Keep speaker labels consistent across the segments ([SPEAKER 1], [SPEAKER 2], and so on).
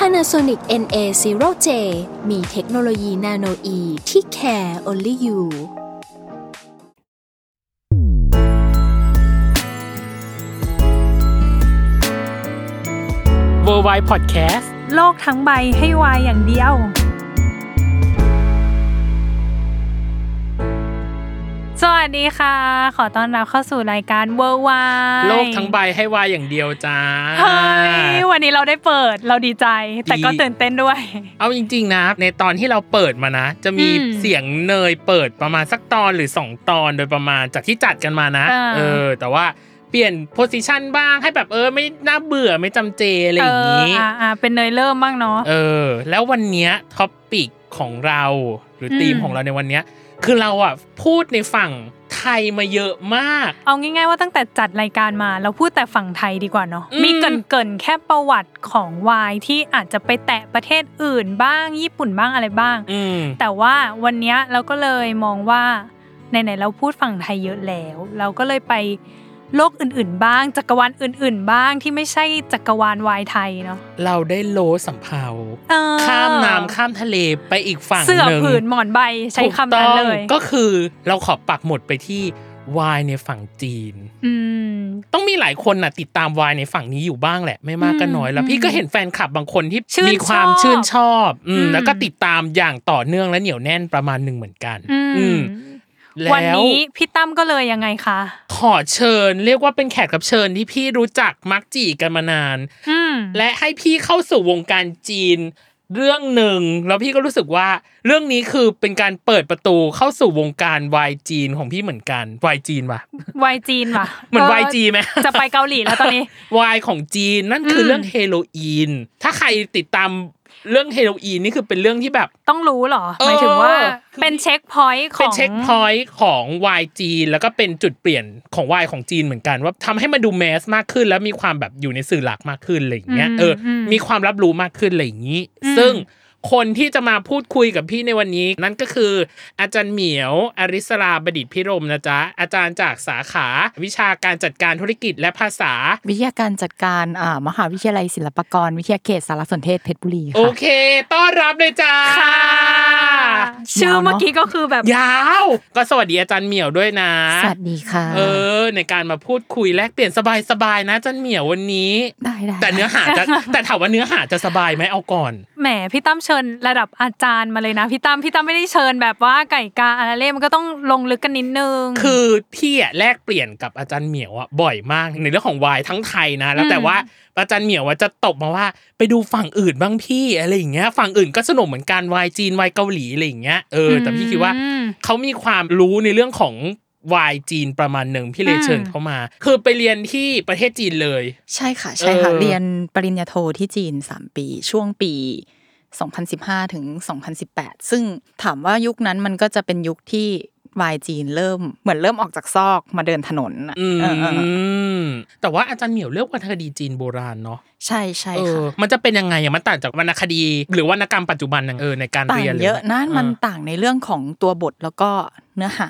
[SPEAKER 1] Panasonic NA0J มีเทคโนโลยีนาโนอีที่ care only you
[SPEAKER 2] w o r l d w i d e Podcast
[SPEAKER 3] โลกทั้งใบให้วายอย่างเดียว สวัสดีค่ะ ขอต้อนรับเข้าสู่รายการเวอร์วาย
[SPEAKER 2] โลกทั้งใบให้วายอย่างเดียวจ้า
[SPEAKER 3] เฮ้ยวันนี้เราได้เปิดเราดีใจ แต่ก็
[SPEAKER 2] ดี
[SPEAKER 3] ตื่นเต้นด้วย
[SPEAKER 2] เอาจริง ๆ นะ ในตอนที่เราเปิดมานะ จะมี
[SPEAKER 3] อืม
[SPEAKER 2] เสียงเนยเปิดประมาณสักตอนหรือ 2 ตอนโดยประมาณจากที่จัดกันมานะ
[SPEAKER 3] อ่า
[SPEAKER 2] เออ แต่ว่าเปลี่ยนโพสิชันบ้างให้แบบเออไม่น่าเบื่อไม่จำเจอะไรอย่างนี้
[SPEAKER 3] เอออ่ะอ่ะเป็นเนยเริ่มบ้างเนาะ
[SPEAKER 2] เออ แล้ววันเนี้ยท็อปปิกของเราหรือธีม
[SPEAKER 3] อืม
[SPEAKER 2] ของเราในวันเนี้ย คือเราอ่ะพูดในฝั่งไทยมาเยอะมาก
[SPEAKER 3] เอาง่ายๆว่าตั้งแต่จัดรายการมาเราพูดแต่ฝั่งไทยดีกว่าเนาะ
[SPEAKER 2] อืม
[SPEAKER 3] มีเกรินเกินๆแค่ประวัติของวายที่อาจจะไปแตะประเทศอื่นบ้างญี่ปุ่นบ้างอะไรบ้าง
[SPEAKER 2] อืม
[SPEAKER 3] แต่ว่าวันเนี้ยเราก็เลยมองว่าไหนๆเราพูดฝั่งไทยเยอะแล้ว เราก็เลยไปโลกอื่นๆ บ้าง จักรวาลอื่น ๆ บ้างที่ไม่ใช่จักรวาลวายไทยเนาะ
[SPEAKER 2] เราได้โลสัมภาว
[SPEAKER 3] เออ
[SPEAKER 2] ข้ามน้ำข้ามทะเลไปอีกฝั่งหนึ่ง
[SPEAKER 3] เสื้อผืนหมอนใบใช้คำ
[SPEAKER 2] ถูก
[SPEAKER 3] นั้น
[SPEAKER 2] ต้
[SPEAKER 3] เล
[SPEAKER 2] อง
[SPEAKER 3] ย
[SPEAKER 2] ก็คือเราขอปักหมุดไปที่วายในฝั่งจีน
[SPEAKER 3] อืม
[SPEAKER 2] ต้องมีหลายคนน่ะติดตามวายในฝั่งนี้อยู่บ้างแหละ ไม่มากก็น้อยแล้ว
[SPEAKER 3] อืม
[SPEAKER 2] พี่ก็เห็นแฟนคลับบางคนที่
[SPEAKER 3] ชื่น
[SPEAKER 2] มีความ
[SPEAKER 3] ชอบ
[SPEAKER 2] ชื่นชอบอืม
[SPEAKER 3] อืม
[SPEAKER 2] แล้วก็ติดตามอย่างต่อเนื่องและเหนียวแน่นประมาณหนึ่งเหมือนกัน
[SPEAKER 3] อืม
[SPEAKER 2] อืม แล้ว
[SPEAKER 3] วันนี้พี่ตั้มก็เลยยังไงคะ
[SPEAKER 2] ขอเชิญ เรียกว่าเป็นแขกรับเชิญที่พี่รู้จักมักจีกันมานาน
[SPEAKER 3] อืม
[SPEAKER 2] และให้พี่เข้าสู่วงการจีนเรื่องหนึ่งแล้วพี่ก็รู้สึกว่าเรื่องนี้คือเป็นการเปิดประตูเข้าสู่วงการวายจีนของพี่เหมือนกันวายจีนว่ะ
[SPEAKER 3] วายจีนว่ะ
[SPEAKER 2] เหมือน
[SPEAKER 3] ออ
[SPEAKER 2] วายจีไหม
[SPEAKER 3] จะไปเกาหลีแล้วตอนนี้
[SPEAKER 2] วายของจีนนั่นคืออ
[SPEAKER 3] ม
[SPEAKER 2] เรื่องเฮโรอีน ถ้าใครติดตามเรื่องเฮโรอีนนี่คือเป็นเรื่องที่แบบ
[SPEAKER 3] ต้องรู้เหรอ
[SPEAKER 2] เออ
[SPEAKER 3] หมายถึงว่าเป็นเช็คพอยต์ข
[SPEAKER 2] เป็น
[SPEAKER 3] อง
[SPEAKER 2] เช็คพอยต์ของวายจีนแล้วก็เป็นจุดเปลี่ยนของวายของจีนเหมือนกัน ว่าทำให้มันดูแมสมากขึ้น แล้วมีความแบบอยู่ในสื่อหลักมากขึ้นอะไรอย่างเงี้ย
[SPEAKER 3] อืม
[SPEAKER 2] เอออ
[SPEAKER 3] ม
[SPEAKER 2] มีความรับรู้มากขึ้นอะไรอย่างนี้
[SPEAKER 3] อืม
[SPEAKER 2] ซึ่งคนที่จะมาพูดคุยกับพี่ในวันนี้ นั่นก็คือ อาจารย์เหมียว อริสราบดิตพิรมนะจ๊ะ อาจารย์จากสาขาวิชาการจัดการธุรกิจและภาษา
[SPEAKER 4] วิทยาการจัดการอ่ามหาวิทยาลัยศิลปากร วิทยาเขตสารสนเทศเพชรบุรี
[SPEAKER 2] โอ
[SPEAKER 4] ค่ะ
[SPEAKER 2] เค ต้อนรับเลยจ้า
[SPEAKER 3] ค่ะ ชื่อเมื่อกี้ก็คือแบบ
[SPEAKER 2] ยาว ก็สวัสดีอาจารย์เหมียวด้วยนะ
[SPEAKER 4] สวัสดีค่ะ
[SPEAKER 2] เออ ในการมาพูดคุยแลกเปลี่ยนสบายๆนะอาจันเหมียววันนี้
[SPEAKER 4] ได้ได้
[SPEAKER 2] แต่เนื้อหาจะ แต่ถามว่าเนื้อหาจะสบายไหมเอาก่อน
[SPEAKER 3] แหมพี่ตั้มเชิญระดับอาจารย์มาเลยนะพี่ตั้มพี่ตั้มไม่ได้เชิญแบบว่าไก่กาอะไรเล่มันก็ต้องลงลึกกันนิดนึง
[SPEAKER 2] คือพี่อะแลกเปลี่ยนกับอาจารย์เหมียวอะบ่อยมากในเรื่องของวายทั้งไทยนะ แล้ว
[SPEAKER 3] อืม
[SPEAKER 2] แต่ว่าอาจารย์เหมียวอะจะตบมาว่า ไปดูฝั่งอื่นบ้างพี่อะไรอย่างเงี้ยฝั่งอื่นก็สนุกเหมือนกันวายจีนวายเกาหลีอะไรอย่างเงี้ยเออแต่พี่คิดว่า
[SPEAKER 3] อืม
[SPEAKER 2] เขามีความรู้ในเรื่องของวายจีนประมาณหนึ่งพี่เลย
[SPEAKER 3] อืม
[SPEAKER 2] เชิญเขามา คือไปเรียนที่ประเทศจีนเลย
[SPEAKER 4] ใช่ค่ะ ใช่ค่ะ
[SPEAKER 2] เออ
[SPEAKER 4] เรียนปริญญาโทที่จีน 3 ปี ช่วงปี 2015 ถึง 2018 ซึ่งถามว่ายุคนั้นมันก็จะเป็นยุคที่วายจีนเริ่มเหมือนเริ่มออกจากซอกมาเดินถนนน่ะ
[SPEAKER 2] อื
[SPEAKER 4] เออเออ
[SPEAKER 2] มแต่ว่าอาจารย์เหมียวเลือกวรรณคดีจีนโบราณเนาะ
[SPEAKER 4] ใช่ใช่
[SPEAKER 2] เออ
[SPEAKER 4] ค่ะ
[SPEAKER 2] มันจะเป็นยังไงอะมันต่างจากวรรณคดี หรือวรรณกรรมปัจจุบันยังเออในการ
[SPEAKER 4] ต่า
[SPEAKER 2] เรี
[SPEAKER 4] ง
[SPEAKER 2] ยนหรื
[SPEAKER 4] เยอะนะ
[SPEAKER 2] เ
[SPEAKER 4] มันต่างในเรื่องของตัวบทแล้วก็เนื้อหา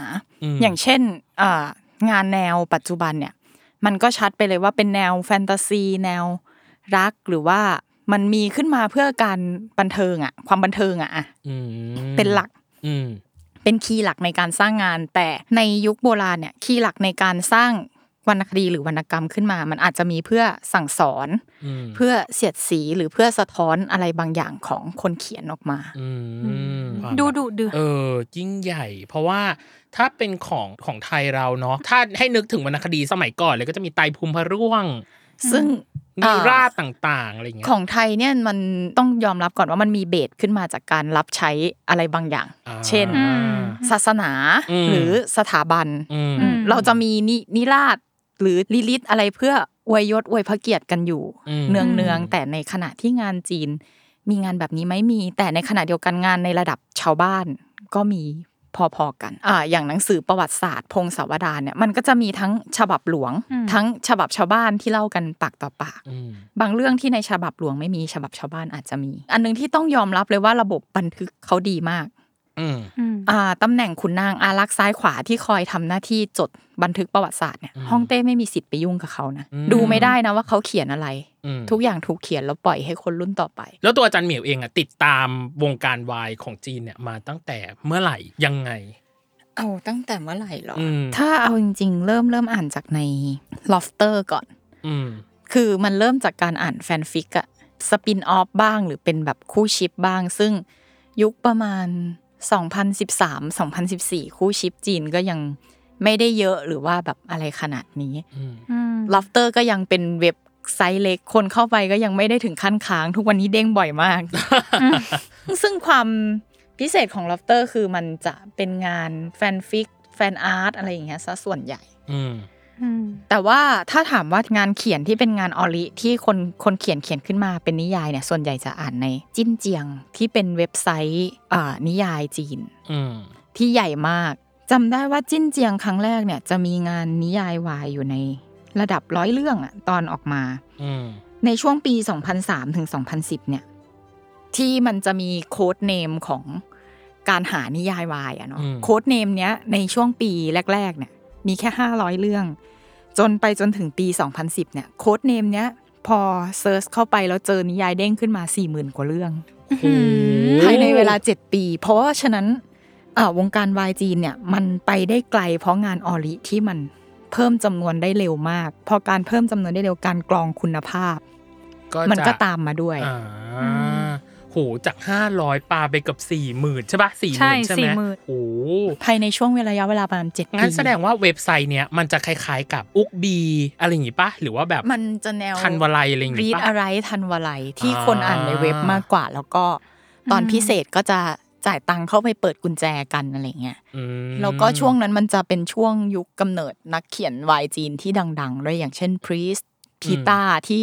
[SPEAKER 2] ม
[SPEAKER 4] อย่างเช่นเอ่องานแนวปัจจุบันเนี่ย มันก็ชัดไปเลยว่าเป็นแนวแฟนตาซี แนวรักหรือว่ามันมีขึ้นมาเพื่อการบันเทิงอะความบันเทิงอะอะ
[SPEAKER 2] อืม
[SPEAKER 4] เป็นหลัก
[SPEAKER 2] อืม
[SPEAKER 4] เป็นคีย์หลักในการสร้างงาน แต่ในยุคโบราณเนี่ยคีย์หลักในการสร้างวรรณคดีหรือวรรณกรรมขึ้นมา มันอาจจะมีเพื่อสั่งสอน
[SPEAKER 2] อืม
[SPEAKER 4] เพื่อเสียดสีหรือเพื่อสะท้อนอะไรบางอย่างของคนเขียนออกมา
[SPEAKER 2] อืมความ
[SPEAKER 3] ดูดุเดือด
[SPEAKER 2] เออยิ่งใหญ่ เพราะว่าถ้าเป็นของของไทยเราเนาะถ้าให้นึกถึงวรรณคดีสมัยก่อนเลยก็จะมีไตรภูมิพระร่วง
[SPEAKER 4] ซึ่ง
[SPEAKER 2] มี
[SPEAKER 4] อ่า
[SPEAKER 2] ราชต่างๆอะไรอย่างเงี้ย
[SPEAKER 4] ของไทยเนี่ยมันต้องยอมรับก่อนว่ามันมีเบสขึ้นมาจากการรับใช้อะไรบางอย่าง
[SPEAKER 2] อ่า
[SPEAKER 4] เช่น
[SPEAKER 3] อืม
[SPEAKER 4] ศาสนา
[SPEAKER 2] อืม
[SPEAKER 4] หรือสถาบัน
[SPEAKER 2] อืม
[SPEAKER 3] อืม
[SPEAKER 4] เราจะมีนินิราชหรือลิลิตอะไรเพื่ออวยยศอวยพระเกียรติกันอยู่
[SPEAKER 2] อืม
[SPEAKER 4] เนืองๆแต่ในขณะที่งานจีน มีงานแบบนี้ไหมมี แต่ในขณะเดียวกันงานในระดับชาวบ้าน ก็มีพอๆกันอ่าอย่างหนังสือประวัติศาสตร์ พงศาวดารเนี่ยมันก็จะมีทั้งฉบับหลวง
[SPEAKER 3] อืม
[SPEAKER 4] ทั้งฉบับชาวบ้านที่เล่ากันปากต่อปาก
[SPEAKER 2] อืม
[SPEAKER 4] บางเรื่องที่ในฉบับหลวงไม่มีฉบับชาวบ้านอาจจะมี อันหนึงที่ต้องยอมรับเลยว่าระบบบันทึกเขาดีมาก
[SPEAKER 2] อืม
[SPEAKER 3] อืม
[SPEAKER 4] อ่าตำแหน่งขุนนางอารักษ์ซ้ายขวาที่คอยทำหน้าที่จดบันทึกประวัติศาสตร์เนี่ย
[SPEAKER 2] อืม
[SPEAKER 4] ฮ่องเต้ไม่มีสิทธิ์ไปยุ่งกับเขานะ
[SPEAKER 2] อืม
[SPEAKER 4] ดูไม่ได้นะว่าเขาเขียนอะไร
[SPEAKER 2] อืม
[SPEAKER 4] ทุกอย่างถูกเขียนแล้วปล่อยให้คนรุ่นต่อไป
[SPEAKER 2] แล้วตัวอาจารย์เหมียวเองอะติดตามวงการวายของจีนเนี่ยมาตั้งแต่เมื่อไหร่ยังไง
[SPEAKER 4] เอาตั้งแต่เมื่อไหร่หรอ
[SPEAKER 2] อืม
[SPEAKER 4] ถ้าเอาจริงๆ เริ่มเริ่มอ่านจากใน lofter ก่อน
[SPEAKER 2] อืม
[SPEAKER 4] คือมันเริ่มจากการอ่านแฟนฟิกอะสปินออฟบ้างหรือเป็นแบบคู่ชิปบ้าง ซึ่งยุคประมาณ 2013-2014 คู่ชิปจีนก็ยังไม่ได้เยอะหรือว่าแบบอะไรขนาดนี้
[SPEAKER 2] อืม
[SPEAKER 3] อืม
[SPEAKER 4] ลอฟเตอร์ก็ยังเป็นเว็บไซต์เล็กคนเข้าไปก็ยังไม่ได้ถึงขั้นค้าง ทุกวันนี้เด้งบ่อยมาก ซึ่งความพิเศษของลอฟเตอร์คือมันจะเป็นงานแฟนฟิกแฟนอาร์ตอะไรอย่างเงี้ยซะส่วนใหญ่
[SPEAKER 2] อืม
[SPEAKER 3] อืม
[SPEAKER 4] แต่ว่าถ้าถามว่างานเขียนที่เป็นงานออริที่คนคนเขียนเขียนขึ้นมาเป็นนิยายเนี่ยส่วนใหญ่จะอ่านในจิ้นเจียงที่เป็นเว็บไซต์อ่านิยายจีน
[SPEAKER 2] อืม
[SPEAKER 4] ที่ใหญ่มากจำได้ว่าจิ้นเจียงครั้งแรกเนี่ยจะมีงานนิยายวายอยู่ในระดับร้อยเรื่องอะตอนออกมา
[SPEAKER 2] อืม
[SPEAKER 4] ในช่วงปี 2003 ถึง 2010 เนี่ย ที่มันจะมีโค้ดเนมของการหานิยายวายอะเนาะ
[SPEAKER 2] อืม
[SPEAKER 4] โค้ดเนมเนี้ยในช่วงปีแรก ๆ เนี่ย มีแค่ 500 เรื่อง จนไปจนถึงปี 2010 เนี่ยโค้ดเนมเนี้ยพอเซิร์ชเข้าไปแล้วเจอนิยายเด้งขึ้นมา 40,000 กว่าเรื่อง
[SPEAKER 2] โอ้
[SPEAKER 4] ภายในเวลา 7 ปี เพราะว่าฉะนั้นเอ่อวงการวายจีนเนี่ยมันไปได้ไกลเพราะงานออริที่มันเพิ่มจำนวนได้เร็วมาก พอการเพิ่มจำนวนได้เร็วการกรองคุณภาพ มันก็ตามมาด้วย
[SPEAKER 2] อ่า
[SPEAKER 3] อืม
[SPEAKER 2] โหจากห้าร้อยปลาไปเกับสี่หมื่นใช่ปะสี่ห
[SPEAKER 3] ใช่
[SPEAKER 2] มื่นใช่ไหม
[SPEAKER 3] 40,000
[SPEAKER 2] โอ้
[SPEAKER 4] ภายในช่วงเวลาระยะเวลาประมาณเจ็ดปี
[SPEAKER 2] งั้นแสดงว่าเว็บไซต์เนี่ยมันจะคล้ายๆกับอุกบีอะไรอย่างงี้ปะหรือว่าแบบ
[SPEAKER 4] มันจะแนว
[SPEAKER 2] ทันวลัยอะไรอย่าง
[SPEAKER 4] รี
[SPEAKER 2] งี้
[SPEAKER 4] ด
[SPEAKER 2] ปะ
[SPEAKER 4] อะไรทันวลัยที่
[SPEAKER 2] อ่า
[SPEAKER 4] คนอ่านในเว็บมากกว่า แล้วก็ตอน
[SPEAKER 3] อืม
[SPEAKER 4] พิเศษก็จะจ่ายตังค์เข้าไปเปิดกุญแจกันอะไรเงี้ย
[SPEAKER 2] อืม
[SPEAKER 4] แล้วก็ช่วงนั้นมันจะเป็นช่วงยุคกำเนิดนักเขียนวายจีนที่ดังๆด้วยอย่างเช่นพรีสพีตาที่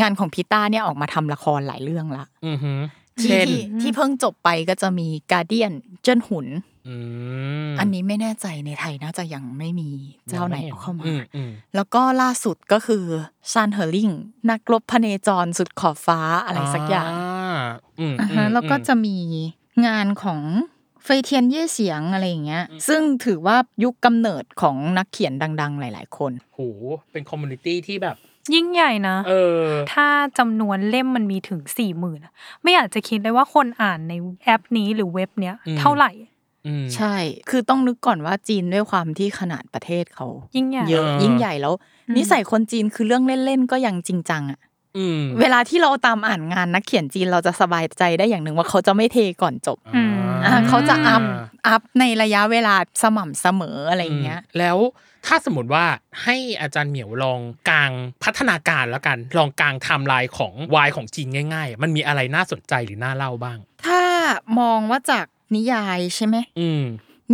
[SPEAKER 4] งานของพีตาเนี่ยออกมาทำละครหลายเรื่องละ
[SPEAKER 2] อือหือ
[SPEAKER 4] ที่
[SPEAKER 2] เช่น
[SPEAKER 4] ที่ที่เพิ่งจบไปก็จะมีการเดียนเจิ้นหุน
[SPEAKER 2] อืม
[SPEAKER 4] อันนี้ไม่แน่ใจในไทยน่าจะยังไม่มีเจ้าไหนเอาเข้ามา
[SPEAKER 2] อือืม
[SPEAKER 4] แล้วก็ล่าสุดก็คือซานเฮอร์ลิงนักรบพเนจรสุดขอบฟ้าอะไรสักอย่าง
[SPEAKER 2] อืม
[SPEAKER 4] อ่าฮะ
[SPEAKER 2] อืม
[SPEAKER 4] แล้วก็
[SPEAKER 2] อืม
[SPEAKER 4] จะมีงานของเฟยเทียนเย่เสียงอะไรอย่างเงี้ย ซึ่งถือว่ายุคกำเนิดของนักเขียนดัง ๆ หลาย ๆ คน
[SPEAKER 2] โห เป็นคอมมูนิตี้ที่แบบ
[SPEAKER 3] ยิ่งใหญ่นะ
[SPEAKER 2] เออ
[SPEAKER 3] ถ้าจำนวนเล่มมันมีถึงสี่หมื่นไม่อยากจะคิดเลยว่าคนอ่านในแอปนี้หรือเว็บเนี้ย
[SPEAKER 2] อืม
[SPEAKER 3] เท่าไหร่
[SPEAKER 2] อืม
[SPEAKER 4] ใช่ คือต้องนึกก่อนว่าจีนด้วยความที่ขนาดประเทศเขา
[SPEAKER 3] ยิ่งใหญ่
[SPEAKER 4] เยอะ
[SPEAKER 2] อ่ายิ่
[SPEAKER 4] ยิ่งใหญ่แล้ว
[SPEAKER 3] อืม
[SPEAKER 4] นิสัยคนจีนคือเรื่องเล่น ๆ ก็ยังจริงจังอะ
[SPEAKER 2] อืม
[SPEAKER 4] เวลาที่เราตามอ่านงานนักเขียนจีนเราจะสบายใจได้อย่างหนึ่งว่าเขาจะไม่เทก่อนจบ
[SPEAKER 3] อืม
[SPEAKER 4] อ่า
[SPEAKER 3] อ่า
[SPEAKER 4] เขาจะอัพอัพในระยะเวลาสม่ำเสมออะไรอย่างเงี้ย
[SPEAKER 2] มแล้วถ้าสมมติว่าให้อาจารย์เหมียวลองกลางพัฒนาการแล้วกัน ลองกลางไทม์ไลน์ของวายของจีนง่าย ๆ มันมีอะไรน่าสนใจหรือน่าเล่าบ้าง
[SPEAKER 4] ถ้ามองว่าจากนิยายใช่ไหม
[SPEAKER 2] อืม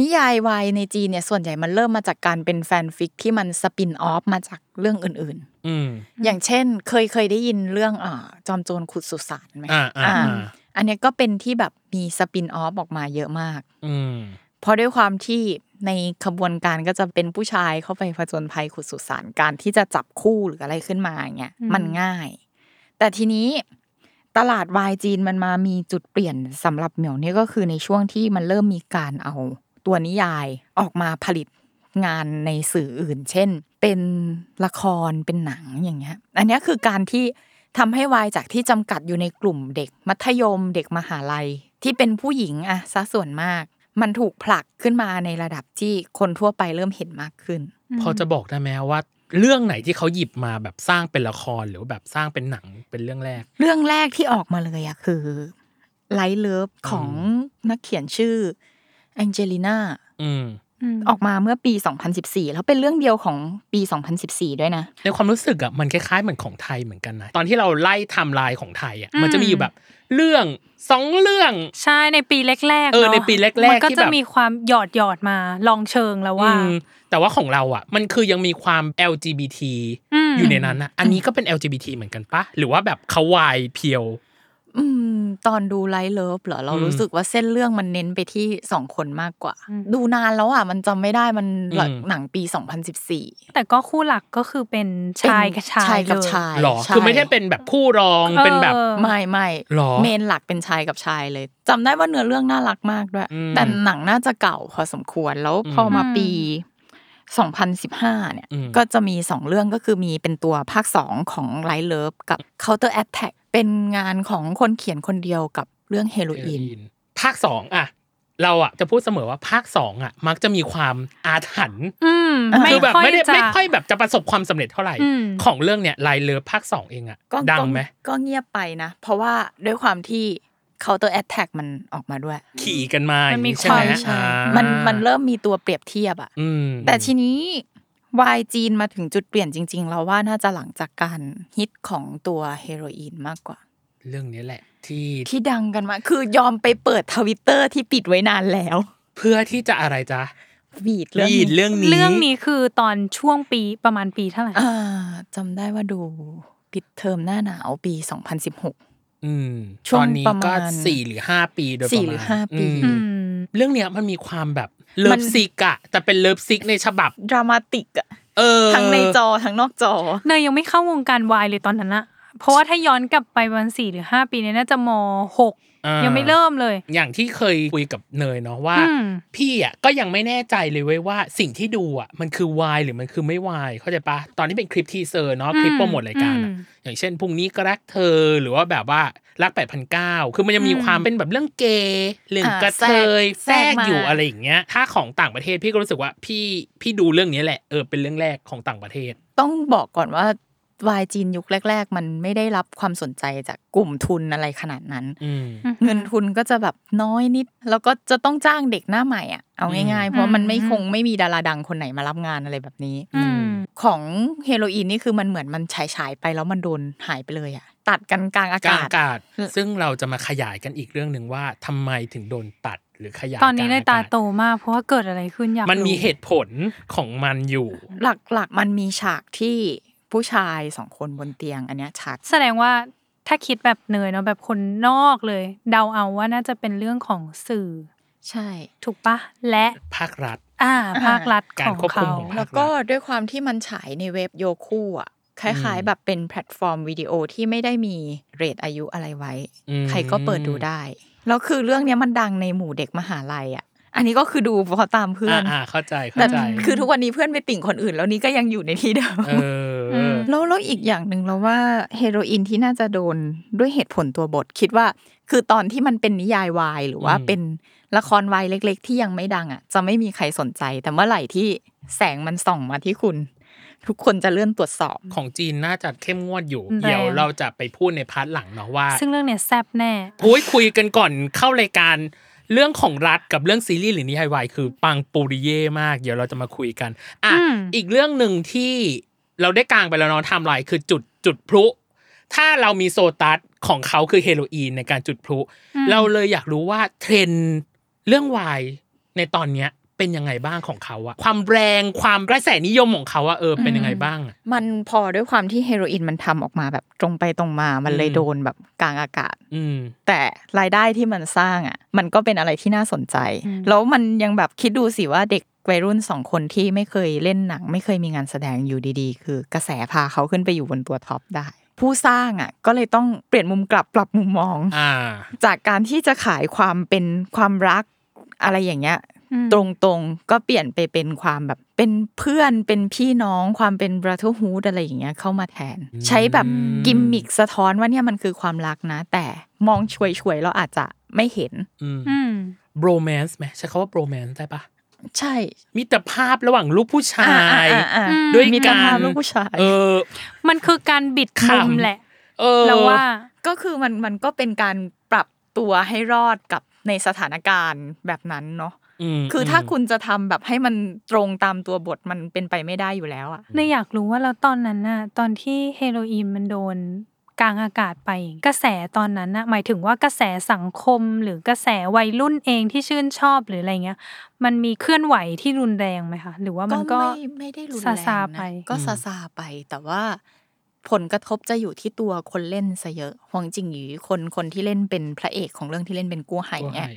[SPEAKER 4] นิยายวายในจีนเนี่ยส่วนใหญ่มันเริ่มมาจากการเป็นแฟนฟิกที่มันสปินออฟมาจากเรื่องอื่น
[SPEAKER 2] อืม
[SPEAKER 4] ๆ อย่างเช่น เคยเคยได้ยินเรื่องอ่าจอมโจรขุดสุสานไหม
[SPEAKER 2] อ่าอ่า
[SPEAKER 4] อ่า
[SPEAKER 2] อ่า
[SPEAKER 4] อันเนี้ยก็เป็นที่แบบมีสปินออฟออกมาเยอะมาก
[SPEAKER 2] อืม
[SPEAKER 4] เพราะด้วยความที่ในขบวนการก็จะเป็นผู้ชายเข้าไปผจญภัยขุดสุสานการที่จะจับคู่หรืออะไรขึ้นมาอย่างเงี้ย
[SPEAKER 3] อืม
[SPEAKER 4] มันง่าย แต่ทีนี้ตลาดวายจีนมันมามีจุดเปลี่ยนสำหรับเหมียวเนี่ยก็คือในช่วงที่มันเริ่มมีการเอาตัวนิยายออกมาผลิตงานในสื่ออื่น เช่น เป็นละครเป็นหนังอย่างเงี้ย อันเนี้ยคือการที่ทำให้วายจากที่จำกัดอยู่ในกลุ่มเด็ก มัธยมเด็กมหาลัย ที่เป็นผู้หญิงอะซะส่วนมาก มันถูกผลักขึ้นมาในระดับที่คนทั่วไปเริ่มเห็นมากขึ้น
[SPEAKER 3] ม
[SPEAKER 2] พอจะบอกได้ไหมว่า เรื่องไหนที่เขาหยิบมาแบบสร้างเป็นละครหรือว่าแบบสร้างเป็นหนังเป็นเรื่องแรก
[SPEAKER 4] เรื่องแรกที่ออกมาเลยอะคือไลท์เลิฟของนักเขียนชื่อแองเจลิน่า
[SPEAKER 2] อืม
[SPEAKER 3] ม
[SPEAKER 4] ออกมาเมื่อปี 2014 แล้วเป็นเรื่องเดียวของปี 2014 ด้วยนะ
[SPEAKER 2] ในความรู้สึกอ่ะมันคล้ายๆเหมือนของไทยเหมือนกันนะ ตอนที่เราไล่ไทม์ไลน์ของไทยอ่ะมันจะมีอยู่แบบ เรื่องสองเรื่อง
[SPEAKER 3] ใช่ในปีแรกๆ
[SPEAKER 2] เออ
[SPEAKER 3] นะ
[SPEAKER 2] ในปีแรกๆ
[SPEAKER 3] มันก็
[SPEAKER 2] ที่
[SPEAKER 3] จะ
[SPEAKER 2] แบบ
[SPEAKER 3] มีความหยอดหยอดๆมาลองเชิงแล้วว่า
[SPEAKER 2] อืมแต่ว่าของเราอ่ะ มันคือยังมีความ LGBT
[SPEAKER 3] อืม
[SPEAKER 2] อยู่ในนั้นอ่ะอันนี้ก็เป็น LGBT เหมือนกันปะหรือว่าแบบเขาวายเพียว
[SPEAKER 4] อืม ตอนดูไลท์เลิฟเหรอเรา
[SPEAKER 2] อืม
[SPEAKER 4] รู้สึกว่าเส้นเรื่องมันเน้นไปที่สองคนมากกว่า
[SPEAKER 3] อืม
[SPEAKER 4] ดูนานแล้วอ่ะมันจำไม่ได้มันหลัก
[SPEAKER 2] อืม
[SPEAKER 4] หนังปี 2014
[SPEAKER 3] แต่ก็คู่หลักก็คือเป็นชายกับชาย
[SPEAKER 4] ชายกับ
[SPEAKER 3] เลย
[SPEAKER 4] ชาย
[SPEAKER 2] หรอ
[SPEAKER 4] ใช่
[SPEAKER 2] คือไม่ได้เป็นแบบคู่รอง
[SPEAKER 3] เออ
[SPEAKER 2] เป็นแบบ
[SPEAKER 4] ไม่ไม่
[SPEAKER 2] หรอ
[SPEAKER 4] เมนหลักเป็นชายกับชายเลยจำได้ว่าเนื้อเรื่องน่ารักมากด้วย
[SPEAKER 2] อืม
[SPEAKER 4] แต่หนังน่าจะเก่าพอสมควรแล้วพอมา
[SPEAKER 3] อืม
[SPEAKER 4] ปี 2015 เนี่ย
[SPEAKER 2] อืม
[SPEAKER 4] ก็จะมี 2 เรื่องก็คือมีเป็นตัวภาค 2 ของไลท์เลิฟกับ Counter Attack เป็นงานของคนเขียนคนเดียวกับเรื่องเฮโรอีน
[SPEAKER 2] ภาคสองอะเราอะจะพูดเสมอว่าภาคสองอะมักจะมีความอาถรรพ์
[SPEAKER 3] อืมไม่
[SPEAKER 2] คือแบบ
[SPEAKER 3] ค่อย
[SPEAKER 2] ไม่ได้
[SPEAKER 3] จะ
[SPEAKER 2] ไม่ค่อยแบบจะประสบความสำเร็จเท่าไหร่
[SPEAKER 3] อืม
[SPEAKER 2] ของเรื่องเนี่ยลายเลิฟภาคสองเองอะ
[SPEAKER 4] ก็
[SPEAKER 2] ดังไหม
[SPEAKER 4] ก็ก็เงียบไปนะ เพราะว่าด้วยความที่ Counter Attack มันออกมาด้วย
[SPEAKER 2] ขี่กันมาอย่ง
[SPEAKER 3] มันมี
[SPEAKER 2] ใช่ไหม
[SPEAKER 3] แะ
[SPEAKER 2] อ่า
[SPEAKER 4] มันมันเริ่มมีตัวเปรียบเทียบอะ
[SPEAKER 2] อืม
[SPEAKER 4] แต่ทีนี้วายจีนมาถึงจุดเปลี่ยนจริง ๆ เราว่าน่าจะหลังจากการฮิตของตัวเฮโรอีนมากกว่า
[SPEAKER 2] เรื่องนี้แหละที่
[SPEAKER 4] ที่ดังกันมากคือยอมไปเปิดทวิตเตอร์ที่ปิดไว้นานแล้ว
[SPEAKER 2] เพื่อที่จะอะไรจ๊ะ
[SPEAKER 4] วีดเรื่อง
[SPEAKER 2] รีด
[SPEAKER 4] นี้
[SPEAKER 2] เรื่องนี้
[SPEAKER 3] เรื่องนี้คือตอนช่วงปีประมาณปีเท่าไหร่
[SPEAKER 4] อ่าจำได้ว่าดูปิดเทอมหน้าหนาวปี 2016
[SPEAKER 2] อืมต
[SPEAKER 4] ช่วง
[SPEAKER 2] อนนี้
[SPEAKER 4] ประ
[SPEAKER 2] ก็
[SPEAKER 4] มาณ
[SPEAKER 2] สี่หรือห้าปีโดยประมาณ
[SPEAKER 4] สี่หรือห้าปี
[SPEAKER 2] อืม
[SPEAKER 3] อืม
[SPEAKER 2] เรื่องเนี้ยมันมีความแบบเลิ
[SPEAKER 4] มั
[SPEAKER 2] ฟ
[SPEAKER 4] น
[SPEAKER 2] ซิกอะแต่เป็นเลิฟซิกในฉบับ
[SPEAKER 4] ดรามาติกอะ
[SPEAKER 2] เออ
[SPEAKER 4] ทั้งในจอทั้งนอกจอ
[SPEAKER 3] เนยยังไม่เข้าวงการวายเลยตอนนั้นอะเพราะว่าถ้าย้อนกลับไปวันสี่หรือห้าปีเนี่ยน่าจะมหก
[SPEAKER 2] อ่า
[SPEAKER 3] ยังไม่เริ่มเลย
[SPEAKER 2] อย่างที่เคยคุยกับเนยเนาะว่า
[SPEAKER 3] อืม
[SPEAKER 2] พี่อ่ะก็ยังไม่แน่ใจเลยเว้ยว่าสิ่งที่ดูอ่ะมันคือวายหรือมันคือไม่วายเข้าใจปะตอนที่เป็นคลิปทีเซอร์เนาะคลิปโปรโมทรายการอะ
[SPEAKER 3] อืม
[SPEAKER 2] อย่างเช่นพรุ่งนี้ก็รักเธอหรือว่าแบบว่ารัก8 0 0 คือมันจะมี
[SPEAKER 3] อืม
[SPEAKER 2] ความเป็นแบบเรื่องเกย์เรื่อง
[SPEAKER 4] อ่าก
[SPEAKER 2] ระเทยแท
[SPEAKER 4] แทรกแท
[SPEAKER 2] ร
[SPEAKER 4] ร
[SPEAKER 2] ก
[SPEAKER 4] กมา
[SPEAKER 2] อยู่อะไรอย่างเงี้ย ถ้าของต่างประเทศพี่ก็รู้สึกว่าพี่พี่ดูเรื่องนี้แหละเออเป็นเรื่องแรกของต่างประเทศ
[SPEAKER 4] ต้องบอกก่อนว่าวายจีนยุคแรก ๆ มันไม่ได้รับความสนใจจากกลุ่มทุนอะไรขนาดนั้น
[SPEAKER 2] อืม
[SPEAKER 4] เงินทุนก็จะแบบน้อยนิด แล้วก็จะต้องจ้างเด็กหน้าใหม่อ่ะเอาง่าย
[SPEAKER 3] อืม
[SPEAKER 4] ๆ เพราะมันไม่คงไม่มีดาราดังคนไหนมารับงานอะไรแบบนี้
[SPEAKER 3] อืม
[SPEAKER 4] ของเฮโรอีนนี่คือมันเหมือนมันฉายฉายๆไปแล้วมันโดนหายไปเลยอ่ะตัดกันกลางอา
[SPEAKER 2] ลาง
[SPEAKER 4] กาศ
[SPEAKER 2] อากาศ ซึ่งเราจะมาขยายกันอีกเรื่องหนึ่งว่าทำไมถึงโดนตัดหรือขยาย
[SPEAKER 3] ตอนนี้
[SPEAKER 2] กลง
[SPEAKER 3] ในตา
[SPEAKER 2] อากศ
[SPEAKER 3] โตมากเพราะว่าเกิดอะไรขึ้นอยาก
[SPEAKER 2] มันมี
[SPEAKER 3] รู้
[SPEAKER 2] เหตุผลของมันอยู่
[SPEAKER 4] หลักๆ มันมีฉากที่ผู้ชายสองคนบนเตียงอันเนี้ยชัด
[SPEAKER 3] แสดงว่าถ้าคิดแบบเนยเนาะแบบคนนอกเลย เดาเอาว่าน่าจะเป็นเรื่องของสื่อ
[SPEAKER 4] ใช่
[SPEAKER 3] ถูกปะและ
[SPEAKER 2] ภาครัฐ
[SPEAKER 3] อ่าภาครัฐ
[SPEAKER 2] กา
[SPEAKER 3] ข
[SPEAKER 2] ร
[SPEAKER 3] อง
[SPEAKER 2] ควบคุม
[SPEAKER 3] เขา
[SPEAKER 2] ของภา
[SPEAKER 4] แล้วก็ด้วยความที่มันฉายในเว็บโยคู่อ่ะ คล้าย
[SPEAKER 2] อืม
[SPEAKER 4] ๆ แบบเป็นแพลตฟอร์มวิดีโอที่ไม่ได้มีเรทอายุอะไรไว้
[SPEAKER 2] อืม
[SPEAKER 4] ใครก็เปิดดูได้แล้วคือเรื่องเนี้ยมันดังในหมู่เด็กมหาลัยอ่ะ อันนี้ก็คือดูเพราะตามเพื่อน
[SPEAKER 2] อ่าๆเข้าใจเข้า
[SPEAKER 4] แต่
[SPEAKER 2] ใจ
[SPEAKER 4] คือทุกวันนี้เพื่อนไปติ่งคนอื่น แล้วนี้ก็ยังอยู่ในที่เดิม
[SPEAKER 2] เอออ
[SPEAKER 3] ม
[SPEAKER 4] แล้วแล้วอีกอย่างหนึ่งเราว่าเฮโรอีนที่น่าจะโดนด้วยเหตุผลตัวบท คิดว่าคือตอนที่มันเป็นนิยายวายหรือว่า
[SPEAKER 2] อืม
[SPEAKER 4] เป็นละครวายเล็ก ๆ ที่ยังไม่ดังอ่ะ จะไม่มีใครสนใจ แต่เมื่อไหร่ที่แสงมันส่องมาที่คุณ ทุกคนจะเลื่อนตรวจสอบ
[SPEAKER 2] ของจีนน่าจะเข้มงวดอยู่
[SPEAKER 3] แรง
[SPEAKER 2] เดี๋ยวเราจะไปพูดในพาร์ทหลังเนาะว่า
[SPEAKER 3] ซึ่งเรื่องเนี่ยแซบแน่
[SPEAKER 2] พูดคุยกันก่อนเข้ารายการ เรื่องของรัฐกับเรื่องซีรีส์หรือนิยายวายคือปังปูริเย่มาก เดี๋ยวเราจะมาคุยกัน อ่ะ
[SPEAKER 3] อืม
[SPEAKER 2] อีกเรื่องหนึ่งที่เราได้กลางไปแล้วเนาะไทม์ไลน์คือจุดจุดพลุ ถ้าเรามีโซตัสของเขาคือเฮโรอีนในการจุดพลุ
[SPEAKER 3] อืม
[SPEAKER 2] เราเลยอยากรู้ว่าเทรนด์เรื่องวายในตอนเนี้ยเป็นยังไงบ้างของเขาอะความแรงความกระแสนิยมของเขาอะเออเป็นยังไงบ้างอะ
[SPEAKER 4] มันพอด้วยความที่เฮโรอีนมันทำออกมาแบบตรงไปตรงมา มันเล
[SPEAKER 2] อื
[SPEAKER 4] ย
[SPEAKER 2] ม
[SPEAKER 4] โดนแบบกลางอากาศ
[SPEAKER 2] อืม
[SPEAKER 4] แต่รายได้ที่มันสร้างอ่ะ มันก็เป็นอะไรที่น่าสนใจ
[SPEAKER 3] อืม
[SPEAKER 4] แล้วมันยังแบบคิดดูสิว่าเด็กวัยรุ่นสองคนที่ไม่เคยเล่นหนัง ไม่เคยมีงานแสดงอยู่ดีๆ คือกระแสพาเขาขึ้นไปอยู่บนตัวท็อปได้ ผู้สร้างอ่ะ ก็เลยต้องเปลี่ยนมุมกลับปรับมุมมอง
[SPEAKER 2] อ่า
[SPEAKER 4] จากการที่จะขายความเป็นความรักอะไรอย่างเงี้ย
[SPEAKER 3] อืม
[SPEAKER 4] ตรงๆ ก็เปลี่ยนไปเป็นความแบบเป็นเพื่อนเป็นพี่น้องความเป็นบรัทฮูดอะไรอย่างเงี้ยเข้ามาแทน
[SPEAKER 2] อืม
[SPEAKER 4] ใช้แบบกิมมิกสะท้อนว่าเนี่ยมันคือความรักนะ แต่มองช่วยๆเราอาจจะไม่เห็น
[SPEAKER 2] อืม
[SPEAKER 3] อืม
[SPEAKER 2] โรแมนต์ไหมใช้คำว่าโรแมนต์ได้ปะ
[SPEAKER 4] ใช่
[SPEAKER 2] มิตรภาพระหว่างลูกผู้ชาย
[SPEAKER 4] อ่ะอ่ะอ่ะ
[SPEAKER 3] อืม
[SPEAKER 2] ด้วย
[SPEAKER 4] มี
[SPEAKER 2] กั
[SPEAKER 4] ตาน ภาพลูกผู้ชาย
[SPEAKER 2] เออ
[SPEAKER 3] มันคือการบิดมุม
[SPEAKER 2] ขำ
[SPEAKER 3] แหละ
[SPEAKER 2] เออ
[SPEAKER 3] เราว่า
[SPEAKER 4] ก็คือมันมันก็เป็นการปรับตัวให้รอดกับในสถานการณ์แบบนั้นเนาะ
[SPEAKER 2] ม
[SPEAKER 4] คือถ้าม คุณจะทำแบบให้มันตรงตามตัวบทมันเป็นไปไม่ได้อยู่แล้วอะ
[SPEAKER 3] เนยอยากรู้ว่าแล้วตอนนั้นน่ะตอนที่เฮโรอีนมันโดนกลางอากาศไป กระแสตอนนั้นน่ะหมายถึงว่ากระแสสังคมหรือกระแสวัยรุ่นเองที่ชื่นชอบหรืออะไรเงี้ย มันมีเคลื่อนไหวที่รุนแรงไหมคะ หรือว่ามันก็
[SPEAKER 4] ไม่ไม่ได้รุนแรง
[SPEAKER 3] ซาซาไป
[SPEAKER 4] นะก็ซาซาไปแต่ว่า ผลกระทบจะอยู่ที่ตัวคนเล่นซะเยอะหวงจริงหยีคนคนที่เล่นเป็นพระเอกของเรื่องที่เล่นเป็นกู้ไห่เนี่ย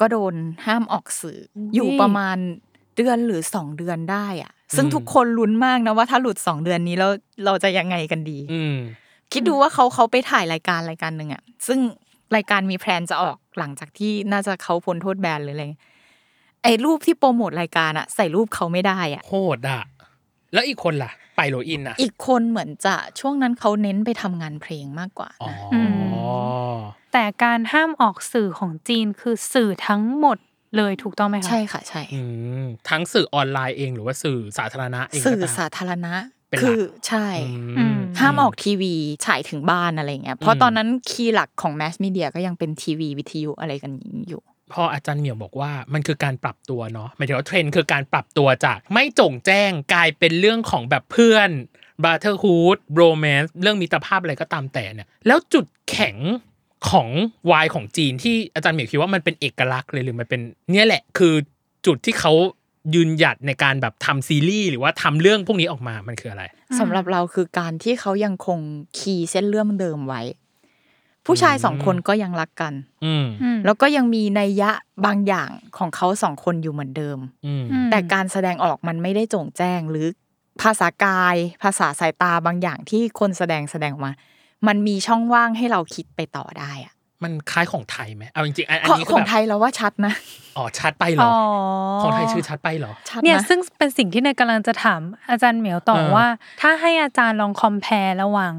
[SPEAKER 4] ก็โดนห้ามออกสื่ออ
[SPEAKER 3] ม
[SPEAKER 4] อยู่ประมาณเดือนหรือสองเดือนได้อะซึ่ง
[SPEAKER 2] อืม
[SPEAKER 4] ทุกคนลุ้นมากนะว่าถ้าหลุดสองเดือนนี้แล้วเราจะยังไงกันดี
[SPEAKER 2] อืม
[SPEAKER 4] คิดดูว่าเขาเขาไปถ่ายรายการรายการหนึ่งอะซึ่งรายการมีแพลนจะออกหลังจากที่น่าจะเขาพ้นโทษแบนหรืออะไรไอ้รูปที่โปรโมทรายการอะใส่รูปเขาไม่ได้อะ
[SPEAKER 2] โหดอ่ะ แล้วอีกคนล่ะ ไปโรอินอ่ะ
[SPEAKER 4] อีกคนเหมือนจะช่วงนั้นเขาเน้นไปทำงานเพลงมากกว่า
[SPEAKER 2] อ๋อ
[SPEAKER 4] นะ
[SPEAKER 2] อ
[SPEAKER 3] ม แต่การห้ามออกสื่อของจีนคือสื่อทั้งหมดเลยถูกต้องไหมคะ
[SPEAKER 4] ใช่ค่ะใช่
[SPEAKER 2] อืมทั้งสื่อออนไลน์เองหรือว่าสื่อสาธารณะเองก็ตาม
[SPEAKER 4] สื่อสาธารณะ
[SPEAKER 2] เป็นหลัก
[SPEAKER 4] คือใช่
[SPEAKER 2] อืม
[SPEAKER 3] อืม
[SPEAKER 4] ห้ามออกทีวีฉายถึงบ้านอะไรเงี้ย เพ
[SPEAKER 2] อื
[SPEAKER 4] ราะ
[SPEAKER 2] ม
[SPEAKER 4] ตอนนั้นคีย์หลักของแมสมีเดียก็ยังเป็นทีวีวิทยุอะไรกันอยู่
[SPEAKER 2] พออาจารย์เหมียวบอกว่ามันคือการปรับตัวเนาะหมายถึงว่าเทรนด์คือการปรับตัวจาก ไม่จงแจ้งกลายเป็นเรื่องของแบบเพื่อนบ r เ t อร์ฮูดโรแมนต์เรื่องมิตรภาพอะไรก็ตามแต่เนี่ย แล้วจุดแข็งของวายของจีนที่อาจารย์เหมียวคิดว่ามันเป็นเอกลักษณ์เลยหรือมันเป็นเนี่ยแหละคือจุดที่เขายืนหยัดในการแบบทำซีรีส์หรือว่าทำเรื่องพวกนี้ออกมามันคืออะไร
[SPEAKER 3] อืม
[SPEAKER 4] สำหรับเราคือการที่เขายังคงคีย์เส้นเรื่องเดิมไว้ ผู้ชายสองคนก็ยังรักกัน
[SPEAKER 2] อืม
[SPEAKER 3] อืม
[SPEAKER 4] แล้วก็ยังมีนัยยะบางอย่างของเขาสองคนอยู่เหมือนเดิม
[SPEAKER 2] อืม
[SPEAKER 3] อืม
[SPEAKER 4] แต่การแสดงออกมันไม่ได้โจงแจ้งหรือภาษากาย ภาษาสายตาบางอย่างที่คนแสดงแสดงออกมา มันมีช่องว่างให้เราคิดไปต่อได้อะ
[SPEAKER 2] มันคล้ายของไทยไหมเอาจริงๆอันอัน
[SPEAKER 4] ของ
[SPEAKER 2] นี้
[SPEAKER 4] ข
[SPEAKER 2] ก็
[SPEAKER 4] อง
[SPEAKER 2] แบบ
[SPEAKER 4] ไทยเราว่าชัดนะ
[SPEAKER 2] อ๋อชัดไปเหร
[SPEAKER 3] อ๋
[SPEAKER 2] อ
[SPEAKER 3] อ
[SPEAKER 2] ของไทยชื่อชัดไปเหรอ
[SPEAKER 4] ชั
[SPEAKER 3] เนี่ย
[SPEAKER 4] ดะ
[SPEAKER 3] ซึ่งเป็นสิ่งที่เนยกำลังจะถามอาจารย์เหมียวต่อ
[SPEAKER 2] เออ
[SPEAKER 3] ว่า ถ้าให้อาจารย์ลองคอมเพลระหว่าง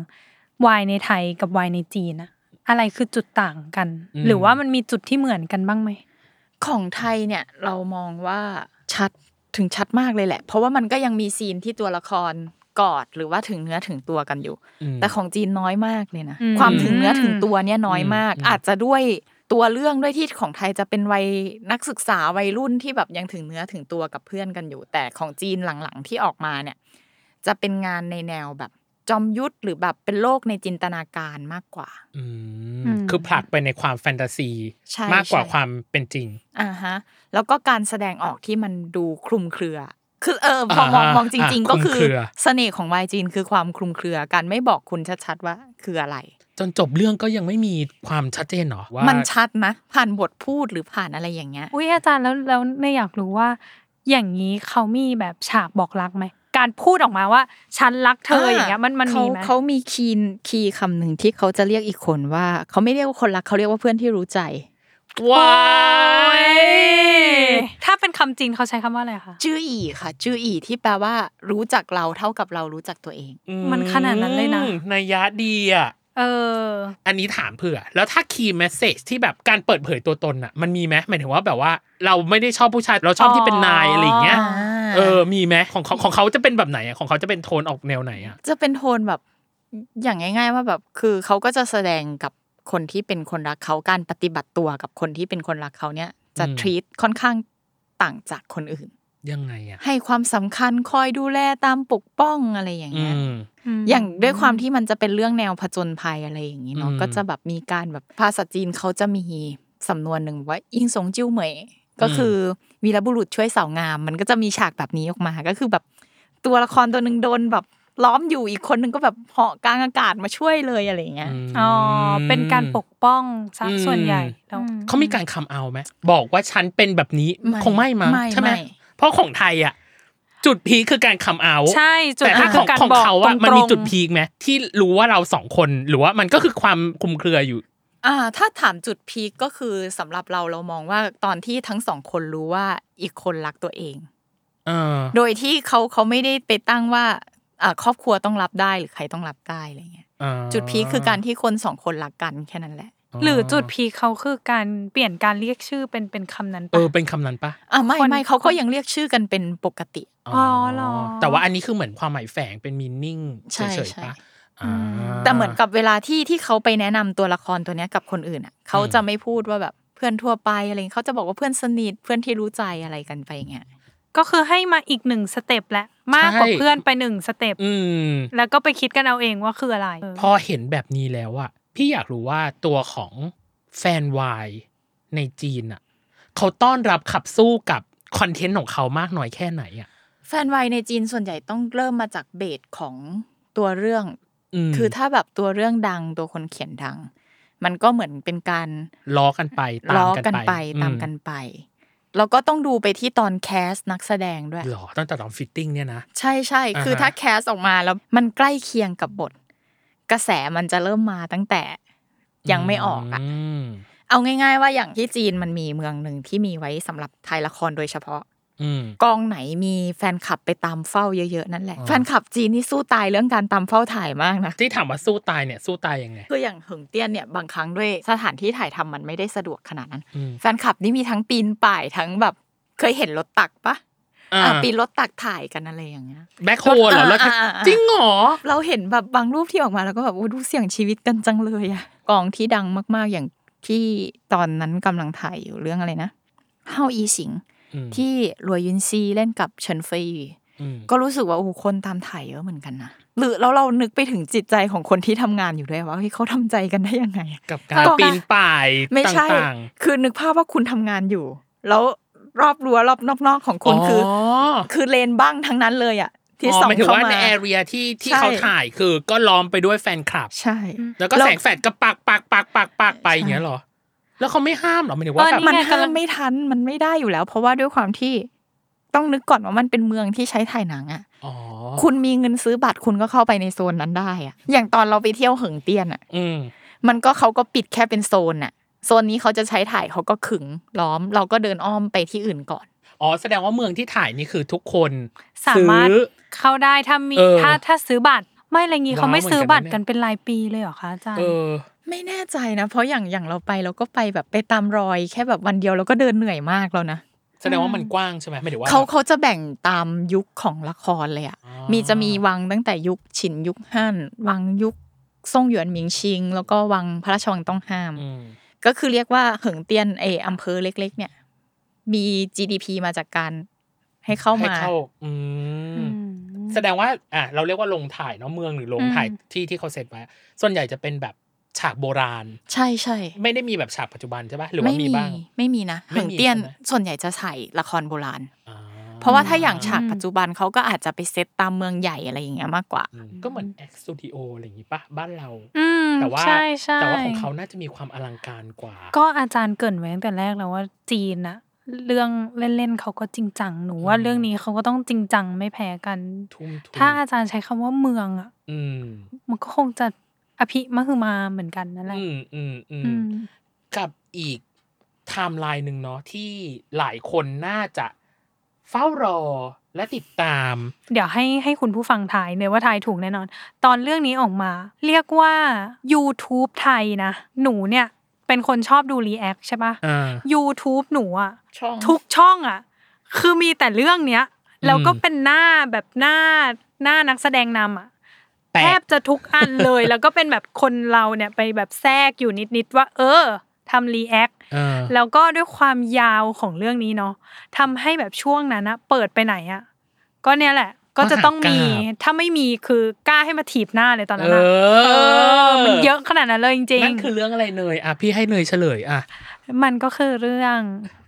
[SPEAKER 3] วายในไทยกับวายในจีนอะอะไรคือจุดต่างกัน หรือว่ามันมีจุดที่เหมือนกันบ้างไหม
[SPEAKER 4] ของไทยเนี่ยเรามองว่าชัดถึงชัดมากเลยแหละ เพราะว่ามันก็ยังมีซีนที่ตัวละครกอดหรือว่าถึงเนื้อถึงตัวกันอยู่
[SPEAKER 2] อืม
[SPEAKER 4] แต่ของจีนน้อยมากเลยนะ
[SPEAKER 3] อืม
[SPEAKER 4] ความถึงเนื้อถึงตัวเนี่ยน้อยมาก
[SPEAKER 2] อืม
[SPEAKER 4] อาจจะด้วยตัวเรื่องด้วยที่ของไทยจะเป็นวัยนักศึกษาวัยรุ่นที่แบบยังถึงเนื้อถึงตัวกับเพื่อนกันอยู่ แต่ของจีนหลังๆที่ออกมาเนี่ย จะเป็นงานในแนวแบบจอมยุทธหรือแบบเป็นโลกในจินตนาการมากกว่า
[SPEAKER 2] อืม
[SPEAKER 3] อืม
[SPEAKER 2] คือผลักไปในความแฟนตาซี
[SPEAKER 4] ใช่
[SPEAKER 2] มากกว่า
[SPEAKER 4] ใช่
[SPEAKER 2] ความเป็นจริง
[SPEAKER 4] อ่าฮะแล้วก็การแสดงออกที่มันดูคลุมเครือ คือเออพอมอง
[SPEAKER 2] อ่าม
[SPEAKER 4] องจริง
[SPEAKER 2] อ่า
[SPEAKER 4] ๆ ก็คื
[SPEAKER 2] คลุม
[SPEAKER 4] อ
[SPEAKER 2] เครือ
[SPEAKER 4] เสน่ห์ของวายจีนคือความคลุมเครือการไม่บอกคุณชัดๆว่าคืออะไร
[SPEAKER 2] จนจบเรื่องก็ยังไม่มีความชัดเจนเหรอว่า
[SPEAKER 4] มันชัดนะผ่านบทพูดหรือผ่านอะไรอย่างเงี้ย
[SPEAKER 3] อุ้ยอาจารย์แล้วแล้วเนยอยากรู้ว่า อย่างนี้เขามีแบบฉากบอกรักไหมการพูดออกมาว่า ฉันรักเธออย่างเงี้ยมันมัน
[SPEAKER 4] เขา
[SPEAKER 3] มีไหม
[SPEAKER 4] เขามีคีนคีย์คำหนึ่งที่เขาจะเรียกอีกคนว่า เขาไม่เรียกว่าคนรักเขาเรียกว่าเพื่อนที่รู้ใจ
[SPEAKER 2] ว้า
[SPEAKER 3] โอ้
[SPEAKER 2] ย
[SPEAKER 3] ยถ้าเป็นคำจีนเขาใช้คำว่าอะไรคะ
[SPEAKER 4] จื้ออีค่ะ จื้ออีที่แปลว่ารู้จักเราเท่ากับเรารู้จักตัวเอง
[SPEAKER 3] มันขนาดนั้นเลยนะ
[SPEAKER 2] อืมนัยยะดีอ่ะ
[SPEAKER 3] เออ
[SPEAKER 2] อันนี้ถามเผื่อ แล้วถ้าคีย์แมสเซจที่แบบการเปิดเผยตัวตนอ่ะ มันมีไหมหมายถึงว่าแบบว่า เราไม่ได้ชอบผู้ชาย เราชอบที่เป็นนายอะไรอย่างเงี้ย
[SPEAKER 3] อ๋
[SPEAKER 2] เออ มีไหมของเขาของเขาจะเป็นแบบไหนอ่ะ ของเขาจะเป็นโทนออกแนวไหนอ่ะ
[SPEAKER 4] จะเป็นโทนแบบอย่างง่าย ๆ ว่าแบบคือเขาก็จะแสดงกับคนที่เป็นคนรักเขาการปฏิบัติตัวกับคนที่เป็นคนรักเขาเนี่ยจะ
[SPEAKER 2] อืม
[SPEAKER 4] ทรีตค่อนข้างต่างจากคนอื่น
[SPEAKER 2] ยังไงอ่ะ
[SPEAKER 4] ให้ความสำคัญคอยดูแลตามปกป้องอะไรอย่าง
[SPEAKER 2] อื
[SPEAKER 4] เงี้ย
[SPEAKER 2] ม
[SPEAKER 3] ม
[SPEAKER 4] อย่างด้วยความที่มันจะเป็นเรื่องแนวผจญภัยอะไรอย่างนี้เนาะ
[SPEAKER 2] อืม
[SPEAKER 4] ก็จะแบบมีการแบบภาษาจีนเขาจะมีสำนวนหนึ่งว่าอิงสงจิ้วเหมยก็คือวีรบุรุษช่วยสาวงาม มันก็จะมีฉากแบบนี้ออกมาก็คือแบบตัวละครตัวหนึ่งโดนแบบล้อมอยู่อีกคนหนึ่งก็แบบเหาะกลางอากาศมาช่วยเลยอะไรอย่างเงี้ย
[SPEAKER 2] ม
[SPEAKER 3] อ๋อ เป็นการปกป้องซะ
[SPEAKER 2] อืม
[SPEAKER 3] ส่วนใหญ่แล้ว
[SPEAKER 2] เขามีการคำเอาไหมบอกว่าฉันเป็นแบบนี้
[SPEAKER 4] ไม่
[SPEAKER 2] คงไม่มั้ง
[SPEAKER 4] ไม่
[SPEAKER 2] ใช่ไหม
[SPEAKER 4] ไม่
[SPEAKER 2] เพราะของไทยอ่ะ จุดพีคคือการคำเอา
[SPEAKER 3] ใช่จุด
[SPEAKER 2] แต่ถ้า
[SPEAKER 3] พี
[SPEAKER 2] ข
[SPEAKER 3] คคือ
[SPEAKER 2] อง
[SPEAKER 3] การ
[SPEAKER 2] ของ
[SPEAKER 3] บอก
[SPEAKER 2] เขา
[SPEAKER 3] ตร
[SPEAKER 2] อ่ะ
[SPEAKER 3] งๆ
[SPEAKER 2] มันมีจุดพีคไหมที่รู้ว่าเราสองคนหรือว่ามันก็คือความคลุมเครืออยู่
[SPEAKER 4] อ่าถ้าถามจุดพีคก็คือสำหรับเราเรามองว่าตอนที่ทั้งสองคนรู้ว่าอีกคนรักตัวเอง
[SPEAKER 2] เออ
[SPEAKER 4] โดยที่เขาเขาไม่ได้ไปตั้งว่าอ่าครอบครัวต้องรับได้หรือใครต้องรับได้อะไรเงี้ยจุดพีคคือการที่คนสองคนรักกันแค่นั้นแหละ
[SPEAKER 3] หรือจุดพีคเขาคือการเปลี่ยนการเรียกชื่อเป็นเป็นคำนั้น
[SPEAKER 2] เอ
[SPEAKER 3] ปะ
[SPEAKER 2] อเป็นคำนั้นปะ
[SPEAKER 4] อ่าไม่
[SPEAKER 3] คน
[SPEAKER 4] ไม่เขาก็
[SPEAKER 3] คน
[SPEAKER 4] ยังเรียกชื่อกันเป็นปกติ
[SPEAKER 3] อ๋อเหรอ
[SPEAKER 2] แต่ว่าอันนี้คือเหมือนความหมายแฝงเป็นมีนิ่ง
[SPEAKER 4] ใช่
[SPEAKER 2] เฉย
[SPEAKER 4] ใช่
[SPEAKER 2] ๆปะอ่า
[SPEAKER 4] แต่เหมือนกับเวลาที่ที่เขาไปแนะนำตัวละครตัวเนี้ยกับคนอื่นอ่ะเขาจะไม่พูดว่าแบบเพื่อนทั่วไปอะไรเงี้ยเขาจะบอกว่าเพื่อนสนิทเพื่อนที่รู้ใจอะไรกันไปอย่างเงี้ย
[SPEAKER 3] ก็คือให้มาอีกหนึ่งสเต็ปแหละ มากกว่า
[SPEAKER 2] ใช่
[SPEAKER 3] เพื่อนไปหนึ่งสเต็ป
[SPEAKER 2] อืม
[SPEAKER 3] แล้วก็ไปคิดกันเอาเองว่าคืออะไร
[SPEAKER 2] พอเห็นแบบนี้แล้วอะพี่อยากรู้ว่าตัวของแฟนวายในจีนอะเขาต้อนรับขับสู้กับคอนเทนต์ของเขามากน้อยแค่ไหนอะ
[SPEAKER 4] แฟนวัยในจีนส่วนใหญ่ต้องเริ่มมาจากเบสของตัวเรื่อง
[SPEAKER 2] ม
[SPEAKER 4] คือถ้าแบบตัวเรื่องดังตัวคนเขียนดัง มันก็เหมือนเป็นการ
[SPEAKER 2] ล้อกันไปตาม
[SPEAKER 4] ล้อ
[SPEAKER 2] กัน
[SPEAKER 4] กัน
[SPEAKER 2] ไป
[SPEAKER 4] ไปตามกัน
[SPEAKER 2] อื
[SPEAKER 4] ไป แล้วก็ต้องดูไปที่ตอนแคสนักแสดงด้วย
[SPEAKER 2] มหรอตั้งแต่ตอนฟิตติ้งเนี่ยนะ
[SPEAKER 4] ใช่ใช่
[SPEAKER 2] อ่าฮะ
[SPEAKER 4] คือถ้าแคสออกมาแล้วมันใกล้เคียงกับบท กระแสมันจะเริ่มมาตั้งแต่ยังไม่ออกอะ
[SPEAKER 2] ม
[SPEAKER 4] เอาง่าย ๆ ว่าอย่างที่จีนมันมีเมืองหนึ่งที่มีไว้สำหรับถ่ายละครโดยเฉพาะ
[SPEAKER 2] อืม
[SPEAKER 4] กองไหนมีแฟนคลับไปตามเฝ้าเยอะๆนั่นแหละ
[SPEAKER 2] อ๋อ
[SPEAKER 4] แฟนคลับจีนนี่สู้ตายเรื่องการตามเฝ้าถ่ายมากนะ
[SPEAKER 2] ที่ถามว่าสู้ตายเนี่ยสู้ตายยังไง
[SPEAKER 4] คืออย่างเหิงเตี้ยนเนี่ยบางครั้งด้วยสถานที่ถ่ายทำมันไม่ได้สะดวกขนาดนั้น
[SPEAKER 2] อืม
[SPEAKER 4] แฟนคลับนี่มีทั้งปีนป่ายทั้งแบบเคยเห็นรถตักปะ
[SPEAKER 2] อ่า
[SPEAKER 4] อ่ะปีนรถตักถ่ายกันอะไรอย่างเงี้ย
[SPEAKER 2] แบ็คโฮลเหรอแล้ว
[SPEAKER 4] อ่าอ่าอ่า
[SPEAKER 2] จริงเหรอ
[SPEAKER 4] เราเห็นแบบบางรูปที่ออกมาแล้วก็แบบโอ้ดูเสี่ยงชีวิตกันจังเลยอะกองที่ดังมากๆอย่างที่ตอนนั้นกำลังถ่ายอยู่เรื่องอะไรนะเฮาอีสิง
[SPEAKER 2] อืม
[SPEAKER 4] ที่หลวยยุนซีเล่นกับเฉินเฟย
[SPEAKER 2] อืม
[SPEAKER 4] ก็รู้สึกว่าโอ้โหคนตามถ่ายเยอะเหมือนกันนะหรือแล้วเรานึกไปถึงจิตใจของคนที่ทำงานอยู่ด้วยว่าเฮ้ยเขาทำใจกันได้ยังไง
[SPEAKER 2] กับการ
[SPEAKER 4] ก็ว่า
[SPEAKER 2] ปีนป่าย
[SPEAKER 4] ไม่
[SPEAKER 2] ต
[SPEAKER 4] ใช่
[SPEAKER 2] ่าง
[SPEAKER 4] คือนึกภาพว่าคุณทำงานอยู่ แล้วรอบรั้วรอบนอกๆของ
[SPEAKER 2] ๆ
[SPEAKER 4] คนคืออ
[SPEAKER 2] อ
[SPEAKER 4] คือเลนบ้างทั้งนั้นเลยอ่ะ ที่ส่อง
[SPEAKER 2] หมยถึง
[SPEAKER 4] เข้า
[SPEAKER 2] ว่า
[SPEAKER 4] มา
[SPEAKER 2] ในแอเรียที่ที่
[SPEAKER 4] ใช่
[SPEAKER 2] เขาถ่ายคือก็ล้อมไปด้วยแฟนคลับ
[SPEAKER 4] ใช่
[SPEAKER 2] แล้วก็แสงแฟลชก็ปักปักปักปักปักไปอย่างเงี้ยเหรอ แล้วเขาไม่ห้ามเหรอหมายถึงว่าแบบ
[SPEAKER 3] ตอ
[SPEAKER 4] มันห้าก
[SPEAKER 3] ไงำลั
[SPEAKER 4] ม
[SPEAKER 3] ง
[SPEAKER 4] ไม่ทันมันไม่ได้อยู่แล้ว เพราะว่าด้วยความที่ต้องนึกก่อนว่ามันเป็นเมืองที่ใช้ถ่ายหนังอ่ะ
[SPEAKER 2] อ๋อ
[SPEAKER 4] คุณมีเงินซื้อบัตรคุณก็เข้าไปในโซนนั้นได้อะอย่างตอนเราไปเที่ยวเหิงเตี้ยนอ่ะ
[SPEAKER 2] อืม
[SPEAKER 4] มันก็เขาก็ปิดแค่เป็นโซนน่ะ โซนนี้เขาจะใช้ถ่ายเขาก็ขึงล้อม เราก็เดินอ้อมไปที่อื่นก่อน
[SPEAKER 2] อ๋อแสดงว่าเมืองที่ถ่ายนี่คือทุกคน
[SPEAKER 3] สามารถเข้าได้ถ้ามี
[SPEAKER 2] เออ
[SPEAKER 3] ถ้าถ้าซื้อบัตร ไม่อะไรงี้
[SPEAKER 2] ว้าว
[SPEAKER 3] เขาไม่ซื้อ
[SPEAKER 2] เหมื
[SPEAKER 3] บั
[SPEAKER 2] อน
[SPEAKER 3] ตร
[SPEAKER 2] กั
[SPEAKER 3] กัน น
[SPEAKER 2] นะ
[SPEAKER 3] เป็นรายปีเลยเหรอคะอาจารย์
[SPEAKER 2] เออ
[SPEAKER 4] ไม่แน่ใจนะ เพราะอย่างอย่างเราไปเราก็ไปแบบไปตามรอย แค่แบบวันเดียวเราก็เดินเหนื่อยมากแล้วนะ
[SPEAKER 2] แสดงว่ามันกว้างใช่ไหมหมายถึงว่า
[SPEAKER 4] เขาเขาจะแบ่งตามยุคของละครเลยอะ
[SPEAKER 2] อ๋อ
[SPEAKER 4] มีจะมีวังตั้งแต่ยุคฉินยุคฮั่นวังยุคซ่งหยวนหมิงชิง แล้วก็วังพระราชวังต้องห้าม
[SPEAKER 2] อืม
[SPEAKER 4] ก็คือเรียกว่าเหิงเตียนเอออำเภอเล็ก ๆ เนี่ย มี GDP มาจากการให้เข้า
[SPEAKER 2] ให้
[SPEAKER 4] มา
[SPEAKER 2] เข้าอื
[SPEAKER 3] อื
[SPEAKER 2] ม
[SPEAKER 3] ม
[SPEAKER 2] แสดงว่าอ่ะเราเรียกว่าลงถ่ายเนาะเมืองหรือลงถ่าย
[SPEAKER 3] อืม
[SPEAKER 2] ที่ที่เขาเสร็จไว้ส่วนใหญ่จะเป็นแบบฉากโบราณ
[SPEAKER 4] ใช่ใช่
[SPEAKER 2] ไม่ได้มีแบบฉากปัจจุบันใช่ปะหรือว่ามีบ้าง
[SPEAKER 4] ไม่มีนะ
[SPEAKER 2] ไม่
[SPEAKER 4] เหิ
[SPEAKER 2] มี
[SPEAKER 4] งเตี้ยน
[SPEAKER 2] ใช่ไหม
[SPEAKER 4] ส่วนใหญ่จะใส่ละครโบราณ
[SPEAKER 2] อ่
[SPEAKER 4] เพราะว่าถ้าอย่างฉาก
[SPEAKER 3] อืม
[SPEAKER 4] ปัจจุบันเขาก็อาจจะไปเซตตามเมืองใหญ่อะไรอย่างเงี้ยมากกว่า
[SPEAKER 2] อืมก็เหมือนแอคสตูดิโออะไรอย่างงี้ป่ะ บ้านเรา
[SPEAKER 3] อืม
[SPEAKER 2] แต่ว่า
[SPEAKER 3] ใช่ใช่
[SPEAKER 2] แต่ว่าของเขาน่าจะมีความอลังการกว่า
[SPEAKER 3] ก็อาจารย์เกรินไว้ตั้งแต่แรกแล้วว่าจีนอะเรื่องเล่นๆเขาก็จริงจังหนูว่า
[SPEAKER 2] อืม
[SPEAKER 3] เรื่องนี้เขาก็ต้องจริงจังไม่แพ้กัน
[SPEAKER 2] ทุ่มทุน
[SPEAKER 3] ถ้าอาจารย์ใช้คำว่าเมืองอะ
[SPEAKER 2] อืม
[SPEAKER 3] มันก็คงจะอภิมหึมาเหมือนกันนั่นแหละ
[SPEAKER 2] อืมอืมอืม
[SPEAKER 3] อืม
[SPEAKER 2] กับอีกไทม์ไลน์หนึ่งเนาะที่หลายคนน่าจะเฝ้ารอและติดตาม
[SPEAKER 3] เดี๋ยวให้ให้คุณผู้ฟังทายเนยว่าทายถูกแน่นอน ตอนเรื่องนี้ออกมา เรียกว่า YouTube ไทยนะ หนูเนี่ย เป็นคนชอบดูรีแอคใช่ปะ
[SPEAKER 2] อ่า
[SPEAKER 3] YouTube หนูอะ
[SPEAKER 4] ช่อง
[SPEAKER 3] ทุกช่องอะคือมีแต่เรื่องเนี้ย แล้วก็เป็นหน้าแบบหน้าหน้านักแสดงนำอะ
[SPEAKER 2] แปะ
[SPEAKER 3] แทบจะทุกอันเลย แล้วก็เป็นแบบคนเราเนี่ยไปแบบแทรกอยู่นิดๆว่า เออทำรีแอค
[SPEAKER 2] เออ
[SPEAKER 3] แล้วก็ด้วยความยาวของเรื่องนี้เนาะทำให้แบบช่วงนั้นนะเปิดไปไหนอะก็เนี่ยแหละ ก็จะต้องมี ถ้าไม่มีคือกล้าให้มาถีบหน้าเลยตอน
[SPEAKER 2] เอ
[SPEAKER 3] นั้นอะเอ
[SPEAKER 2] อ
[SPEAKER 3] อ มันเยอะขนาดนั้นเลยจริง
[SPEAKER 2] นั่นคือเรื่องอะไรเนยอ่ะพี่ให้เนยเฉลยอ่ะ
[SPEAKER 3] ๆมันก็คือเรื่อง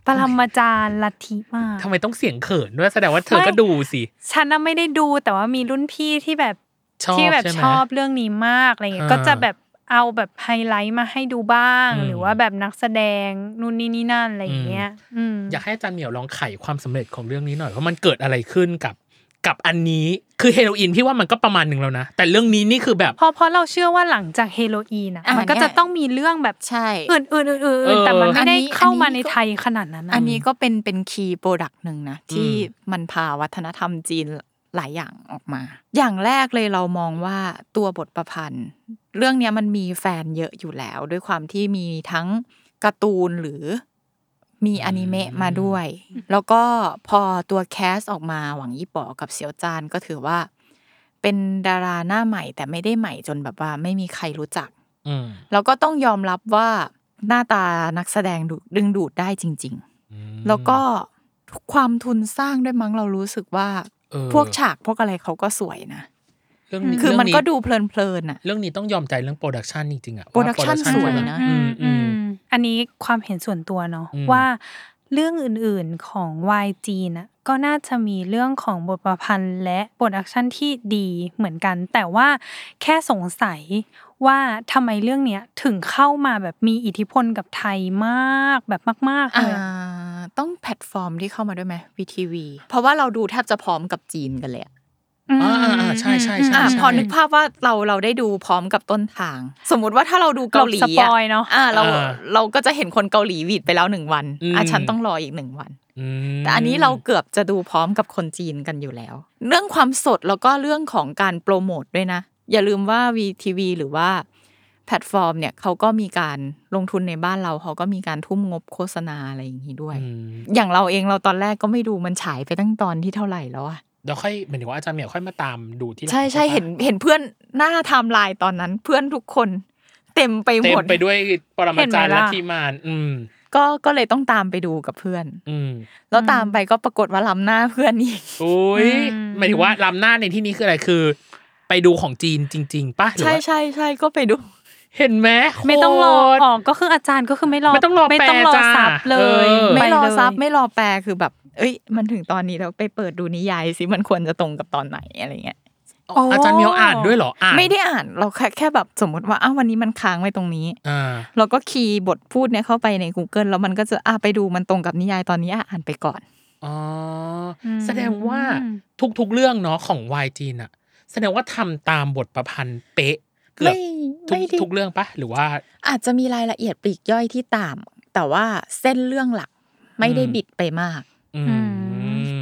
[SPEAKER 3] ปรมาจารย์ลัทธิมาก
[SPEAKER 2] ทำไมต้องเสียงเขินด้วยแสดงว่าเธอก็ดูสิ
[SPEAKER 3] ฉันน่ะไม่ได้ดูแต่ว่ามีรุ่นพี่ที่แบบ
[SPEAKER 2] ชอบ
[SPEAKER 3] ที่แบบ
[SPEAKER 2] ใช่ไหม
[SPEAKER 3] ชอบเรื่องนี้มากอะไรเงี้ย
[SPEAKER 2] อ่า
[SPEAKER 3] ก็จะแบบเอาแบบไฮไลท์มาให้ดูบ้าง
[SPEAKER 2] อืม
[SPEAKER 3] หรือว่าแบบนักแสดงนู่นนี่นี่นั่นอะไรอย่างเงี้ย อืม
[SPEAKER 2] อยากให้อาจารย์เหมียวลองไขความสำเร็จของเรื่องนี้หน่อยว่ามันเกิดอะไรขึ้นกับกับอันนี้คือเฮโรอีนพี่ว่ามันก็ประมาณหนึ่งแล้วนะ แต่เรื่องนี้นี่คือแบบ
[SPEAKER 3] เพราะเพราะเราเชื่อว่าหลังจากเฮโรอีนอ่ะ
[SPEAKER 4] อ่ะ
[SPEAKER 3] มันก็
[SPEAKER 4] เนี่ย
[SPEAKER 3] จะต้องมีเรื่องแบบ
[SPEAKER 4] ใช่
[SPEAKER 3] อื่นอื่นอื่นอื่น
[SPEAKER 2] เออ
[SPEAKER 3] แต่มันไม่ได้
[SPEAKER 4] อันนี้
[SPEAKER 3] เข้ามา
[SPEAKER 4] อัน
[SPEAKER 3] ใน
[SPEAKER 4] นี้ก็
[SPEAKER 3] ไทยขนาดนั้นนะ
[SPEAKER 4] อันนี้ก็เป็นเป็นคีย์โปรดักต์หนึ่งนะ ที่
[SPEAKER 2] อืม
[SPEAKER 4] มันพาวัฒนธรรมจีนหลายอย่างออกมา อย่างแรกเลยเรามองว่าตัวบทประพันธ์ เรื่องเนี้ยมันมีแฟนเยอะอยู่แล้ว ด้วยความที่มีทั้งการ์ตูนหรือมีอนิเมะมาด้วย แล้วก็พอตัวแคสออกมาหวังยี่ป๋อกับเสียวจานก็ถือว่า เป็นดาราหน้าใหม่แต่ไม่ได้ใหม่จนแบบว่าไม่มีใครรู้จัก
[SPEAKER 2] อืม
[SPEAKER 4] แล้วก็ต้องยอมรับว่าหน้าตานักแสดงดูดึงดูดได้จริง ๆ
[SPEAKER 2] อืม
[SPEAKER 4] แล้วก็ความทุนสร้างด้วยมั้งเรารู้สึกว่า
[SPEAKER 2] เออ
[SPEAKER 4] พวกฉากพวกอะไรเขาก็สวยนะ
[SPEAKER 2] เรื่องนี้
[SPEAKER 4] คือมันก็
[SPEAKER 2] เรื่ง
[SPEAKER 4] ดูเพลินๆอ่ะ
[SPEAKER 2] เรื่องนี้ต้องยอมใจเรื่องโปรดักชันจริงๆอะว่า
[SPEAKER 4] โปรดักชัน
[SPEAKER 2] production
[SPEAKER 4] สวยนะ
[SPEAKER 3] อื
[SPEAKER 2] อื
[SPEAKER 3] ม
[SPEAKER 2] ม
[SPEAKER 3] อื
[SPEAKER 2] อื
[SPEAKER 3] ม
[SPEAKER 2] ม
[SPEAKER 3] อันนี้ความเห็นส่วนตัวเนาะ
[SPEAKER 2] อืม
[SPEAKER 3] ว่า เรื่องอื่นๆของวายจีนอะก็น่าจะมีเรื่องของบทประพันธ์และโปรดักชันที่ดีเหมือนกัน แต่ว่าแค่สงสัยว่าทำไมเรื่องเนี้ยถึงเข้ามาแบบมีอิทธิพลกับไทยมากแบบมากๆ
[SPEAKER 4] อ่า
[SPEAKER 3] เลยอะ
[SPEAKER 4] ต้องแพลตฟอร์มที่เข้ามาด้วยไหมวีทีวีเพราะว่าเราดูแทบจะพร้อมกับจีนกันเลยอะ
[SPEAKER 2] อ่าอ่าใช่ใช่ใช่
[SPEAKER 4] อ่ะพอนึกภาพว่าเราเราได้ดูพร้อมกับต้นทาง สมมุติว่าถ้าเราดูเกาหลี
[SPEAKER 3] เราสปอยเนอะ
[SPEAKER 4] อ่าเรา
[SPEAKER 2] อ่า
[SPEAKER 4] เราก็จะเห็นคนเกาหลีหวีดไปแล้วหนึ่งวัน
[SPEAKER 2] อืม
[SPEAKER 4] อ่ะฉันต้องรออีกหนึ่งวัน
[SPEAKER 2] ม
[SPEAKER 4] แต่อันนี้เราเกือบจะดูพร้อมกับคนจีนกันอยู่แล้ว เรื่องความสดแล้วก็เรื่องของการโปรโมทด้วยนะ อย่าลืมว่า VTV หรือว่าแพลตฟอร์มเนี่ยเขาก็มีการลงทุนในบ้านเราเขาก็มีการทุ่มงบโฆษณาอะไรอย่างนี้ด้วย
[SPEAKER 2] อืม
[SPEAKER 4] อย่างเราเองเราตอนแรกก็ไม่ดูมันฉายไปตั้งตอนที่เท่าไหร่แล้วอะ
[SPEAKER 2] เดี๋ยวค่อยเหมือนว่าอาจารย์เหมียวค่อยมาตามดูที่ลัง
[SPEAKER 4] ใช่ใช่
[SPEAKER 2] ปะ
[SPEAKER 4] เห็นเห็นเพื่อนหน้าไทม์ไลน์ตอนนั้น เพื่อนทุกคนเต็มไปห
[SPEAKER 2] เต็
[SPEAKER 4] ม
[SPEAKER 2] ม
[SPEAKER 4] ด
[SPEAKER 2] ไปด้วยปรมาจารย์
[SPEAKER 3] เห็นไหมล่ะ
[SPEAKER 2] และทีมงาน อืม
[SPEAKER 4] ก็ก็เลยต้องตามไปดูกับเพื่อน
[SPEAKER 2] อืม
[SPEAKER 4] แล้วตามไปก็ปรากฏว่าล้ำหน้าเพื่อนอีก
[SPEAKER 2] อุ้ย
[SPEAKER 3] อืม
[SPEAKER 2] หมายถึงว่าลำหน้าในที่นี้คืออะไรคือ ไปดูของจีนจริง ๆป่ะหรือ
[SPEAKER 4] ใช่
[SPEAKER 2] ว่า
[SPEAKER 4] ใช่ใช่ก็ไปดู
[SPEAKER 2] เห็นไหม
[SPEAKER 3] ไม่ต้องรอ
[SPEAKER 2] โคต
[SPEAKER 3] ออกก็คืออาจารย์ก็คือไม่รอ
[SPEAKER 2] ไม่ต้องรอ
[SPEAKER 3] ไม่ต้องรอ
[SPEAKER 2] แปลจ้า
[SPEAKER 3] ซับเลย
[SPEAKER 2] เออ
[SPEAKER 3] ป
[SPEAKER 4] ไม่รอ
[SPEAKER 3] เลย
[SPEAKER 4] ซับไม่รอแปลคือแบบ เอ้ย มันถึงตอนนี้แล้วไปเปิดดูนิยายสิมันควรจะตรงกับตอนไหนอะไรเงี้ย
[SPEAKER 3] อ๋ออ
[SPEAKER 2] อาจารย์เหมียวอ่านด้วยเหรออ่าน
[SPEAKER 4] ไม่ได้อ่านเราแค่แค่แบบสมมติว่าอ้าววันนี้มันค้างไว้ตรงนี้
[SPEAKER 2] อ่า
[SPEAKER 4] เราก็คีย์บทพูดเนี่ยเข้าไปใน Google แล้วมันก็จะอ่ะไปดูมันตรงกับนิยายตอนนี้อ่ะอ่านไปก่อน
[SPEAKER 2] อ๋ออ
[SPEAKER 3] ม
[SPEAKER 2] แสดงว่าทุกๆเรื่องเนาะของวายจีนอะแสดงว่าทำตามบทประพันธ์เป๊ะเกือบ
[SPEAKER 4] ไม่
[SPEAKER 2] ทุก
[SPEAKER 4] ไม่ได้
[SPEAKER 2] ทุกเรื่องปะหรือว่า
[SPEAKER 4] อาจจะมีรายละเอียดปลีกย่อยที่ต่างแต่ว่าเส้นเรื่องหลักไม่ได้
[SPEAKER 2] อืม
[SPEAKER 4] บิดไปมาก
[SPEAKER 2] อื
[SPEAKER 3] อื
[SPEAKER 2] ม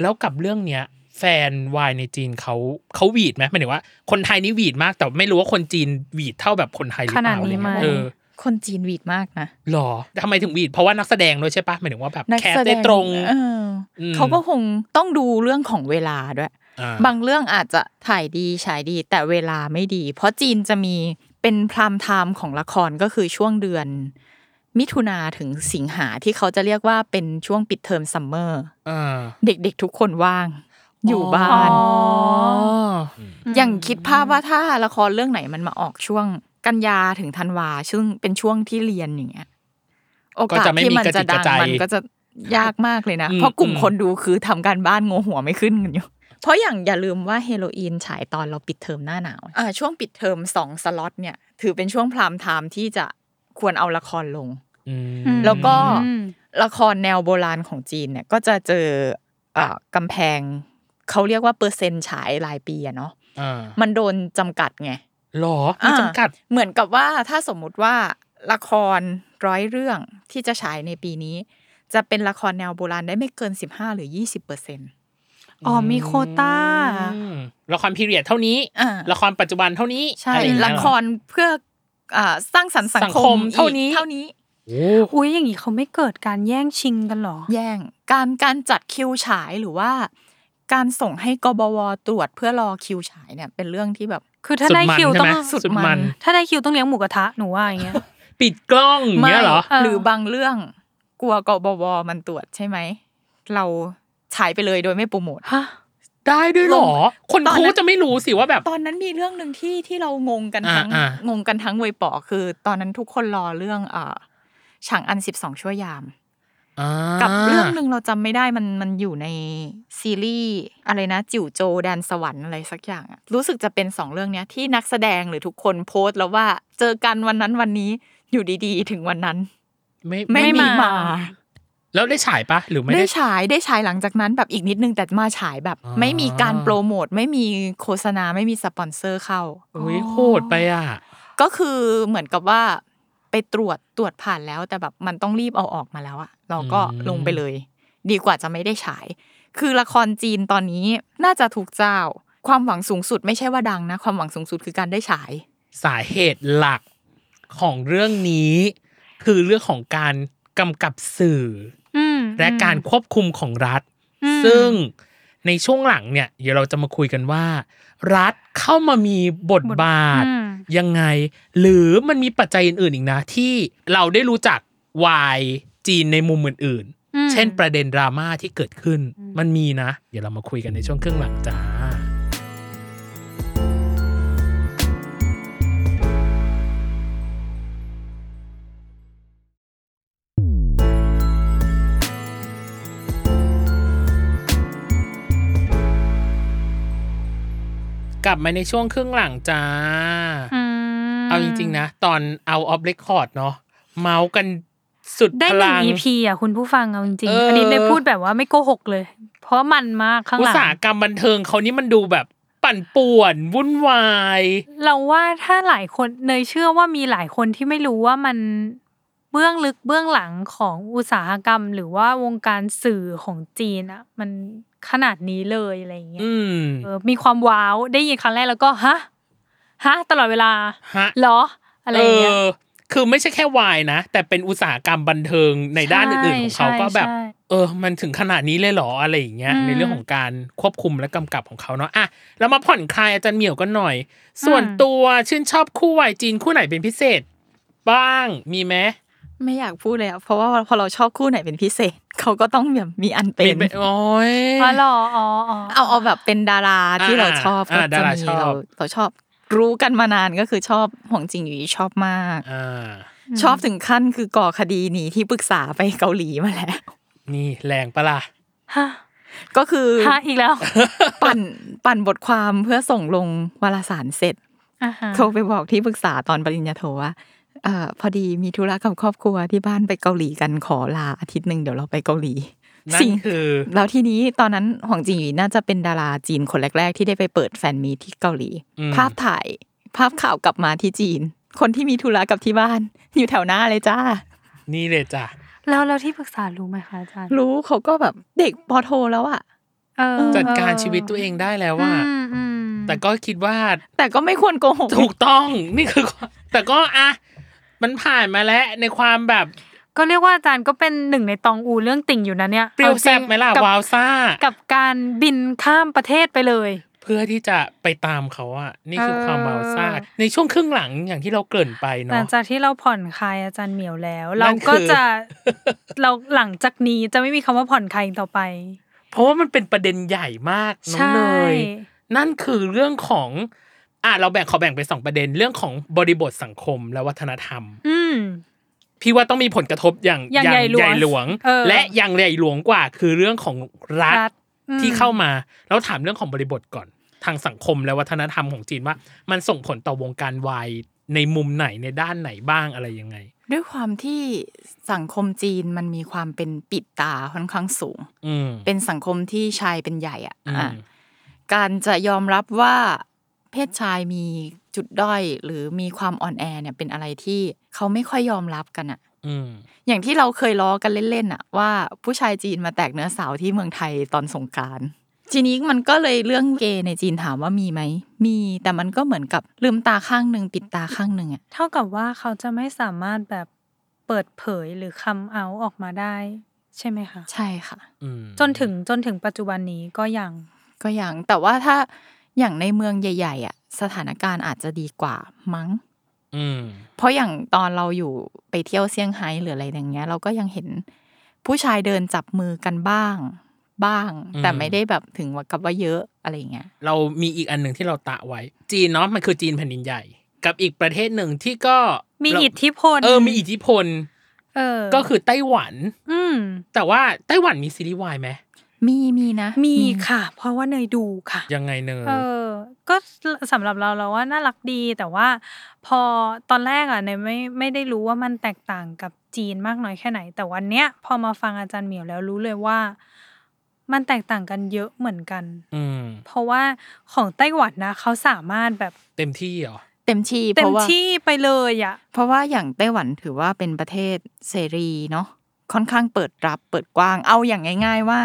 [SPEAKER 2] แล้วกับเรื่องเนี้ย แฟนวายในจีนเขาเขาหวีดไหมหมายถึงว่าคนไทยนี่หวีดมาก แต่ไม่รู้ว่าคนจีนหวีดเท่าแบบคนไทยหรือ
[SPEAKER 3] ข
[SPEAKER 2] เป
[SPEAKER 3] นาด
[SPEAKER 2] ล่าอะไร
[SPEAKER 3] นี้ไหม
[SPEAKER 2] เงี้ยเออ
[SPEAKER 4] คนจีนวีดมากนะ
[SPEAKER 2] หรอทำไมถึงหวีดเพราะว่านักแสดงด้วยใช่ปะหมายถึงว่าแบบ
[SPEAKER 4] นัก
[SPEAKER 2] แคส
[SPEAKER 4] แสด
[SPEAKER 2] ได้
[SPEAKER 4] ง
[SPEAKER 2] ตรง
[SPEAKER 4] เอออ
[SPEAKER 2] ม
[SPEAKER 4] เขาก็คงต้องดูเรื่องของเวลาด้วย
[SPEAKER 2] อ่
[SPEAKER 4] บางเรื่องอาจจะถ่ายดีฉายดีแต่เวลาไม่ดี เพราะจีนจะมีเป็นพรามไทม์ของละครก็คือช่วงเดือน มิถุนาถึงสิงหาที่เขาจะเรียกว่าเป็นช่วงปิดเทอมซัมเมอร์
[SPEAKER 2] อ่า
[SPEAKER 4] เด็กๆทุกคนว่าง อยู่บ้า
[SPEAKER 3] อ๋อ
[SPEAKER 4] น
[SPEAKER 3] ม
[SPEAKER 4] อย่างคิดภาพว่าถ้าละครเรื่องไหนมันมาออกช่วงกันยาถึงธันวาซึ่งเป็นช่วงที่เรียนอย่างเงี้ยโอกาสที่มันจะดังมันก็จะยากมากเลยนะ เพราะกลุ่มคนดูคือทำการบ้านงงหัวไม่ขึ้นกันอยู่ เพราะอย่างอย่าลืมว่าเฮโรอีนฉายตอนเราปิดเทอมหน้าหนาวอ่ะช่วงปิดเทอมสองสล็อตเนี่ย ถือเป็นช่วงพรามไทม์ที่จะควรเอาละครลง
[SPEAKER 2] อืม
[SPEAKER 4] แล้วก็
[SPEAKER 3] อืม
[SPEAKER 4] ละครแนวโบราณของจีนเนี่ย ก็จะเจออ่ะกำแพงเขาเรียกว่าเปอร์เซ็นต์ฉายรายปีอะเนาะ
[SPEAKER 2] อ่า
[SPEAKER 4] มันโดนจำกัดไง
[SPEAKER 2] หรอมี
[SPEAKER 4] อ่า
[SPEAKER 2] จำกัด
[SPEAKER 4] เหมือนกับว่าถ้าสมมุติว่าละครร้อยเรื่องที่จะฉายในปีนี้ จะเป็นละครแนวโบราณได้ไม่เกิน 15 หรือ 20เปอร์เซ็นต์
[SPEAKER 3] อ๋อมีโควต้า
[SPEAKER 2] อืมละครพีเรียดเท่านี้
[SPEAKER 4] อ่า
[SPEAKER 2] ละครปัจจุบันเท่านี้
[SPEAKER 4] ใช่
[SPEAKER 2] อไอย่างเงี้ย
[SPEAKER 4] ละครเพื่ออ่าสร้างสรรค์สัง
[SPEAKER 2] สัง
[SPEAKER 4] ค
[SPEAKER 2] ค
[SPEAKER 4] ม
[SPEAKER 2] มเท่านี้
[SPEAKER 4] อีกเท่านี้
[SPEAKER 2] โอ้
[SPEAKER 3] อุ้ยอย่างนี้เขาไม่เกิดการแย่งชิงกันเหรอ
[SPEAKER 4] แย่งการการจัดคิวฉายหรือว่า การส่งให้กบวตรวจเพื่อรอคิวฉายเนี่ยเป็นเรื่องที่แบบ
[SPEAKER 3] คือถ้าได้คิวต้อง
[SPEAKER 2] สุดมันใช่ไหมสุดมัน
[SPEAKER 3] ถ้าได้คิวต้องเลี้ยงหมูกระทะหนูว่าอย่างเงี้ย
[SPEAKER 2] ปิดกล้องอย่างเงี้ยเหรอ
[SPEAKER 3] เออ
[SPEAKER 4] หรือบางเรื่องกลัวกบวมันตรวจใช่ไหม เราฉายไปเลยโดยไม่โปรโมท
[SPEAKER 3] ฮะ
[SPEAKER 2] ได้ด้วยเหรอ คน
[SPEAKER 4] ตอนนั้น
[SPEAKER 2] คูจะไม่รู้สิว่าแบบ
[SPEAKER 4] ตอนนั้นมีเรื่องหนึ่งที่ที่เรางงกัน
[SPEAKER 2] อ่า
[SPEAKER 4] ทั้ง
[SPEAKER 2] อ่า
[SPEAKER 4] งงกันทั้งเวยปอคือ ตอนนั้นทุกคนรอเรื่องเอ่อฉางอันสิบสองชั่วยาม
[SPEAKER 2] อ่า
[SPEAKER 4] กับเรื่องหนึ่งเราจำไม่ได้มันมันอยู่ในซีรีส์อะไรนะ จิ๋วโจแดนสวรรค์อะไรสักอย่างอะรู้สึกจะเป็นสองเรื่องเนี้ยที่นักแสดงหรือทุกคนโพสต์แล้วว่าเจอกันวันนั้นวันนี้อยู่ดีๆ ถึงวันนั้น
[SPEAKER 2] ไม่
[SPEAKER 4] ไม่
[SPEAKER 2] ไม่
[SPEAKER 4] มี
[SPEAKER 3] มา
[SPEAKER 4] มา
[SPEAKER 2] แล้วได้ฉายปะหรือไม่
[SPEAKER 4] ได้
[SPEAKER 2] ได้
[SPEAKER 4] ฉายได้ฉายหลังจากนั้นแบบอีกนิดนึงแต่มาฉายแบบ
[SPEAKER 2] อ่า
[SPEAKER 4] ไม่มีการโปรโมทไม่มีโฆษณาไม่มีสปอนเซอร์เข้า
[SPEAKER 2] อุ้ยโคตรไปอ่ะ
[SPEAKER 4] ก็คือเหมือนกับว่าไปตรวจตรวจผ่านแล้วแต่แบบมันต้องรีบเอาออกมาแล้วอะเราก็
[SPEAKER 2] อืม
[SPEAKER 4] ลงไปเลย ดีกว่าจะไม่ได้ฉาย คือละครจีนตอนนี้น่าจะถูกเจ้า ความหวังสูงสุดไม่ใช่ว่าดังนะ ความหวังสูงสุดคือการได้ฉาย
[SPEAKER 2] สาเหตุหลักของเรื่องนี้ คือเรื่องของการกำกับสื่อ
[SPEAKER 3] อืม
[SPEAKER 2] อและการควบคุมของรัฐ
[SPEAKER 3] อืม
[SPEAKER 2] ซึ่งในช่วงหลังเนี่ย เดี๋ยวเราจะมาคุยกันว่า รัฐเข้ามามีบทบาท
[SPEAKER 3] อืม
[SPEAKER 2] ยังไง หรือมันมีปัจจัยอื่นๆอีกนะ ที่เราได้รู้จักวายจีนในมุมอื่น
[SPEAKER 3] อืม
[SPEAKER 2] ๆ เช่นประเด็นดราม่าที่เกิดขึ้น มันมีนะ เดี๋ยวเรามาคุยกันในช่วงเครื่องหลังจ้า
[SPEAKER 5] ค
[SPEAKER 2] กลับมาในช่วงครึ่งหลังจ้า
[SPEAKER 3] ม
[SPEAKER 2] เอาจริง ๆ นะ ตอนเอาออฟเรคคอร์ดเนาะเมาส์กันสุด
[SPEAKER 3] ได้
[SPEAKER 2] พ
[SPEAKER 3] หนึ่
[SPEAKER 2] ลั
[SPEAKER 3] ง
[SPEAKER 2] ง
[SPEAKER 3] EP อ่ะคุณผู้ฟังเอาจริง
[SPEAKER 2] เออ
[SPEAKER 3] ๆ
[SPEAKER 2] อั
[SPEAKER 3] อันนี้ได้พูดแบบว่าไม่โกหกเลย เพราะมันมากข้าง
[SPEAKER 2] อุต
[SPEAKER 3] หลัง
[SPEAKER 2] สาหกรรมบันเทิงเขานี่มันดูแบบปั่นป่วน วุ่นวาย
[SPEAKER 3] เราว่าถ้าหลายคนเนยเชื่อว่ามีหลายคนที่ไม่รู้ว่ามันเบื้องลึกเบื้องหลังของอุตสาหกรรม หรือว่าวงการสื่อของจีนอะมันขนาดนี้เลยอะไรอย่างเงี้ย
[SPEAKER 2] อืม
[SPEAKER 3] เออมีความว้าวได้ยินครั้งแรกแล้วก็ฮะฮะตลอดเวลา
[SPEAKER 2] ฮะ
[SPEAKER 3] เหรออะไรอย่างเงี้ย
[SPEAKER 2] ออคือไม่ใช่แค่วายนะ แต่เป็นอุตสาหกรรมบันเทิงในด้านอื่นๆของเขา
[SPEAKER 3] ใช่
[SPEAKER 2] ก็แบบ
[SPEAKER 3] ใช่
[SPEAKER 2] เออ มันถึงขนาดนี้เลยเหรออะไรอย่างเงี้ย
[SPEAKER 3] อืม
[SPEAKER 2] ในเรื่องของการควบคุมและกำกับของเขาเนาะอ่ะแล้วมาผ่อนคลายอาจารย์เหมียวกันหน่อย ส่วน
[SPEAKER 3] อืม
[SPEAKER 2] ตัวชื่นชอบคู่วายจีนคู่ไหนเป็นพิเศษ บ้างมีไหม
[SPEAKER 4] ไม่อยากพูดเลยอะเพราะว่าพอเราชอบคู่ไหนเป็นพิเศษ เขาก็ต้องแบบมีอันเป็น
[SPEAKER 2] ไโอ้ย
[SPEAKER 3] อ๋อเหรออ๋ออ๋อ
[SPEAKER 4] เอาเอาแบบเป็นดาราที่เราชอบ
[SPEAKER 2] อ่า
[SPEAKER 4] ก็
[SPEAKER 2] อ่า
[SPEAKER 4] จะ
[SPEAKER 2] ดารา
[SPEAKER 4] มี
[SPEAKER 2] ชอบ
[SPEAKER 4] เราเราชอบรู้กันมานานก็คือชอบหวงจริงอยู่ชอบมาก
[SPEAKER 2] อ่า
[SPEAKER 4] ชอบถึงขั้นคือก่อคดีหนีที่ปรึกษาไปเกาหลีมาแล้ว
[SPEAKER 2] นี่แรงปะล่ะ
[SPEAKER 3] ฮะ
[SPEAKER 4] ก็คือ
[SPEAKER 3] ฮะ อีกแล้ว
[SPEAKER 4] ปั่นปั่นบทความเพื่อส่งลงวารสารเสร็จ
[SPEAKER 3] อ่าฮะ
[SPEAKER 4] โทรไปบอกที่ปรึกษาตอนปริญญาโทว่าเอ่อพอดีมีธุระกับครอบครัวที่บ้านไปเกาหลีกันขอลาอาทิตย์หนึ่งเดี๋ยวเราไปเกาหลี
[SPEAKER 2] นั่
[SPEAKER 4] สิ่
[SPEAKER 2] น
[SPEAKER 4] ง
[SPEAKER 2] คือ
[SPEAKER 4] แล้วทีนี้ตอนนั้นหวังจิงหยีน่าจะเป็นดาราจีนคนแรก ๆ ที่ได้ไปเปิดแฟนมีตที่เกาหลี
[SPEAKER 2] อืม
[SPEAKER 4] ภาพถ่าย ภาพข่าวกลับมาที่จีน คนที่มีธุระกับที่บ้าน อยู่แถวหน้าเลยจ้า
[SPEAKER 2] นี่เลยจ้ะ
[SPEAKER 3] แล้วแล้วที่ปรึกษารู้ไหมคะอาจารย์
[SPEAKER 4] รู้เขาก็แบบเด็กปอโทแล้วอะ
[SPEAKER 3] เออ
[SPEAKER 2] จัดการชีวิตตัวเองได้แล้วว่า
[SPEAKER 3] อืมอืม
[SPEAKER 2] แต่ก็คิดว่า
[SPEAKER 4] แต่ก็ไม่ควรโกหก
[SPEAKER 2] ถูกต้องนี่คือความแต่ก็อ่ะมันผ่านมาแล้วในความแบบ
[SPEAKER 3] ก็เรียกว่าอาจารย์ก็เป็นหนึ่งในตองอูเรื่องติ่งอยู่นะเนี่ย
[SPEAKER 2] เปรี้ยว
[SPEAKER 3] อาจง
[SPEAKER 2] แซ่บไหมล่ะ
[SPEAKER 3] กับ
[SPEAKER 2] วาวซ่า
[SPEAKER 3] กับการบินข้ามประเทศไปเลย
[SPEAKER 2] เพื่อที่จะไปตามเขาอะนี่คือ
[SPEAKER 3] เออ
[SPEAKER 2] ความวาวซ่า ในช่วงครึ่งหลังอย่างที่เราเกริ่นไป
[SPEAKER 3] หลัง
[SPEAKER 2] เนาะ
[SPEAKER 3] จากที่เราผ่อนคลายอาจารย์เหมียวแล้ว
[SPEAKER 2] นั่
[SPEAKER 3] เรา
[SPEAKER 2] นคือ
[SPEAKER 3] ก็จะ เราหลังจากนี้จะไม่มีคำว่าผ่อนคลายอีกต่อไป
[SPEAKER 2] เพราะว่ามันเป็นประเด็นใหญ่มากน้อง
[SPEAKER 3] ใช่
[SPEAKER 2] เนยนั่นคือเรื่องของอ่ะเราแบ่งขอแบ่งเป็นสองประเด็นเรื่องของบริบทสังคมและวัฒนธรรม
[SPEAKER 3] อืม
[SPEAKER 2] พี่ว่าต้องมีผลกระทบอย่าง
[SPEAKER 3] อย่างใหญ่หลวงเออ
[SPEAKER 2] และอย่างใหญ่หลวงกว่า คือเรื่องของรัฐ
[SPEAKER 3] รัฐอืม
[SPEAKER 2] ที่เข้ามาแล้วถามเรื่องของบริบทก่อน ทางสังคมและวัฒนธรรมของจีนว่า มันส่งผลต่อวงการวายในมุมไหนในด้านไหนบ้างอะไรยังไง
[SPEAKER 4] ด้วยความที่สังคมจีนมันมีความเป็นปิดตาค่อนข้างสูง
[SPEAKER 2] อืม
[SPEAKER 4] เป็นสังคมที่ชายเป็นใหญ่อะ
[SPEAKER 2] อืม
[SPEAKER 4] อ่ะ การจะยอมรับว่าเพศชายมีจุดด้อยหรือมีความอ่อนแอเนี่ยเป็นอะไรที่เขาไม่ค่อยยอมรับกันอะ
[SPEAKER 2] อืม
[SPEAKER 4] อย่างที่เราเคยล้อกันเล่นๆอะว่าผู้ชายจีนมาแตกเนื้อสาวที่เมืองไทยตอนสงกรารทีนี้มันก็เลยเรื่องเกย์ในจีนถามว่ามีไหมมีแต่มันก็เหมือนกับลืมตาข้างหนึ่งปิดตาข้างหนึ่งอะ
[SPEAKER 3] เท่ากับว่าเขาจะไม่สามารถแบบเปิดเผยหรือคำเอาออกมาได้ ใช่ไหมคะ
[SPEAKER 4] ใช่ค่ะ
[SPEAKER 2] อืม
[SPEAKER 3] จนถึงจนถึงปัจจุบันนี้ก็ยัง
[SPEAKER 4] ก็อย่างแต่ว่าถ้าอย่างในเมืองใหญ่ๆอะสถานการณ์อาจจะดีกว่ามั้ง
[SPEAKER 2] อืม
[SPEAKER 4] เพราะอย่างตอนเราอยู่ไปเที่ยวเซี่ยงไฮ้หรืออะไรอย่างเงี้ย เราก็ยังเห็นผู้ชายเดินจับมือกันบ้าง บ้าง แต่ไม่ได้แบบถึงว่ากับว่าเยอะอะไรอย่างเงี้ย
[SPEAKER 2] เรามีอีกอันหนึ่งที่เราตะไว้ จีนเนาะมันคือจีนแผ่นดินใหญ่ กับอีกประเทศหนึ่งที่ก็
[SPEAKER 3] มี
[SPEAKER 2] เรา
[SPEAKER 3] อิทธิพล
[SPEAKER 2] เออมีอิทธิพล
[SPEAKER 3] เออ
[SPEAKER 2] ก็คือไต้หวัน
[SPEAKER 3] อืม
[SPEAKER 2] แต่ว่าไต้หวันมีซีรีส์วายไหม
[SPEAKER 4] มีมีนะ
[SPEAKER 3] มีค่ะ เพราะว่าเนยดูค่ะ
[SPEAKER 2] ยังไงเนย
[SPEAKER 3] เออ ก็สำหรับเราเราว่าน่ารักดีแต่ว่า พอตอนแรกอ่ะเนยไม่ไม่ได้รู้ว่ามันแตกต่างกับจีนมากน้อยแค่ไหน แต่วันเนี้ยพอมาฟังอาจารย์เหมียวแล้วรู้เลยว่า มันแตกต่างกันเยอะเหมือนกัน
[SPEAKER 2] อืม
[SPEAKER 3] เพราะว่าของไต้หวันนะเขาสามารถแบบ
[SPEAKER 2] เต็มที่เหรอ
[SPEAKER 4] เต็มที่
[SPEAKER 3] เต็ม
[SPEAKER 4] เพราะว่า
[SPEAKER 3] ที่ไปเลยอ่ะ
[SPEAKER 4] เพราะว่าอย่างไต้หวันถือว่าเป็นประเทศเสรีเนาะค่อนข้างเปิดรับเปิดกว้างเอาอย่างง่าย ๆว่า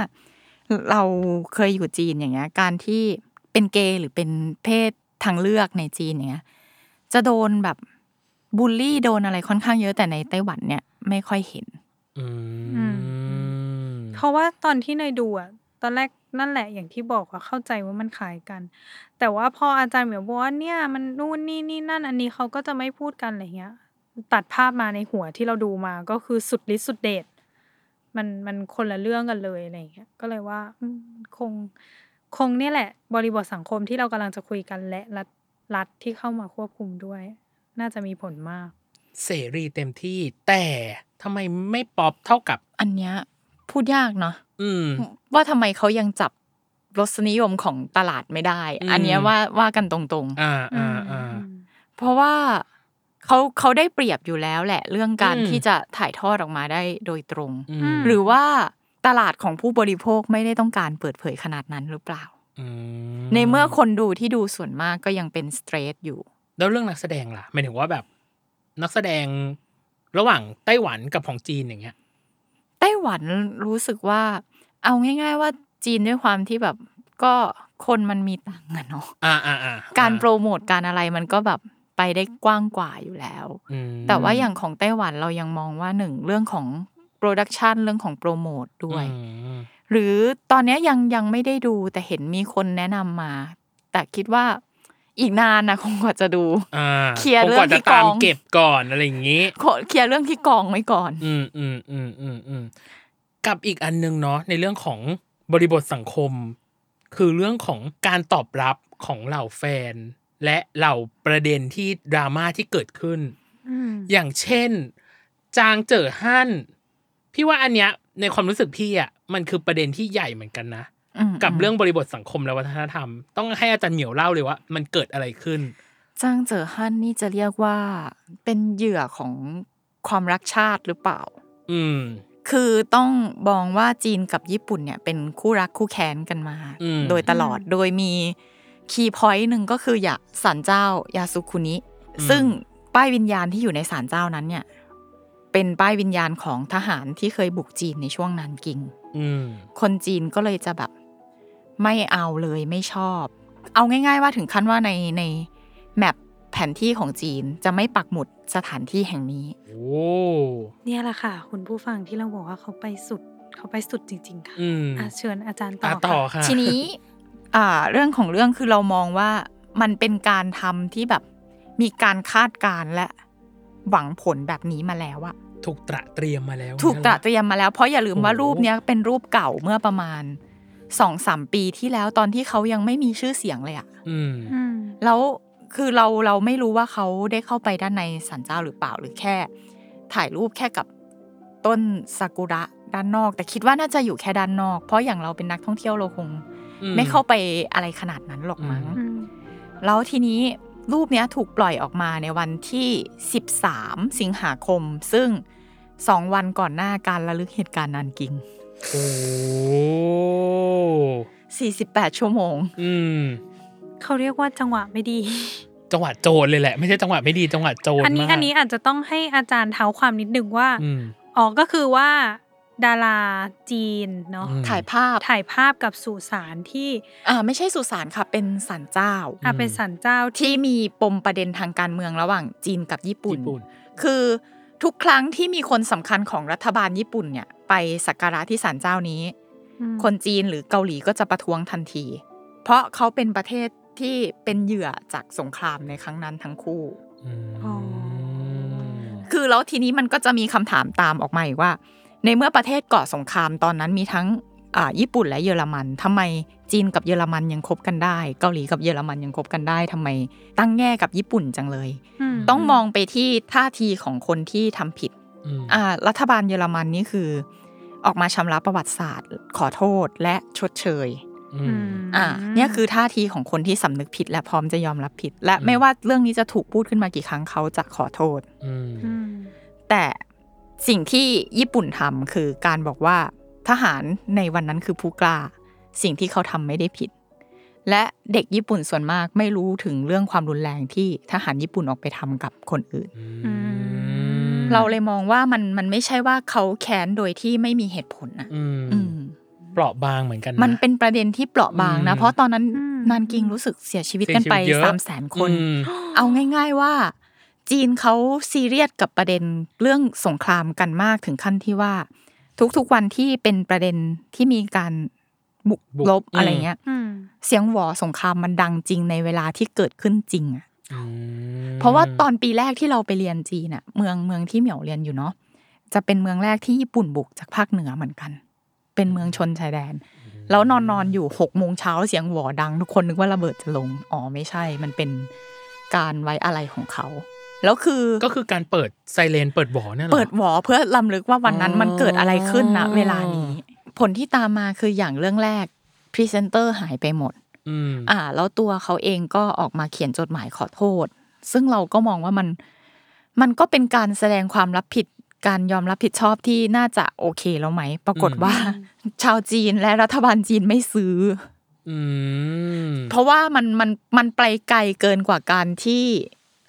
[SPEAKER 4] เราเคยอยู่จีนอย่างเงี้ย การที่เป็นเกย์หรือเป็นเพศทางเลือกในจีนอย่างเงี้ยจะโดนแบบบูลลี่โดนอะไรค่อนข้างเยอะแต่ในไต้หวันเนี่ยไม่ค่อยเห็น
[SPEAKER 2] อื
[SPEAKER 3] อื
[SPEAKER 2] ม
[SPEAKER 3] เพราะว่าตอนที่เนยดูอ่ะ ตอนแรกนั่นแหละอย่างที่บอกว่าเข้าใจว่ามันขายกัน แต่ว่าพออาจารย์เหมียวบอกว่าเนี่ยมันนู่นนี่นี่นั่นอันนี้เขาก็จะไม่พูดกันอะไรเงี้ย ตัดภาพมาในหัวที่เราดูมาก็คือสุดฤทธิ์สุดเดชมันมันคนละเรื่องกันเลยอะไรเงี้ยก็เลยว่าอืมคงคงเนี่ยแหละ บริบทสังคมที่เรากำลังจะคุยกันและรัฐรัฐที่เข้ามาควบคุมด้วย น่าจะมีผลมาก
[SPEAKER 2] เสรีเต็มที่แต่ทำไมไม่ป๊อปเท่ากับ
[SPEAKER 4] อันเนี้ยพูดยากเนาะ
[SPEAKER 2] อืม
[SPEAKER 4] ว่าทำไมเขายังจับ รสนิยมของตลาดไม่ได้ อันเนี้ยว่าว่ากันตรง
[SPEAKER 2] อ่า
[SPEAKER 3] อื
[SPEAKER 2] อ่าม อ่า
[SPEAKER 4] ๆ เพราะว่าเขาเขาได้เปรียบอยู่แล้วแหละ เรื่องการ
[SPEAKER 2] อืม
[SPEAKER 4] ที่จะถ่ายทอดออกมาได้โดยตรง
[SPEAKER 2] อืม
[SPEAKER 4] หรือว่าตลาดของผู้บริโภคไม่ได้ต้องการเปิดเผยขนาดนั้นหรือเปล่า
[SPEAKER 2] ม
[SPEAKER 4] ในเมื่อคนดูที่ดูส่วนมากก็ยังเป็นสเตรทอยู่
[SPEAKER 2] แล้วเรื่องนักแสดงล่ะหมายถึงว่าแบบ นักแสดงระหว่างไต้หวันกับของจีนอย่างเงี้ย
[SPEAKER 4] ไต้หวันรู้สึกว่า เอาง่าย ๆ ว่าจีนด้วยความที่แบบก็คนมันมีตังค์อะเนาะ
[SPEAKER 2] อ่าอ่าอ่า
[SPEAKER 4] การโปรโมทการอะไรมันก็แบบไปได้กว้างกว่าอยู่แล้ว
[SPEAKER 2] อืม
[SPEAKER 4] แต่ว่าอย่างของไต้หวันเรายังมองว่าหนึ่งเรื่องของโปรดักชันเรื่องของโปรโมทด้วย
[SPEAKER 2] อืม
[SPEAKER 4] หรือตอนเนี้ยยังยังไม่ได้ดูแต่เห็นมีคนแนะนำมา แต่คิดว่าอีกนานนะค งกว่าจะดู
[SPEAKER 2] อ่า
[SPEAKER 4] เคลียร์
[SPEAKER 2] ผมกว่า
[SPEAKER 4] เรื่องที่
[SPEAKER 2] จะตาม
[SPEAKER 4] กอง
[SPEAKER 2] เก็บก่อนอะไรอย่างงี้
[SPEAKER 4] ขอเคลียร์เรื่องที่กองไว้ก่อน
[SPEAKER 2] อืมอืมอืมอืมอืมกับอีกอันหนึงเนาะในเรื่องของบริบทสังคม คือเรื่องของการตอบรับของเหล่าแฟน และเหล่าประเด็นที่ดราม่าที่เกิดขึ้น
[SPEAKER 3] อืม
[SPEAKER 2] อย่างเช่น จางเจอฮั่นพี่ว่าอันเนี้ยในความรู้สึกพี่อ่ะมันคือประเด็นที่ใหญ่เหมือนกันนะ
[SPEAKER 4] อืม
[SPEAKER 2] กับเรื่องบริบทสังคมและวัฒนธรรม ต้องให้อาจารย์เหมียวเล่าเลยว่า มันเกิดอะไรขึ้น
[SPEAKER 4] จ้างเจอฮั่นนี่จะเรียกว่าเป็นเหยื่อของความรักชาติหรือเปล่า
[SPEAKER 2] อืม
[SPEAKER 4] คือต้องมองว่าจีนกับญี่ปุ่นเนี่ยเป็นคู่รักคู่แค้นกันมา
[SPEAKER 2] อืม
[SPEAKER 4] โดยตลอดโดยมีคีย์พอยต์หนึ่งก็คืออย่าสารเจ้ายาสุคุนิ ซึ่งป้ายวิญญาณที่อยู่ในสารเจ้านั้นเนี่ยเป็นป้ายวิญญาณของทหารที่เคยบุกจีนในช่วงนานกิง
[SPEAKER 2] อืม
[SPEAKER 4] คนจีนก็เลยจะแบบไม่เอาเลยไม่ชอบ เอาง่าย ๆ ว่าถึงขั้นว่าในในแมปแผนที่ของจีนจะไม่ปักหมุดสถานที่แห่งนี้
[SPEAKER 2] โอ้
[SPEAKER 3] เนี่ยแหละค่ะ คุณผู้ฟังที่เราบอกว่าเขาไปสุดเขาไปสุดจริง ๆ ค่ะ
[SPEAKER 2] อืม
[SPEAKER 3] อ่ะเชิญอาจารย์ต่
[SPEAKER 2] อ่ะ
[SPEAKER 3] อ
[SPEAKER 2] ต่อ
[SPEAKER 3] ค่ะ
[SPEAKER 2] ค่ะ
[SPEAKER 4] ทีนี้ อ่า เรื่องของเรื่องคือเรามองว่ามันเป็นการทำที่แบบมีการคาดการณ์และหวังผลแบบนี้มาแล้วอะ
[SPEAKER 2] ถูกตระเตรียมมาแล้ว
[SPEAKER 4] ถูกตระ
[SPEAKER 2] เนี่ยเหอ
[SPEAKER 4] เตรียมมาแล้วเพราะอย่าลืมว่า
[SPEAKER 2] โอ้โห
[SPEAKER 4] รูปเนี้ยเป็นรูปเก่าเมื่อประมาณสองสามปีที่แล้วตอนที่เขายังไม่มีชื่อเสียงเลยอะ
[SPEAKER 2] อืม
[SPEAKER 3] อืม
[SPEAKER 4] แล้วคือเราเราไม่รู้ว่าเขาได้เข้าไปด้านในสันเจ้าหรือเปล่าหรือแค่ ถ่ายรูปแค่กับต้นซากุระด้านนอก แต่คิดว่าน่าจะอยู่แค่ด้านนอก เพราะอย่างเราเป็นนักท่องเที่ยวเราคง
[SPEAKER 2] อืม
[SPEAKER 4] ไม่เข้าไปอะไรขนาดนั้นหรอกมั้ง
[SPEAKER 2] อื
[SPEAKER 3] อืม
[SPEAKER 4] แล้วทีนี้รูปเนี้ยถูกปล่อยออกมาในวันที่ 13 สิงหาคม ซึ่งสองวันก่อนหน้าการระลึกเหตุการณ์นานกิง
[SPEAKER 2] โอ้
[SPEAKER 4] 48 ชั่วโมง
[SPEAKER 2] อืม
[SPEAKER 3] เขาเรียกว่าจังหวะไม่ดี
[SPEAKER 2] จังหวะโจรเลยแหละ ไม่ใช่จังหวะไม่ดีจังหวะโจร
[SPEAKER 3] อันนี้
[SPEAKER 2] มาก
[SPEAKER 3] อันนี้อาจจะต้องให้อาจารย์เท้าความนิดนึงว่า
[SPEAKER 2] อืม
[SPEAKER 3] อ๋อก็คือว่า ดาราจีนเนาะ
[SPEAKER 2] อืม
[SPEAKER 4] ถ่ายภาพ
[SPEAKER 3] ถ่ายภาพกับสุสานที่
[SPEAKER 4] อ่าไม่ใช่สุสานค่ะเป็นสันเจ้า
[SPEAKER 3] อา
[SPEAKER 2] อืม
[SPEAKER 3] เป็นสันเจ้าที่
[SPEAKER 4] ที่มีปมประเด็นทางการเมืองระหว่างจีนกับญี่ปุ่น
[SPEAKER 2] ญี่ปุ่น
[SPEAKER 4] คือทุกครั้งที่มีคนสำคัญของรัฐบาลญี่ปุ่นเนี่ย ไปสักการะที่ศาลเจ้านี้
[SPEAKER 3] อืม
[SPEAKER 4] คนจีนหรือเกาหลีก็จะประท้วงทันที เพราะเขาเป็นประเทศที่เป็นเหยื่อจากสงครามในครั้งนั้นทั้งคู่
[SPEAKER 2] อืม
[SPEAKER 4] คือแล้วทีนี้มันก็จะมีคำถามตามออกมาอีกว่า ในเมื่อประเทศก่อสงครามตอนนั้นมีทั้งอ่าญี่ปุ่นและเยอรมันทำไมจีนกับเยอรมันยังคบกันได้ เกาหลีกับเยอรมันยังคบกันได้ทำไมตั้งแง่กับญี่ปุ่นจังเลย
[SPEAKER 3] ม
[SPEAKER 4] ต้องมองไปที่ท่าทีของคนที่ทำผิด
[SPEAKER 2] ม
[SPEAKER 4] อ่ารัฐบาลเยอรมันนี่คือ ออกมาชำระประวัติศาสตร์ ขอโทษและชดเชย
[SPEAKER 2] อื
[SPEAKER 3] อื
[SPEAKER 2] ม
[SPEAKER 3] ม
[SPEAKER 4] อ่า เนี่ยคือท่าทีของคนที่สำนึกผิด และพร้อมจะยอมรับผิด และ
[SPEAKER 2] อืม
[SPEAKER 4] ไม่ว่าเรื่องนี้จะถูกพูดขึ้นมากี่ครั้งเขาจะขอโทษ
[SPEAKER 2] อืม
[SPEAKER 3] อืม
[SPEAKER 4] แต่สิ่งที่ญี่ปุ่นทำคือการบอกว่าทหารในวันนั้นคือผู้กล้า สิ่งที่เขาทำไม่ได้ผิด และเด็กญี่ปุ่นส่วนมากไม่รู้ถึงเรื่องความรุนแรงที่ทหารญี่ปุ่นออกไปทำกับคนอื่น
[SPEAKER 2] อืม
[SPEAKER 4] เราเลยมองว่ามันมันไม่ใช่ว่าเขาแค้นโดยที่ไม่มีเหตุผลนะ
[SPEAKER 2] อืม
[SPEAKER 4] อืม
[SPEAKER 2] เปราะบางเหมือนกันะ
[SPEAKER 4] มันเป็นประเด็นที่เปราะบางนะ
[SPEAKER 2] อืม
[SPEAKER 4] เพราะตอนนั้นนานกิงรู้สึกเสียชีวิตกันไป
[SPEAKER 2] เสียชีวิตเยอะ
[SPEAKER 4] สามแสนคน
[SPEAKER 2] อืม
[SPEAKER 4] เอาง่าย ๆว่า จีนเขาซีเรียสกับประเด็นเรื่องสงครามกันมากถึงขั้นที่ว่า ทุกๆวันที่เป็นประเด็นที่มีการบุกรบอะไรเงี้ย
[SPEAKER 3] อืม
[SPEAKER 4] เสียงหวอสงครามมันดังจริงในเวลาที่เกิดขึ้นจริงอะ
[SPEAKER 2] อืม
[SPEAKER 4] เพราะว่าตอนปีแรกที่เราไปเรียนจีนอะเมืองเมืองที่เหมียวเรียนอยู่เนาะจะเป็นเมืองแรกที่ญี่ปุ่นบุกจากภาคเหนือเหมือนกัน เป็นเมืองชนชายแดน แล้วนอนนอนๆอยู่หกโมงเช้าเสียงหวอดัง ทุกคนนึกว่าระเบิดจะลงอ๋อไม่ใช่ มันเป็นการไว้อะไรของเขา แล้วคือ
[SPEAKER 2] ก็คือการเปิดไซเรนเปิดบ่อเนี่ยหรอ
[SPEAKER 4] เปิดหวอเพื่อลำลึกว่าวันนั้นมันเกิดอะไรขึ้นนะ
[SPEAKER 2] อ๋อ
[SPEAKER 4] เวลานี้ ผลที่ตามมาคืออย่างเรื่องแรก พรีเซนเตอร์หายไปหมด
[SPEAKER 2] อืม
[SPEAKER 4] อ่า แล้วตัวเขาเองก็ออกมาเขียนจดหมายขอโทษ ซึ่งเราก็มองว่ามัน มันก็เป็นการแสดงความรับผิด การยอมรับผิดชอบที่น่าจะโอเคแล้วไหม ปรากฏว่า ชาวจีนและรัฐบาลจีนไม่ซื้อ
[SPEAKER 2] อืม
[SPEAKER 4] เพราะว่ามันมันมันไปไกลเกินกว่าการที่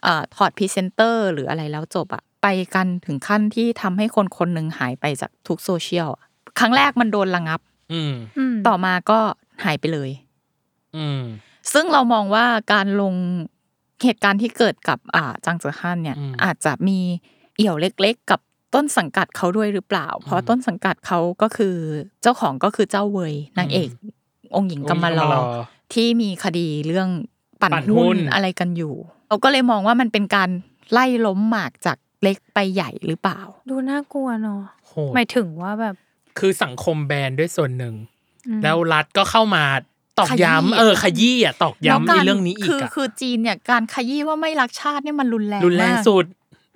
[SPEAKER 4] เอ่อถอดพรีเซนเตอร์ หรืออะไรแล้วจบอะไปกันถึงขั้นที่ทำให้คนคนหนึ่งหายไปจากทุกโซเชียลอะครั้งแรกมันโดนระงับ
[SPEAKER 2] อืม
[SPEAKER 3] อืม
[SPEAKER 4] ต่อมาก็หายไปเลย
[SPEAKER 2] อืม
[SPEAKER 4] ซึ่งเรามองว่าการลงเหตุการณ์ที่เกิดกับอ่าจางเจอฮั่นเนี่ยอาจจะมีเอี่ยวเล็กๆ กับต้นสังกัดเขาด้วยหรือเปล่า เพราะต้นสังกัดเขาก็คือเจ้าของก็คือเจ้าเวยนางเอก องค์หญิงกำมะล
[SPEAKER 2] โย
[SPEAKER 4] อ
[SPEAKER 2] กำ
[SPEAKER 4] ที่มีคดีเรื่องปั่น
[SPEAKER 2] ปั่นหุ้
[SPEAKER 4] หุ้
[SPEAKER 2] น
[SPEAKER 4] นอะไรกันอยู่ เราก็เลยมองว่ามันเป็นการไล่ล้มหมากจากเล็กไปใหญ่หรือเปล่า
[SPEAKER 3] ดูน่ากลัวเนาะ
[SPEAKER 2] โห
[SPEAKER 3] หมายถึงว่าแบบ
[SPEAKER 2] คือสังคมแบนด้วยส่วนหนึ่ง
[SPEAKER 3] อืม
[SPEAKER 2] แล้วรัฐก็เข้ามาตอก
[SPEAKER 4] ขยี้
[SPEAKER 2] ย้ำเออขยี้อ่ะตอก
[SPEAKER 4] แล้ว
[SPEAKER 2] ย้ำ
[SPEAKER 4] กา
[SPEAKER 2] ในเรื่องนี้อี
[SPEAKER 4] คื
[SPEAKER 2] ก
[SPEAKER 4] อ
[SPEAKER 2] อ่ะ
[SPEAKER 4] คือจีนเนี่ยการขยี้ว่าไม่รักชาติเนี่ยมันรุนแรง
[SPEAKER 2] รุนแรง
[SPEAKER 4] มาก
[SPEAKER 2] สุด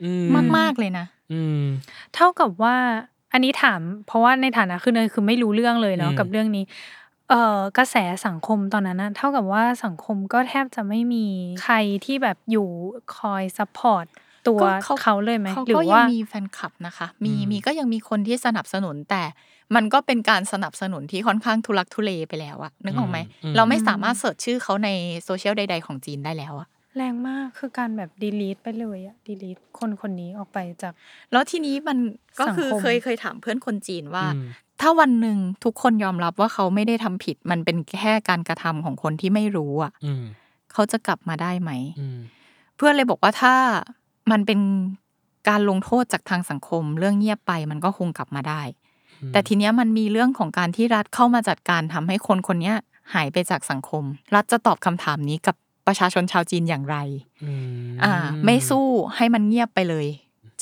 [SPEAKER 2] อืม
[SPEAKER 3] มาก
[SPEAKER 4] มากๆเลยนะ
[SPEAKER 2] อืม
[SPEAKER 3] เท่ากับว่าอันนี้ถาม เพราะว่าในฐานะคือเนยคือไม่รู้เรื่องเลยเนาะ
[SPEAKER 2] อืม
[SPEAKER 3] กับเรื่องนี้ เอ่อกระแสสังคมตอนนั้นนะเท่ากับว่าสังคมก็แทบจะไม่มีใครที่แบบอยู่คอยซัพพอร์ตตัว
[SPEAKER 4] ก็เขา
[SPEAKER 3] เขาเลยไหม
[SPEAKER 4] เขา
[SPEAKER 3] หรื
[SPEAKER 4] ก็
[SPEAKER 3] อ
[SPEAKER 4] ยัง
[SPEAKER 3] ว่า
[SPEAKER 4] มีแฟนคลับนะคะ มี
[SPEAKER 2] อืม
[SPEAKER 4] มีก็ยังมีคนที่สนับสนุนแต่มันก็เป็นการสนับสนุนที่ค่อนข้างทุลักทุเลไปแล้วอะนึกออกไหมเราไม่สามารถเสิร์ชชื่อเขาในโซเชียลใด ๆ ของจีนได้แล้วอะ
[SPEAKER 3] แรงมากคือการแบบดีลีทไปเลยอะดีลีทคนคนนี้ออกไปจาก
[SPEAKER 4] แล้วทีนี้มันก็
[SPEAKER 3] สังคม
[SPEAKER 4] คือเคยเคยถามเพื่อนคนจีนว่า
[SPEAKER 2] อืม
[SPEAKER 4] ถ้าวันหนึ่งทุกคนยอมรับว่าเขาไม่ได้ทำผิด มันเป็นแค่การกระทำของคนที่ไม่รู้อ่ะ
[SPEAKER 2] อืม
[SPEAKER 4] เขาจะกลับมาได้ไหม
[SPEAKER 2] อืม
[SPEAKER 4] เพื่อนเลยบอกว่าถ้ามันเป็นการลงโทษจากทางสังคม เรื่องเงียบไปมันก็คงกลับมาได้
[SPEAKER 2] อืม
[SPEAKER 4] แต่ทีเนี้ยมันมีเรื่องของการที่รัฐเข้ามาจัดการทำให้คนคนเนี้ยหายไปจากสังคม รัฐจะตอบคำถามนี้กับประชาชนชาวจีนอย่างไร
[SPEAKER 2] อืม
[SPEAKER 4] อ่า ไม่สู้ให้มันเงียบไปเลย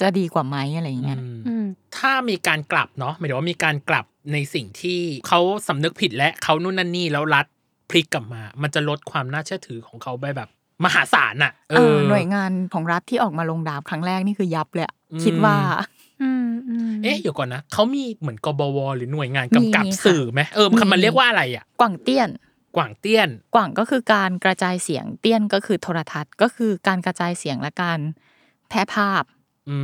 [SPEAKER 4] จะดีกว่าไหมอะไรอย่างเงี้ย
[SPEAKER 2] อืม
[SPEAKER 3] อืม
[SPEAKER 2] ถ้ามีการกลับเนาะหมายถึงว่ามีการกลับในสิ่งที่เขาสำนึกผิดและเขานู่นนั่นนี่แล้วรัฐพลิกกลับมา มันจะลดความน่าเชื่อถือของเขาไปแบบ มหาศาลน่ะเอ
[SPEAKER 4] เอ
[SPEAKER 2] อ
[SPEAKER 4] อหน่วยงานของรัฐที่ออกมาลงดาบครั้งแรกนี่คือยับเลยอะ
[SPEAKER 2] อืม
[SPEAKER 4] คิดว่า
[SPEAKER 3] อืมอืม
[SPEAKER 2] เอ๊ะเดี๋ยวก่อนนะเขามีเหมือนกบวหรือหน่วยงานกำกับ
[SPEAKER 4] มีค่ะ
[SPEAKER 2] สื่อไหมเออ
[SPEAKER 4] มี
[SPEAKER 2] มันเรียกว่าอะไรอ่ะ
[SPEAKER 4] กว่างเตี้ยน
[SPEAKER 2] กว่างเตี้ยน
[SPEAKER 4] กว่างก็คือการกระจายเสียงเตี้ยนก็คือโทรทัศน์ ก็คือการกระจายเสียงและการแพร่ภาพ
[SPEAKER 2] อื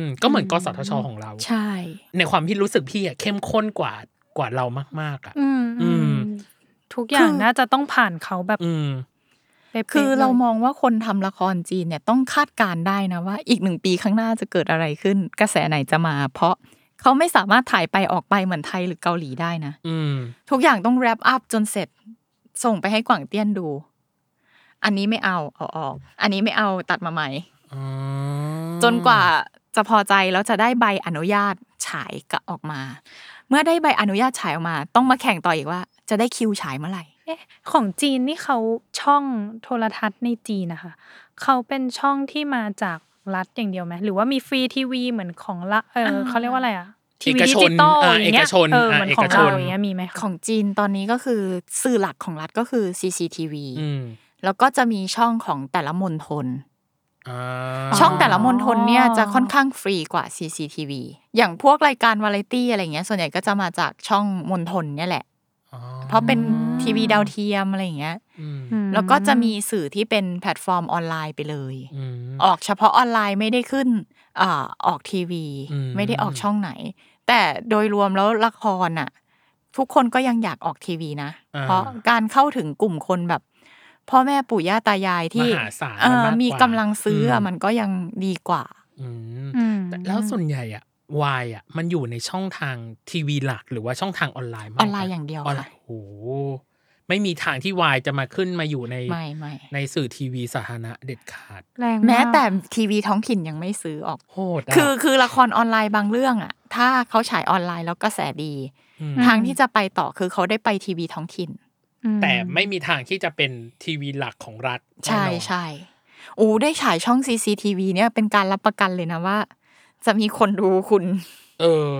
[SPEAKER 2] มก็เหมือนกสทชของเรา
[SPEAKER 4] ใช่
[SPEAKER 2] ในความที่รู้สึกพี่อ่ะเข้มข้นกว่ากว่าเรามากๆอ่ะ
[SPEAKER 3] อืม
[SPEAKER 2] อื
[SPEAKER 3] อื
[SPEAKER 2] ม
[SPEAKER 3] มทุกอย่าง
[SPEAKER 4] คือ
[SPEAKER 3] น่าจะต้องผ่านเขาแบบ
[SPEAKER 2] อืม
[SPEAKER 3] เป๊ะๆ
[SPEAKER 4] คือเรา
[SPEAKER 3] ลย
[SPEAKER 4] มองว่าคนทำละครจีนเนี่ยต้องคาดการณ์ได้นะว่า อีกหนึ่งปีข้างหน้าจะเกิดอะไรขึ้น กระแสไหนจะมา เพราะเขาไม่สามารถถ่ายไปออกไปเหมือนไทยหรือเกาหลีได้นะ
[SPEAKER 2] อืม
[SPEAKER 4] ทุกอย่างต้องแรปอัพจนเสร็จ ส่งไปให้กว่างเตี้ยนดู อันนี้ไม่เอาเอาออก อันนี้ไม่เอาตัดมาใหม่
[SPEAKER 2] อ๋อ
[SPEAKER 4] จนกว่าจะพอใจแล้วจะได้ใบอนุญาตฉายกะออกมา เมื่อได้ใบอนุญาตฉายออกมา ต้องมาแข่งต่ออีกว่า จะได้คิวฉายเมื่อไหร่
[SPEAKER 3] เอ๊ะของจีนนี่เขาช่องโทรทัศน์ในจีนนะคะเขาเป็นช่องที่มาจากรัฐอย่างเดียวไหมหรือว่ามีฟรีทีวีเหมือนของละเออ
[SPEAKER 4] อ่า
[SPEAKER 3] เขาเรียกว่าอะไรอะที
[SPEAKER 2] เอก
[SPEAKER 3] วีดิ
[SPEAKER 2] ช
[SPEAKER 3] จิ
[SPEAKER 2] น
[SPEAKER 3] ตอล
[SPEAKER 2] อ่า
[SPEAKER 3] อ
[SPEAKER 2] เอย่าง ก
[SPEAKER 3] เงี้ย
[SPEAKER 2] ชน
[SPEAKER 3] เออเหมือนของเรา
[SPEAKER 2] น
[SPEAKER 3] อย่างเงี้ยมีไหม
[SPEAKER 4] ของจีนตอนนี้ก็คือสื่อหลักของรัฐก็คือ CCTV
[SPEAKER 2] อืม
[SPEAKER 4] แล้วก็จะมีช่องของแต่ละมณฑล
[SPEAKER 2] อ่า
[SPEAKER 4] ช่องแต่ละมณฑลเนี่ยจะค่อนข้างฟรีกว่า CCTV อย่างพวกรายการวาไรตี้อะไรเงี้ย ส่วนใหญ่ก็จะมาจากช่องมณฑลเนี่ยแหละ เพราะเป็นทีวีดาวเทียมอะไรเงี้ย
[SPEAKER 2] อืม
[SPEAKER 3] อืม
[SPEAKER 4] แล้วก็จะมีสื่อที่เป็นแพลตฟอร์มออนไลน์ไปเลย
[SPEAKER 2] อืม
[SPEAKER 4] ออกเฉพาะออนไลน์ไม่ได้ขึ้นอ่าออกทีวี
[SPEAKER 2] อืม
[SPEAKER 4] ไม่ได้ออกช่องไหน แต่โดยรวมแล้วละครอ่ะ ทุกคนก็ยังอยากออกทีวีนะ
[SPEAKER 2] อ่า
[SPEAKER 4] เพราะการเข้าถึงกลุ่มคนแบบ พ่อแม่ปู่ย่าตายาย
[SPEAKER 2] ม
[SPEAKER 4] ที่
[SPEAKER 2] หาศาล
[SPEAKER 4] เอ่อ
[SPEAKER 2] มากกว่า
[SPEAKER 4] มีกำลังซื้ออะ
[SPEAKER 2] ม
[SPEAKER 4] มันก็ยังดีกว่า
[SPEAKER 2] อืม
[SPEAKER 3] อืม
[SPEAKER 2] แต่แล้วส่วนใหญ่อ่ะวายอ่ะ มันอยู่ในช่องทางทีวีหลักหรือว่าช่องทางออนไลน์มาก
[SPEAKER 4] ออนไลน์อย่างเดียว
[SPEAKER 2] ออนไล
[SPEAKER 4] ค่ะ
[SPEAKER 2] น์โอ้โหไม่มีทางที่วายจะมาขึ้นมาอยู่ใน
[SPEAKER 4] ไม่ไม่
[SPEAKER 2] ในสื่อทีวีสาธารณะเด็ดขาด
[SPEAKER 3] แรงาก
[SPEAKER 4] แม้แต่ทีวีท้องถิ่นยังไม่ซื้อออก
[SPEAKER 2] โหดะ
[SPEAKER 4] คือคือละครออนไลน์บางเรื่องอ่ะ ถ้าเขาฉายออนไลน์แล้วกระแสดี
[SPEAKER 2] ม
[SPEAKER 4] ทางที่จะไปต่อคือเขาได้ไปทีวีท้องถิ่น
[SPEAKER 3] อื
[SPEAKER 2] แต่ไม่มีทางที่จะเป็นทีวีหลักของรัฐ
[SPEAKER 4] ใช่
[SPEAKER 2] แน่นอน
[SPEAKER 4] ใช่โอ้ได้ฉายช่อง CCTV เนี่ยเป็นการรับประกันเลยนะว่า จะมีคนดูคุณ
[SPEAKER 2] เออ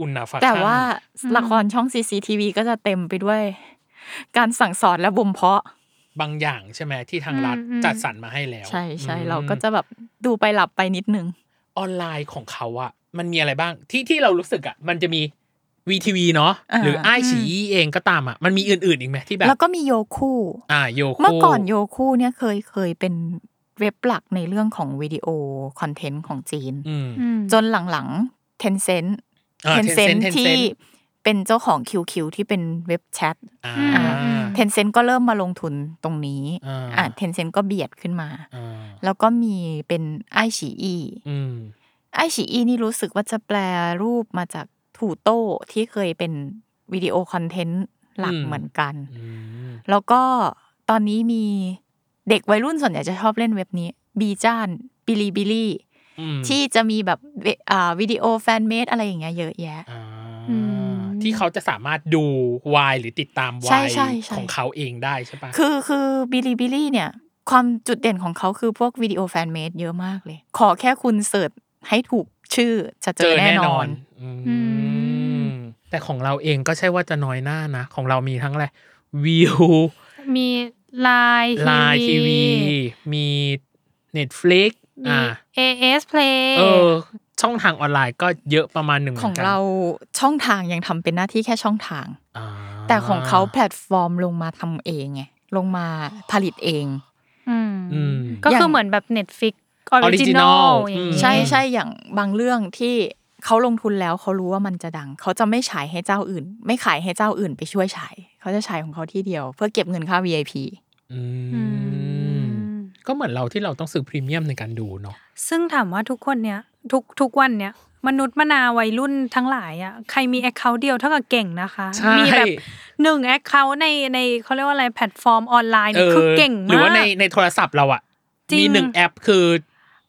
[SPEAKER 2] อุณาฟัด
[SPEAKER 4] แต่ว่า
[SPEAKER 2] ข้ง
[SPEAKER 4] ละครช่อง CCTV ก็จะเต็มไปด้วย การสั่งสอนและบ่มเพาะ
[SPEAKER 2] บางอย่างใช่ไหมที่ทางรัฐจัดสรรมาให้แล้ว
[SPEAKER 4] ใช่ใช่
[SPEAKER 2] อืม
[SPEAKER 4] เราก็จะแบบดูไปหลับไปนิดนึง
[SPEAKER 2] ออนไลน์ของเขาอะมันมีอะไรบ้างที่ที่เรารู้สึกอะมันจะมี วีทีวีเนาะ
[SPEAKER 6] อ่า
[SPEAKER 2] หรือไอฉีอีเองก็ตามอ่ะมันมีอื่นๆอีกไหมที่แบบ
[SPEAKER 4] แล้วก็มีโยคู่
[SPEAKER 2] อ่าโยโค
[SPEAKER 4] เมื่อก่อนโยคู่เนี่ยเคยเคยเป็นเว็บหลักในเรื่องของวิดีโอคอนเทนต์ของจีน
[SPEAKER 2] อืม
[SPEAKER 3] อืม
[SPEAKER 4] จนหลังๆ Tencent
[SPEAKER 2] อ่า Tencent
[SPEAKER 4] Tencent ที่
[SPEAKER 2] Tencent
[SPEAKER 4] เป็นเจ้าของ QQ ที่เป็นเว็บแชท
[SPEAKER 2] อ่า
[SPEAKER 3] อืมอืม
[SPEAKER 4] Tencent ก็เริ่มมาลงทุนตรงนี้
[SPEAKER 2] อ่า
[SPEAKER 4] อ่ะ Tencent ก็เบียดขึ้นมา
[SPEAKER 2] อ่า
[SPEAKER 4] แล้วก็มีเป็นไอฉีอี
[SPEAKER 2] อืม
[SPEAKER 4] ไอฉีอีนี่รู้สึกว่าจะแปลรูปมาจากถูโต้ที่เคยเป็นวิดีโอคอนเทนต์หลักเหมือนกัน
[SPEAKER 2] อืม
[SPEAKER 4] แล้วก็ตอนนี้มีเด็กวัยรุ่นส่วนใหญ่จะชอบเล่นเว็บนี้ บีจานบิลีบิลี่
[SPEAKER 2] อืม
[SPEAKER 4] ที่จะมีแบบเวอ่าวิดีโอแฟนเมดอะไรอย่างเงี้ยเยอะแยะ
[SPEAKER 2] อ่า
[SPEAKER 3] อืม
[SPEAKER 2] ที่เขาจะสามารถดูวายหรือติดตาม
[SPEAKER 4] ใช่
[SPEAKER 2] วาย
[SPEAKER 4] ใช่ใช่
[SPEAKER 2] ของเขาเองได้ใช่ปะ
[SPEAKER 4] คือคือบิลีบิลี่เนี่ย ความจุดเด่นของเขาคือพวกวิดีโอแฟนเมดเยอะมากเลย ขอแค่คุณเสิร์ชให้ถูกชื่อจะเจอแน่นอน
[SPEAKER 2] อืม
[SPEAKER 3] อืม
[SPEAKER 2] แต่ของเราเองก็ใช่ว่าจะน้อยหน้านะ ของเรามีทั้งอะไรวิ ว
[SPEAKER 3] มีลาย
[SPEAKER 2] ลายทีวี มี Netflix
[SPEAKER 3] มี
[SPEAKER 2] อ่า
[SPEAKER 3] AS Play
[SPEAKER 2] เออ ช่องทางออนไลน์ก็เยอะประมาณหนึ่งหมื
[SPEAKER 4] ของ
[SPEAKER 2] นกัน
[SPEAKER 4] เราช่องทางยังทำเป็นหน้าที่แค่ช่องทาง
[SPEAKER 2] อ่า
[SPEAKER 4] แต่ของเขาแพลตฟอร์มลงมาทำเองไงลงมาผลิตเอง
[SPEAKER 3] อืม
[SPEAKER 2] อืม
[SPEAKER 3] ก็
[SPEAKER 4] อย่า
[SPEAKER 3] คือง เหมือนแบบ Netflix
[SPEAKER 2] Original
[SPEAKER 3] Original
[SPEAKER 2] อืม
[SPEAKER 3] อย่าง
[SPEAKER 4] ใช่
[SPEAKER 3] งี้
[SPEAKER 4] ใช่อย่างบางเรื่องที่เขาลงทุนแล้วเขารู้ว่ามันจะดัง เขาจะไม่ฉายให้เจ้าอื่น ไม่ขายให้เจ้าอื่นไปช่วยฉายเขาจะฉายของเขาที่เดียว เพื่อเก็บเงินค่า VIP
[SPEAKER 2] อื
[SPEAKER 3] อื
[SPEAKER 2] ม
[SPEAKER 3] ม
[SPEAKER 2] ก็เหมือนเราที่เราต้องซื้อพรีเมียมในการดูเนาะ
[SPEAKER 3] ซึ่งถามว่าทุกคนเนี่ยทุกทุกวันเนี่ย มนุษย์มนาวัยรุ่นทั้งหลายอ่ะใครมีแอคเคาท์เดียวเท่ากับเก่งนะคะ
[SPEAKER 2] ใช่
[SPEAKER 3] มีแบบหนึ่งแอคเคาท์ในในเขาเรียกว่าอะไรแพลตฟอร์มออนไลน์เนี่ยคือเก่งมาก
[SPEAKER 2] หรือว่าในในโทรศัพท์เราอะ
[SPEAKER 3] จริง
[SPEAKER 2] มีหนึ่งแอปคือ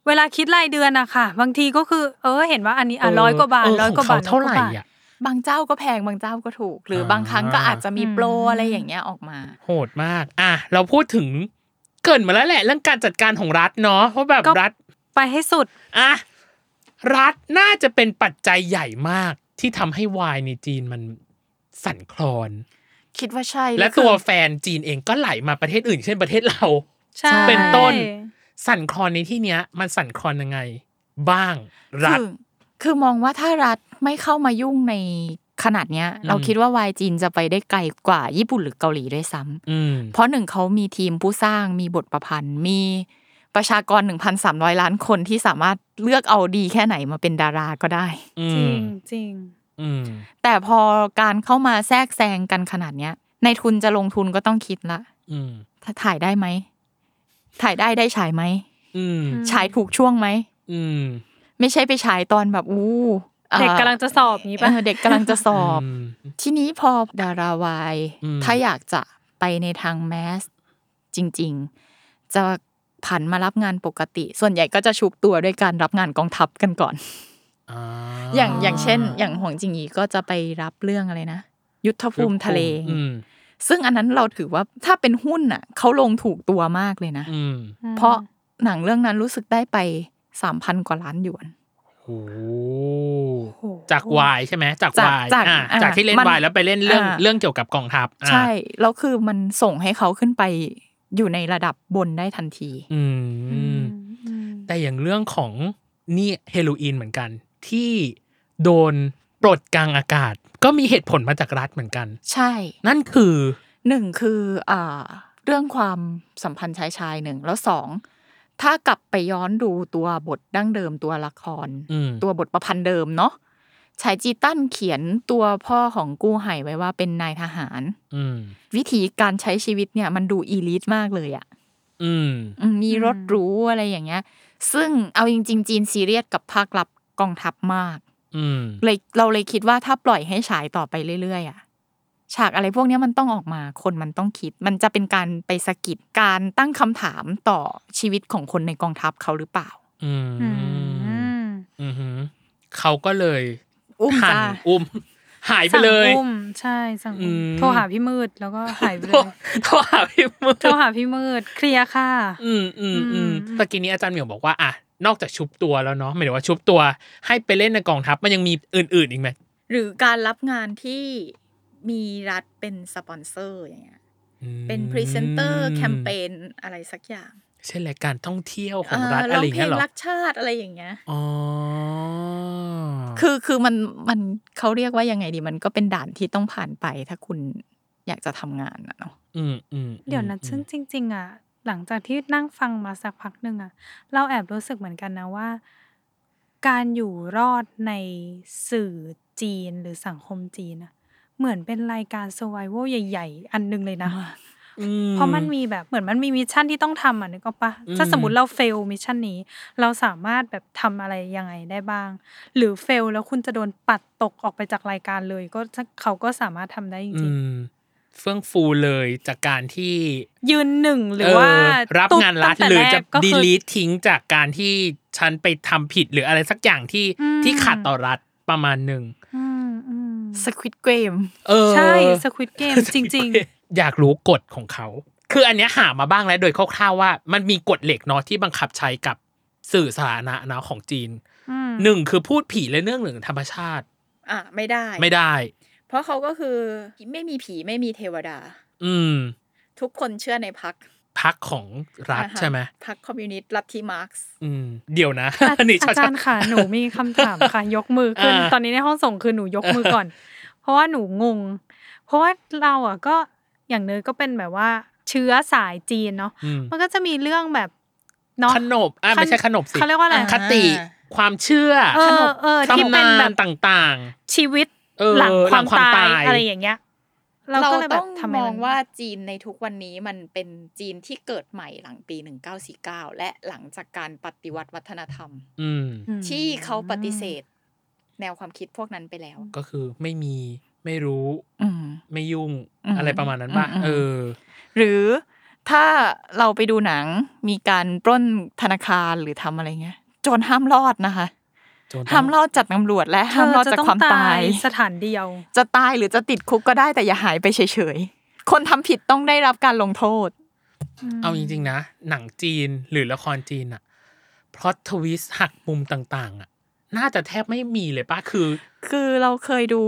[SPEAKER 3] เวลาคิดรายเดือนอะค่ะ บางทีก็คือเออเห็นว่าอันนี้
[SPEAKER 2] อ
[SPEAKER 3] อ่ะร้อยกว่าบาท
[SPEAKER 2] เ
[SPEAKER 3] ร้อยกว่า
[SPEAKER 2] ข
[SPEAKER 3] บาง ท
[SPEAKER 2] เท่าไหร่
[SPEAKER 3] 100กว่บท
[SPEAKER 2] อะ
[SPEAKER 4] บางเจ้าก็แพงบางเจ้าก็ถูก หรืออา บางครั้งก็อาจจะมี
[SPEAKER 3] อืม
[SPEAKER 4] โปรอะไรอย่างเงี้ยออกมา
[SPEAKER 2] โหดมาก อ่ะ เราพูดถึงเกรินมาแล้วแหละ เรื่องการจัดการของรัฐเนาะเพราะแบบ
[SPEAKER 3] ก็
[SPEAKER 2] รัฐ
[SPEAKER 3] ไปให้สุด
[SPEAKER 2] อ่ะรัฐน่าจะเป็นปัจจัยใหญ่มากที่ทำให้วายในจีนมันสั่นคลอน
[SPEAKER 4] คิดว่าใช่
[SPEAKER 2] และ
[SPEAKER 4] คือ
[SPEAKER 2] ตัวแฟนจีนเองก็ไหลมาประเทศอื่น เช่นประเทศเรา
[SPEAKER 3] ใช่
[SPEAKER 2] เป็นต้น สั่นคลอนในที่เนี้ย มันสั่นคลอนยังไง บ้างรัฐ
[SPEAKER 4] คือคือมองว่าถ้ารัฐไม่เข้ามายุ่งในขนาดเนี้ย
[SPEAKER 2] อืม
[SPEAKER 4] เราคิดว่าวายจีนจะไปได้ไกลกว่าญี่ปุ่นหรือเกาหลีด้วยซ้ำ
[SPEAKER 2] อืม
[SPEAKER 4] เพราะหนึ่งเขามีทีมผู้สร้างมีบทประพันธ์ มีประชากร 1,300 ล้านคนที่สามารถเลือกเอาดีแค่ไหนมาเป็นดาราก็ได้
[SPEAKER 2] อื
[SPEAKER 3] จริ
[SPEAKER 2] ม
[SPEAKER 3] งจริง
[SPEAKER 2] อืม
[SPEAKER 4] แต่พอการเข้ามาแทรกแซงกันขนาดเนี้ยในทุนจะลงทุนก็ต้องคิดละ
[SPEAKER 2] อืม
[SPEAKER 4] ถ้าถ่ายได้ไหม ถ่ายได้ได้ฉายไหม
[SPEAKER 2] อืม
[SPEAKER 4] ฉายถูกช่วงไหม
[SPEAKER 2] อืม
[SPEAKER 4] ไม่ใช่ไปฉายตอนแบบอู้อ่อ
[SPEAKER 3] เด็กกำลังจะสอบนี้ป่ะ
[SPEAKER 4] เออเด็กกำลังจะสอบ
[SPEAKER 2] ม
[SPEAKER 4] ทีนี้พอดาราวาย
[SPEAKER 2] อืม
[SPEAKER 4] ถ้าอยากจะไปในทางแมสจริง ๆ จะผันมารับงานปกติ ส่วนใหญ่ก็จะชุบตัวด้วยการรับงานกองทัพกันก่อน
[SPEAKER 2] อ่า
[SPEAKER 4] อย่างอย่างเช่น อย่างหวงจิงอีก็จะไปรับเรื่องอะไรนะ ยุทธภูมิทะเล
[SPEAKER 2] อืม
[SPEAKER 4] ซึ่งอันนั้นเราถือว่าถ้าเป็นหุ้นน่ะเขาลงถูกตัวมากเลยนะ
[SPEAKER 2] อืม
[SPEAKER 4] เพราะหนังเรื่องนั้นรู้สึกได้ไปสามพันกว่าล้านหยวน
[SPEAKER 2] โห
[SPEAKER 3] โอ้โห
[SPEAKER 2] จากวายใช่ไหม จาก
[SPEAKER 4] จาก
[SPEAKER 2] วาย
[SPEAKER 4] จาก
[SPEAKER 2] อ่ะ
[SPEAKER 4] อ่ะ
[SPEAKER 2] จากที่เล่น
[SPEAKER 4] มัน
[SPEAKER 2] วายแล้วไปเล่นเรื่อง
[SPEAKER 4] อ่ะ
[SPEAKER 2] เรื่องเกี่ยวกับกองทัพอ่ะ
[SPEAKER 4] ใช่แล้วคือมันส่งให้เขาขึ้นไปอยู่ในระดับบนได้ทันที
[SPEAKER 2] อื
[SPEAKER 3] อื
[SPEAKER 2] ม
[SPEAKER 3] มอืม
[SPEAKER 2] แต่อย่างเรื่องของนี่เฮโรอีนเหมือนกัน ที่โดนปลดกลางอากาศ ก็มีเหตุผลมาจากรัฐเหมือนกัน
[SPEAKER 4] ใช่
[SPEAKER 2] นั่นคือ
[SPEAKER 4] หนึ่งคืออ่าเรื่องความสัมพันธ์ชายชายหนึ่งแล้วสองถ้ากลับไปย้อนดูตัวบทดั้งเดิมตัวละคร
[SPEAKER 2] อืม
[SPEAKER 4] ตัวบทประพันธ์เดิมเนาะชายจีตั้นเขียนตัวพ่อของกู้ไห่ไว้ว่าเป็นนายทหาร
[SPEAKER 2] อืม
[SPEAKER 4] วิธีการใช้ชีวิตเนี่ยมันดูอีลิทมากเลยอะ
[SPEAKER 2] อืม
[SPEAKER 4] อืมมีรถหรูอะไรอย่างเงี้ย ซึ่งเอาจริง ๆ จีนซีเรียสกับภาครับกองทัพมาก
[SPEAKER 2] อืม
[SPEAKER 4] เลยเราเลยคิดว่าถ้าปล่อยให้ฉายต่อไปเรื่อยๆอ่ะฉากอะไรพวกเนี้ยมันต้องออกมาคนมันต้องคิด มันจะเป็นการไปสะกิดการตั้งคำถามต่อชีวิตของคนในกองทัพเขาหรือเปล่า
[SPEAKER 2] อืม
[SPEAKER 3] อืม
[SPEAKER 2] อืมเขาก็เลย
[SPEAKER 4] อุ้ม
[SPEAKER 2] หั่น
[SPEAKER 4] จ้า
[SPEAKER 2] อุ้ม หายไปเลย
[SPEAKER 3] สั่งอุ้มใช่สั่งอุ้ม
[SPEAKER 2] อืม
[SPEAKER 3] โทรหาพี่มืดแล้วก็หายไป
[SPEAKER 2] โท
[SPEAKER 3] เล
[SPEAKER 2] ร
[SPEAKER 3] ย
[SPEAKER 2] โทรหาพี่มือ
[SPEAKER 3] โทรหาพี่มืดเคลียร์ค่ะ
[SPEAKER 2] อืมอืม
[SPEAKER 3] อื
[SPEAKER 2] อืม
[SPEAKER 3] ม
[SPEAKER 2] ตะกี้นี้อาจารย์เหมียวบอกว่าอ่ะนอกจากชุบตัวแล้วเนาะหมายถึงว่าชุบตัว ให้ไปเล่นในกองทัพมันยังมีอื่น ๆ อีกไหม
[SPEAKER 4] หรือการรับงานที่มีรัฐเป็นสปอนเซอร์อย่างเงี้ยเป็นพรีเซนเตอร์แคมเปญอะไรสักอย่าง
[SPEAKER 2] เช่นรายการท่องเที่ยวของรัฐอะไรอย่างเงี้ยเหรอ
[SPEAKER 4] รักชาติอะไรอย่างเงี้ย
[SPEAKER 2] อ๋อ
[SPEAKER 4] คือคือมันมันเขาเรียกว่ายังไงดีมันก็เป็นด่านที่ต้องผ่านไปถ้าคุณอยากจะทำงานอะเนาะ
[SPEAKER 2] อืมอืม
[SPEAKER 3] เดี๋ยวนะ
[SPEAKER 2] อืม
[SPEAKER 3] ซึ่งจริง ๆ อ่ะ หลังจากที่นั่งฟังมาสักพักหนึ่งอ่ะ เราแอบรู้สึกเหมือนกันนะว่า การอยู่รอดในสื่อจีนหรือสังคมจีนอะเหมือนเป็นรายการ survival ใหญ่ ๆ อันหนึงเลยนะ
[SPEAKER 2] อื
[SPEAKER 3] เพราะมันมีแบบเหมือนมันมีมิชชั่นที่ต้องทำอ่ะนึกออกปะ
[SPEAKER 2] อืม
[SPEAKER 3] ถ้าสมมติเราเฟลมิชชั่นนี้ เราสามารถแบบทำอะไรยังไงได้บ้าง หรือเฟลแล้วคุณจะโดนปัดตกออกไปจากรายการเลย ก็เขาก็สามารถทำได้จ
[SPEAKER 2] อื
[SPEAKER 3] ริง
[SPEAKER 2] มเฟื่องฟูเลยจากการที่
[SPEAKER 3] ๆยืนหนึ่งหรือว่า
[SPEAKER 2] เรับ
[SPEAKER 3] ตุ๊บ
[SPEAKER 2] งานรัฐ
[SPEAKER 3] ตั้แต่
[SPEAKER 2] หรือ
[SPEAKER 3] แก
[SPEAKER 2] จะ
[SPEAKER 3] ก็
[SPEAKER 2] ดี
[SPEAKER 3] คือ
[SPEAKER 2] ลีททิ้งจากการที่ฉันไปทำผิดหรืออะไรสักอย่างที่
[SPEAKER 3] อืม
[SPEAKER 2] ที่ขัดต่อรัฐประมาณหนึ่ง
[SPEAKER 3] อืมอืม
[SPEAKER 4] สควิตเกม
[SPEAKER 2] เออ
[SPEAKER 3] ใช่สควิตเกมจริง
[SPEAKER 2] ๆ อยากรู้กฎของเขา คืออันเนี้ยหามาบ้างแล้วโดยคร่าวๆว่ามันมีกฎเหล็กเนาะที่บังคับใช้กับสื่อสาธารณะเนาะของจีน
[SPEAKER 3] ๆ อืม
[SPEAKER 2] หนึ่งคือพูดผีและเรื่องหนึ่งธรรมชาติ
[SPEAKER 4] อ่ะไม่ได้
[SPEAKER 2] ไม่ได้
[SPEAKER 4] เพราะเขาก็คือไม่มีผีไม่มีเทวดา
[SPEAKER 2] อืม
[SPEAKER 4] ทุกคนเชื่อในพัก
[SPEAKER 2] พักของรัฐใช่ไหม
[SPEAKER 4] พักคอมมิวนิสต์ลัทธิมาร์กซ์
[SPEAKER 2] อืม เดี๋ยวนะ
[SPEAKER 3] อา
[SPEAKER 2] นนี้ช
[SPEAKER 3] อา
[SPEAKER 2] ด
[SPEAKER 3] จารย์ค่ะ หนูมีคำถาม ค่ะ ยกมือขึ้น
[SPEAKER 2] อ่า
[SPEAKER 3] ตอนนี้ในห้องส่งคือหนูยกมือก่อน เพราะว่าหนูงง เพราะว่าเราอ่ะก็อย่างเนยก็เป็นแบบว่าเชื้อสายจีนเนาะ
[SPEAKER 2] อืม
[SPEAKER 3] มันก็จะมีเรื่องแบบเนาะ
[SPEAKER 2] ขนบอ่ะไม่ใช่ขนบสิ
[SPEAKER 3] เขาเรียกว่าอะไร
[SPEAKER 2] คติความเชื่อ
[SPEAKER 3] เออเออที่เป็
[SPEAKER 2] ตำาน
[SPEAKER 3] นแบ
[SPEAKER 2] น
[SPEAKER 3] บ
[SPEAKER 2] ต่าง
[SPEAKER 3] ชีวิต
[SPEAKER 2] ๆ เออ
[SPEAKER 3] หลังความ
[SPEAKER 2] หลั
[SPEAKER 3] ตายอะไรอย่างเงี้ยเราก็เลยแบ
[SPEAKER 4] ต้
[SPEAKER 3] บ
[SPEAKER 4] อง
[SPEAKER 3] ทำไม
[SPEAKER 4] มอง
[SPEAKER 3] น
[SPEAKER 4] ว่าจีนในทุกวันนี้มันเป็นจีนที่เกิดใหม่หลังปี 1949 และหลังจากการปฏิวัติวัฒนธรรม
[SPEAKER 2] อืม
[SPEAKER 4] ที่เขาปฏิเสธ แนวความคิดพวกนั้นไปแล้ว
[SPEAKER 2] ก็คือไม่มีไม่รู้
[SPEAKER 4] อืม
[SPEAKER 2] ไม่ยุ่ง
[SPEAKER 4] อืม
[SPEAKER 2] อะไรประมาณนั้นป่ะ
[SPEAKER 4] อืมอืม
[SPEAKER 2] เออ
[SPEAKER 4] หรือถ้าเราไปดูหนังมีการปล้นธนาคารหรือทำอะไรเงี้ยโจรห้ามรอดนะคะ
[SPEAKER 2] โจรต้อง
[SPEAKER 4] ห้ามรอดจากตำรวจและ
[SPEAKER 3] เธ
[SPEAKER 4] ห้ามรอดจากความตาย
[SPEAKER 3] จะองสถานเดียว
[SPEAKER 4] จะตายหรือจะติดคุกก็ได้แต่อย่าหายไปเฉยๆ คนทำผิดต้องได้รับการลงโทษ
[SPEAKER 2] เอาจริง ๆ นะ หนังจีนหรือละครจีนอะพล็อตทวิสหักมุมต่างๆอะน่าจะแทบไม่มีเลยป่ะคือ
[SPEAKER 4] คือเราเคยดู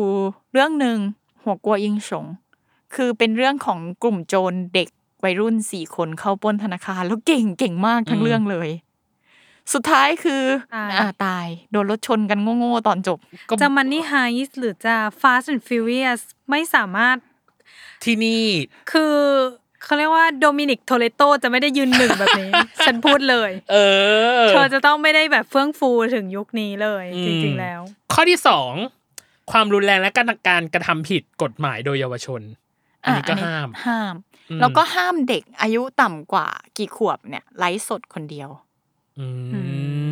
[SPEAKER 4] เรื่องหนึ่งหัวกัวอิงฉงคือเป็นเรื่องของกลุ่มโจรเด็กวัยรุ่นสี่คนเข้าปล้นธนาคารแล้วเก่งเก่งมากทั้
[SPEAKER 2] อื
[SPEAKER 4] ง
[SPEAKER 2] ม
[SPEAKER 4] เรื่องเลย สุดท้ายคือ
[SPEAKER 3] ตาย
[SPEAKER 4] อ่าตาย โดนรถชนกันโง่ๆตอนจบ
[SPEAKER 2] ก็
[SPEAKER 3] จะมันนี่ไฮส์หรือจะ Fast and Furious ไม่สามารถ
[SPEAKER 2] ที่นี่
[SPEAKER 3] คือเขาเรียกว่าโดมินิกโทเลโตจะไม่ได้ยืนหนึ่งแบบนี้ ฉันพูดเลย
[SPEAKER 2] เออ
[SPEAKER 3] เธอจะต้องไม่ได้แบบเฟื่องฟูถึงยุคนี้เลย
[SPEAKER 2] อืม
[SPEAKER 3] จริง ๆ แล้ว
[SPEAKER 2] ข้อที่สองความรุนแรงและการการกระทำผิดกฎหมายโดยเยาวชน อันนี้ก็
[SPEAKER 4] อ่ะอันนี้
[SPEAKER 2] ห้าม
[SPEAKER 4] ห้าม
[SPEAKER 2] อืม
[SPEAKER 4] แล้วก็ห้ามเด็กอายุต่ำกว่ากี่ขวบเนี่ยไลฟ์สดคนเดียว
[SPEAKER 2] อืม
[SPEAKER 3] อื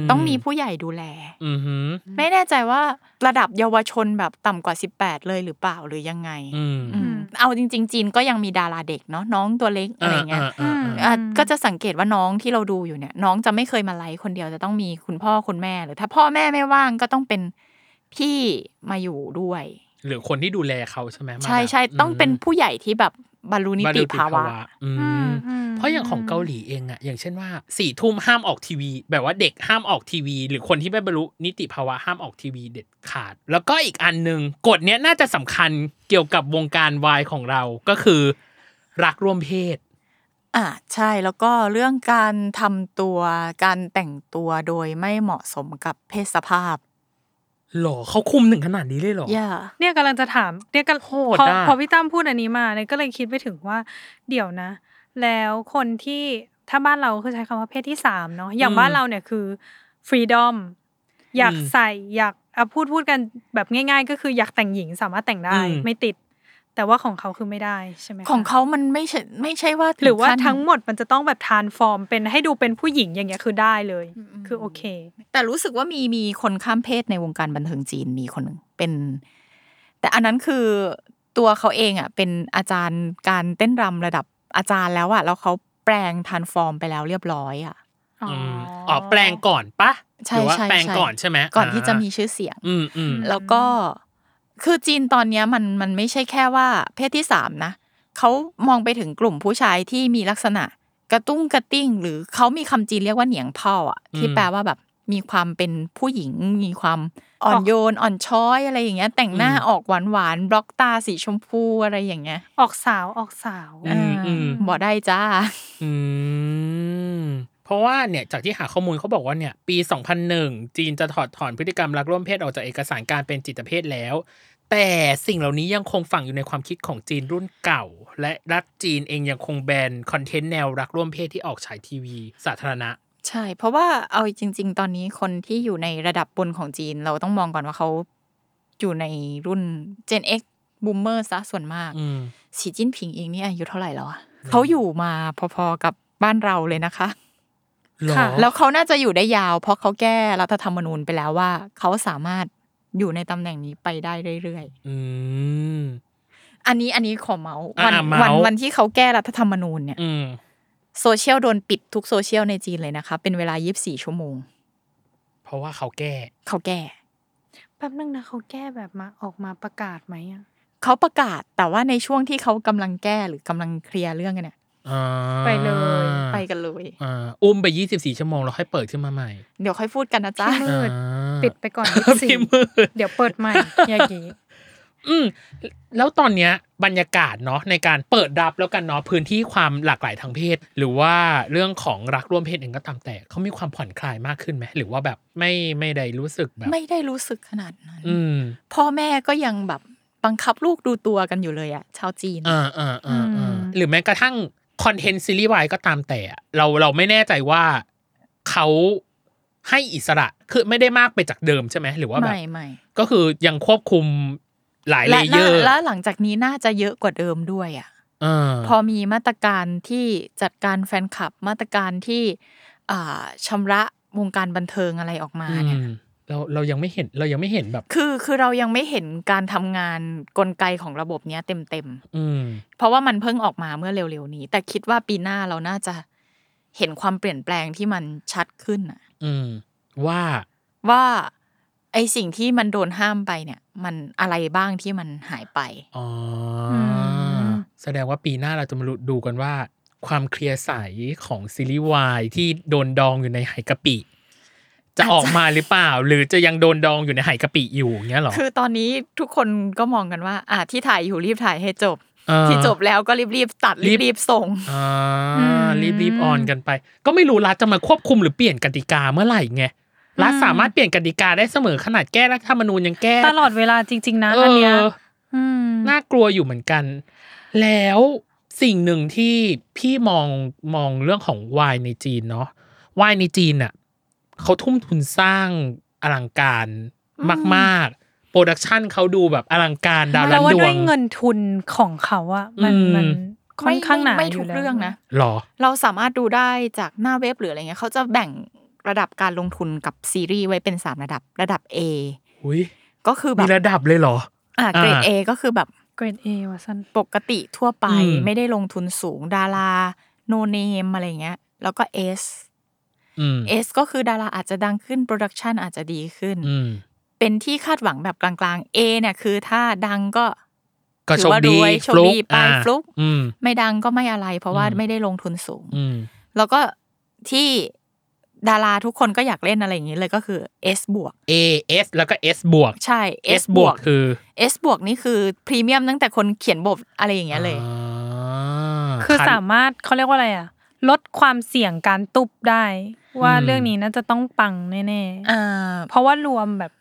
[SPEAKER 4] ต้องมีผู้ใหญ่ดูแล
[SPEAKER 2] อือหือ
[SPEAKER 4] ไม่แน่ใจว่าระดับเยาวชนแบบต่ำกว่า 18 เลยหรือเปล่าหรือยังไง
[SPEAKER 2] อืม
[SPEAKER 4] อืมเอาจริง ๆ จีนก็ยังมีดาราเด็กเนาะน้องตัวเล็กอะไรเงี้ย
[SPEAKER 2] อ่าๆๆ
[SPEAKER 3] อ่า
[SPEAKER 4] อ่ะก็จะสังเกตว่าน้องที่เราดูอยู่เนี่ย น้องจะไม่เคยมาไลฟ์คนเดียวจะต้องมีคุณพ่อคุณแม่หรือ ถ้าพ่อแม่ไม่ว่างก็ต้องเป็นพี่มาอยู่ด้วย
[SPEAKER 2] หรือคนที่ดูแลเขาใช่ไหมมา
[SPEAKER 4] ใช่ใช่
[SPEAKER 2] แบบ
[SPEAKER 4] ต้องเป็นผู้ใหญ่ที่แบบบรรลุนิ
[SPEAKER 2] บรร
[SPEAKER 4] ติ
[SPEAKER 2] ลุ
[SPEAKER 4] ภาวะ
[SPEAKER 2] อืม
[SPEAKER 3] อืมอืม
[SPEAKER 2] เพราะอย่างของเกาหลีเองอะอย่างเช่นว่าสี่ทุ่มห้ามออกทีวี แบบว่าเด็กห้ามออกทีวี หรือคนที่ไม่บรรลุนิติภาวะห้ามออกทีวีเด็ดขาด แล้วก็อีกอันหนึ่งกฎเนี้ยน่าจะสำคัญเกี่ยวกับวงการวายของเราก็คือ รักร่วมเพศ
[SPEAKER 4] อ่าใช่แล้วก็เรื่องการทำตัวการแต่งตัวโดยไม่เหมาะสมกับเพศสภาพ
[SPEAKER 2] หรอเขาคุมถึงขนาดนี้เลยเหรอ
[SPEAKER 4] อย่า
[SPEAKER 3] เนี่ยกำลังจะถามเนี่ยกำลัน
[SPEAKER 2] โห
[SPEAKER 3] พ
[SPEAKER 2] ด
[SPEAKER 3] อ
[SPEAKER 2] อะ
[SPEAKER 3] พอพี่ตั้มพูดอันนี้มาเนี่ยก็เลยคิดไปถึงว่า เดี๋ยวนะ แล้วคนที่ถ้าบ้านเราคือใช้คำว่าเพศที่สามเนาะอย่าง
[SPEAKER 2] อืม
[SPEAKER 3] บ้านเราเนี่ยคือฟรีดอมอยาก
[SPEAKER 2] อืม
[SPEAKER 3] ใส่อยากอะพูดพูดกันแบบง่าย ๆ ก็คืออยากแต่งหญิงสามารถแต่งได้
[SPEAKER 2] อืม
[SPEAKER 3] ไม่ติด แต่ว่าของเขาคือไม่ได้ใช่ไหมคะ
[SPEAKER 4] ของเขามันไม่ใช่ไม่ใช่ว่าถึ
[SPEAKER 3] หรือว่า
[SPEAKER 4] ขั้น
[SPEAKER 3] ทั้งหมดมันจะต้องแบบทานฟอร์ม เป็นให้ดูเป็นผู้หญิงอย่างเงี้ยคือได้เลย
[SPEAKER 4] อืม
[SPEAKER 3] คือโอเค
[SPEAKER 4] แต่รู้สึกว่ามีมีคนข้ามเพศในวงการบันเทิงจีนมีคนหนึ่งเป็น แต่อันนั้นคือตัวเขาเองอ่ะเป็นอาจารย์การเต้นรำระดับอาจารย์แล้วอ่ะแล้วเขาแปลงทานฟอร์มไปแล้วเรียบร้อยอ่ะ
[SPEAKER 3] อ๋อ
[SPEAKER 2] มอ๋อแปลงก่อนปะ
[SPEAKER 4] ใช่
[SPEAKER 2] หรือว่า
[SPEAKER 4] ใช่
[SPEAKER 2] แปลง
[SPEAKER 4] ใช่
[SPEAKER 2] ก่อนใช่ไหม
[SPEAKER 4] ก่อนที่จะมีชื่อเสียง
[SPEAKER 2] อืมอืม
[SPEAKER 4] แล้วก็คือจีนตอนเนี้ยมันมันไม่ใช่แค่ว่าเพศที่สามนะเขามองไปถึงกลุ่มผู้ชายที่มีลักษณะกระตุ้งกระติ้ง หรือเขามีคำจีนเรียกว่าเหนียงเผ่าอ่ะที่แปลว่าแบบมีความเป็นผู้หญิง มีความอ่อนโยนอ่อนช้อยอะไรอย่างเงี้ย แต่งหน้าออกหวานหวานๆบล็อกตาสีชมพูอะไรอย่างเงี้ย
[SPEAKER 3] ออกสาวออกสาว
[SPEAKER 2] อืมอืม
[SPEAKER 4] บ่ได้จ้า
[SPEAKER 2] อืม เพราะว่าเนี่ยจากที่หาข้อมูลเขาบอกว่าเนี่ยปี 2001 จีนจะถอดถอนพฤติกรรมรักร่วมเพศออกจากเอกสารการเป็นจิตเภทแล้ว แต่สิ่งเหล่านี้ยังคงฝังอยู่ในความคิดของจีนรุ่นเก่า และรัฐจีนเองยังคงแบนคอนเทนต์แนวรักร่วมเพศที่ออกฉายทีวี สาธารณะ
[SPEAKER 4] ใช่ เพราะว่าเอาจริง ๆ ตอนนี้คนที่อยู่ในระดับบนของจีน เราต้องมองก่อนว่าเขาอยู่ในรุ่น Gen X Boomer ซะส่วนมาก
[SPEAKER 2] อืม
[SPEAKER 4] สีจิ้นผิงเองนี่อายุเท่าไหร่แล้วอะเขาอยู่มาพอๆกับบ้านเราเลยนะคะ
[SPEAKER 2] หรอ
[SPEAKER 3] ค่ะ
[SPEAKER 4] แล้วเขาน่าจะอยู่ได้ยาว เพราะเขาแก้รัฐธรรมนูญไปแล้วว่า เขาสามารถอยู่ในตำแหน่งนี้ไปได้เรื่อย
[SPEAKER 2] อืม
[SPEAKER 4] ๆ อันนี้อันนี้ขอเมาส์
[SPEAKER 2] อ่า
[SPEAKER 4] วัน
[SPEAKER 2] เมาส์
[SPEAKER 4] วันวันที่เขาแก้รัฐธรรมนูญเนี่ย
[SPEAKER 2] อืม
[SPEAKER 4] โซเชียลโดนปิดทุกโซเชียลในจีนเลยนะคะ เป็นเวลา 24 ชั่วโมง
[SPEAKER 2] เพราะว่าเขาแก้
[SPEAKER 4] เขาแก้
[SPEAKER 3] แป๊บนึงนะเขาแก้แบบมาออกมาประกาศไหมอ่ะ
[SPEAKER 4] เขาประกาศแต่ว่าในช่วงที่เขากำลังแก้หรือกำลังเคลียร์เรื่องกันเนี่ย
[SPEAKER 2] อ่า
[SPEAKER 4] ไปเลยไปกันเลย
[SPEAKER 2] อ่าอุ้มไป 24 ชั่วโมงแล้วค่อยเปิดขึ้นมาใหม่
[SPEAKER 4] เดี๋ยวค่อยพูดกันนะจ๊ะ
[SPEAKER 3] พี่มืด
[SPEAKER 2] อ่า
[SPEAKER 3] ปิดไป ก่อนสิ
[SPEAKER 2] พี่มืด
[SPEAKER 3] เดี๋ยวเปิดใหม่ยากิ
[SPEAKER 2] อืมแล้วตอนเนี้ยบรรยากาศเนาะในการเปิดรับแล้วกันเนาะพื้นที่ความหลากหลายทางเพศ หรือว่าเรื่องของรักร่วมเพศเองก็ตามแต่เขามีความผ่อนคลายมากขึ้นไหมหรือว่าแบบไม่ไม่ได้รู้สึกแบบ
[SPEAKER 4] ไม่ได้รู้สึกขนาดนั้น
[SPEAKER 2] อืม
[SPEAKER 4] พ่อแม่ก็ยังแบบบังคับลูกดูตัวกันอยู่เลยอะชาวจีน
[SPEAKER 2] อ่าอ่าอ่าอ่าหรือแม้กระทั่งคอนเทนต์ซีรีส์วายก็ตามแต่อะเราเราไม่แน่ใจว่าเขาให้อิสระคือไม่ได้มากไปจากเดิมใช่ไหมหรือว่าแบบ
[SPEAKER 4] ไม่ไม่
[SPEAKER 2] ก็คือยังควบคุมหลายเล
[SPEAKER 4] และ
[SPEAKER 2] เย
[SPEAKER 4] น่า
[SPEAKER 2] อร์
[SPEAKER 4] และหลังจากนี้น่าจะเยอะกว่าเดิมด้วยอะ
[SPEAKER 2] อ่า
[SPEAKER 4] พอมีมาตรการที่จัดการแฟนคลับมาตรการที่อ่าชำระวงการบันเทิงอะไรออกมา
[SPEAKER 2] อื
[SPEAKER 4] เนี่ย
[SPEAKER 2] มเราเรายังไม่เห็นเรายังไม่เห็นแบบ
[SPEAKER 4] คือคือเรายังไม่เห็นการทำงานกลไกของระบบเนี้ยเต็มเต็มๆ
[SPEAKER 2] อืม
[SPEAKER 4] เพราะว่ามันเพิ่งออกมาเมื่อเร็วๆนี้ แต่คิดว่าปีหน้าเราน่าจะเห็นความเปลี่ยนแปลงที่มันชัดขึ้นอะ
[SPEAKER 2] อืม ว่า
[SPEAKER 4] ว่าไอสิ่งที่มันโดนห้ามไปเนี่ย มันอะไรบ้างที่มันหายไป
[SPEAKER 2] อ๋ออ
[SPEAKER 3] ม
[SPEAKER 2] แสดงว่าปีหน้าเราจะมาดูกันว่า ความเคลียร์ใสของซีรีส์วายที่โดนดองอยู่ในไหกะปิ จะออกมาหรือเปล่า หรือจะยังโดนดองอยู่ในไหกะปิอยู่เงี้ยเหรอ
[SPEAKER 4] คือตอนนี้ทุกคนก็มองกันว่า อ่ะที่ถ่ายอยู่รีบถ่ายให้จบ
[SPEAKER 2] เอ่อ
[SPEAKER 4] ที่จบแล้วก็รีบๆตัด
[SPEAKER 2] รีบ
[SPEAKER 4] รีบๆส่ง
[SPEAKER 2] อ่า
[SPEAKER 3] อืม
[SPEAKER 2] รีบรีบออนกันไป ก็ไม่รู้รัฐจะมาควบคุมหรือเปลี่ยนกติกาเมื่อไหร่ไงรัฐสามารถเปลี่ยนกติกาได้เสมอขนาดแก้รัฐธรรมนูญยังแก้
[SPEAKER 3] ตลอดเวลาจริง ๆ นะอันเนี้ย
[SPEAKER 2] เออ
[SPEAKER 3] อืม
[SPEAKER 2] น่ากลัวอยู่เหมือนกัน แล้วสิ่งหนึ่งที่พี่มองมองเรื่องของวายในจีนเนาะวายในจีนน่ะเขาทุ่มทุนสร้างอลังการมากๆ โปรดักชันเขาดูแบบอลังการดาวลั
[SPEAKER 3] แล้วน ว่า
[SPEAKER 2] ดว
[SPEAKER 3] ด้วย
[SPEAKER 2] ง
[SPEAKER 3] เงินทุนของเขาอะมัน
[SPEAKER 2] อืม
[SPEAKER 3] มันค่อนข้างหนา
[SPEAKER 4] ไม่
[SPEAKER 3] อ
[SPEAKER 4] ทุ
[SPEAKER 3] ยู่
[SPEAKER 4] ก
[SPEAKER 3] แล้ว
[SPEAKER 4] เรื่องนะ
[SPEAKER 2] หรอ
[SPEAKER 4] เราสามารถดูได้จากหน้าเว็บหรืออะไรเงี้ยเขาจะแบ่งระดับการลงทุนกับซีรีส์ไว้เป็นสามระดับระดับ A
[SPEAKER 2] อุ้ย
[SPEAKER 4] ก็คือแบ
[SPEAKER 2] มี
[SPEAKER 4] บ
[SPEAKER 2] ระดับเลยเหรอ
[SPEAKER 4] อ่ะเกรด
[SPEAKER 2] อ่า
[SPEAKER 4] A ก็คือแบบ
[SPEAKER 3] เกรดเอวะสัน
[SPEAKER 4] ปกติทั่วไป
[SPEAKER 2] อืม
[SPEAKER 4] ไม่ได้ลงทุนสูงดาราโนเนมอะไรเงี้ย แล้วก็ S
[SPEAKER 2] อืม
[SPEAKER 4] S ก็คือดาราอาจจะดังขึ้น โปรดักชันอาจจะดีขึ้น
[SPEAKER 2] อืม
[SPEAKER 4] เป็นที่คาดหวังแบบกลางๆ A เนี่ยคือถ้าดังก็
[SPEAKER 2] ก็โชคดี
[SPEAKER 4] ถือว่ารวยโชคดีไป
[SPEAKER 2] อ่า
[SPEAKER 4] ฟลุก
[SPEAKER 2] อืม
[SPEAKER 4] ไม่ดังก็ไม่อะไร เพราะว่า
[SPEAKER 2] อืม
[SPEAKER 4] ไม่ได้ลงทุนสูง
[SPEAKER 2] อืม
[SPEAKER 4] แล้วก็ที่ดาราทุกคนก็อยากเล่นอะไรอย่างนี้เลยก็คือ S บวก
[SPEAKER 2] A S แล้วก็ S บวก
[SPEAKER 4] ใช่
[SPEAKER 2] S บวกคือ
[SPEAKER 4] S บวกนี่คือพรีเมียมตั้งแต่คนเขียนบทอะไรอย่างเงี้ยเลย
[SPEAKER 2] อ่า
[SPEAKER 3] คือ
[SPEAKER 2] คัน
[SPEAKER 3] สามารถเขาเรียกว่าอะไรอะลดความเสี่ยงการตุบได้ ว่า
[SPEAKER 2] อืม
[SPEAKER 3] เรื่องนี้น่าจะต้องปังแน่
[SPEAKER 4] อ่า
[SPEAKER 3] ๆ เพราะว่ารวมแบบ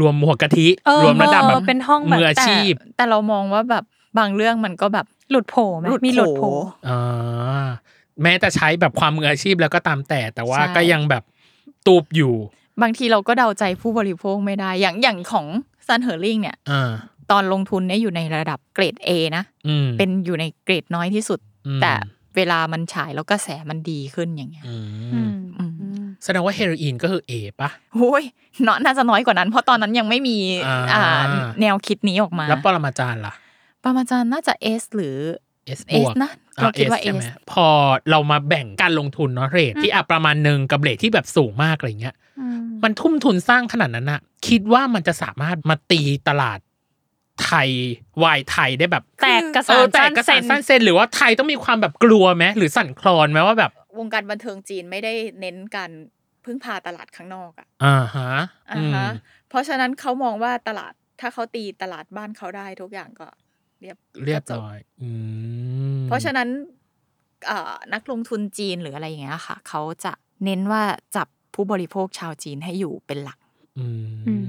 [SPEAKER 2] รวมหัวกะทิ
[SPEAKER 3] เออ
[SPEAKER 2] รวมระดับแบบ
[SPEAKER 3] เออเป็นห้องแบบ
[SPEAKER 2] มืออาชีพ
[SPEAKER 4] แต่แต่เรามองว่าแบบบางเรื่องมันก็แบบ
[SPEAKER 3] หลุดโผล่ไหม
[SPEAKER 4] หลุด
[SPEAKER 3] มีหลุดโผล่
[SPEAKER 4] โผล่
[SPEAKER 2] อ่าแม้แต่ใช้แบบความมืออาชีพแล้วก็ตามแต่ แต่ว่า
[SPEAKER 4] ใช่
[SPEAKER 2] ก็ยังแบบตูบอยู่
[SPEAKER 4] บางทีเราก็เดาใจผู้บริโภคไม่ได้ อย่างอย่างของซันเฮอร์ลิงเนี่ย
[SPEAKER 2] อ่า
[SPEAKER 4] ตอนลงทุนเนี่ยอยู่ในระดับเกรด A นะ
[SPEAKER 2] อืม
[SPEAKER 4] เป็นอยู่ในเกรดน้อยที่สุด
[SPEAKER 2] อืม
[SPEAKER 4] แต่เวลามันฉายแล้วกระแสมันดีขึ้นอย่างเงี้ย
[SPEAKER 2] อื
[SPEAKER 3] อื
[SPEAKER 2] ม
[SPEAKER 3] มอืม
[SPEAKER 2] แสดงว่าเฮโรอีนก็คือเอปะ
[SPEAKER 4] โอ้ยเนาะน่าจะน้อยกว่านั้น เพราะตอนนั้นยังไม่มี
[SPEAKER 2] อ่า
[SPEAKER 4] อ่าแนวคิดนี้ออกมา
[SPEAKER 2] แล้วปรมาจารย์ล่ะ
[SPEAKER 4] ประมาณจารย์น่าจะ S หรือ
[SPEAKER 2] S บว
[SPEAKER 4] S
[SPEAKER 2] ก
[SPEAKER 4] นะเราคิดว่า
[SPEAKER 2] ใช่ไหม
[SPEAKER 4] S
[SPEAKER 2] พอเรามาแบ่งการลงทุนเนาะเรทที่อ่ะประมาณหนึ่งกับเรทที่แบบสูงมากอะไรเงี้ย มันทุ่มทุนสร้างขนาดนั้นอะคิดว่ามันจะสามารถมาตีตลาดไทยวายไทยได้แบบ
[SPEAKER 3] แตกกระสาน
[SPEAKER 2] เออแตกกระสาน
[SPEAKER 3] สั้
[SPEAKER 2] สั้น
[SPEAKER 3] นเซ็น
[SPEAKER 2] เซนหรือว่าไทยต้องมีความแบบกลัวไหมหรือสั่นคลอนไหมว่าแบบ
[SPEAKER 4] วงการบันเทิงจีนไม่ได้เน้นการพึ่งพาตลาดข้างนอกอะ
[SPEAKER 2] อ่าฮะ
[SPEAKER 4] อ่าฮะเพราะฉะนั้นเขามองว่าตลาดถ้าเขาตีตลาดบ้านเขาได้ทุกอย่างก็เรียบ
[SPEAKER 2] อืมเรียบ
[SPEAKER 4] ก็จ
[SPEAKER 2] ร้อยอืม
[SPEAKER 4] เพราะฉะนั้น เอ่อนักลงทุนจีนหรืออะไรอย่างเงี้ยค่ะ เขาจะเน้นว่าจับผู้บริโภคชาวจีนให้อยู่เป็นหลัก
[SPEAKER 2] อื
[SPEAKER 3] อื
[SPEAKER 2] ม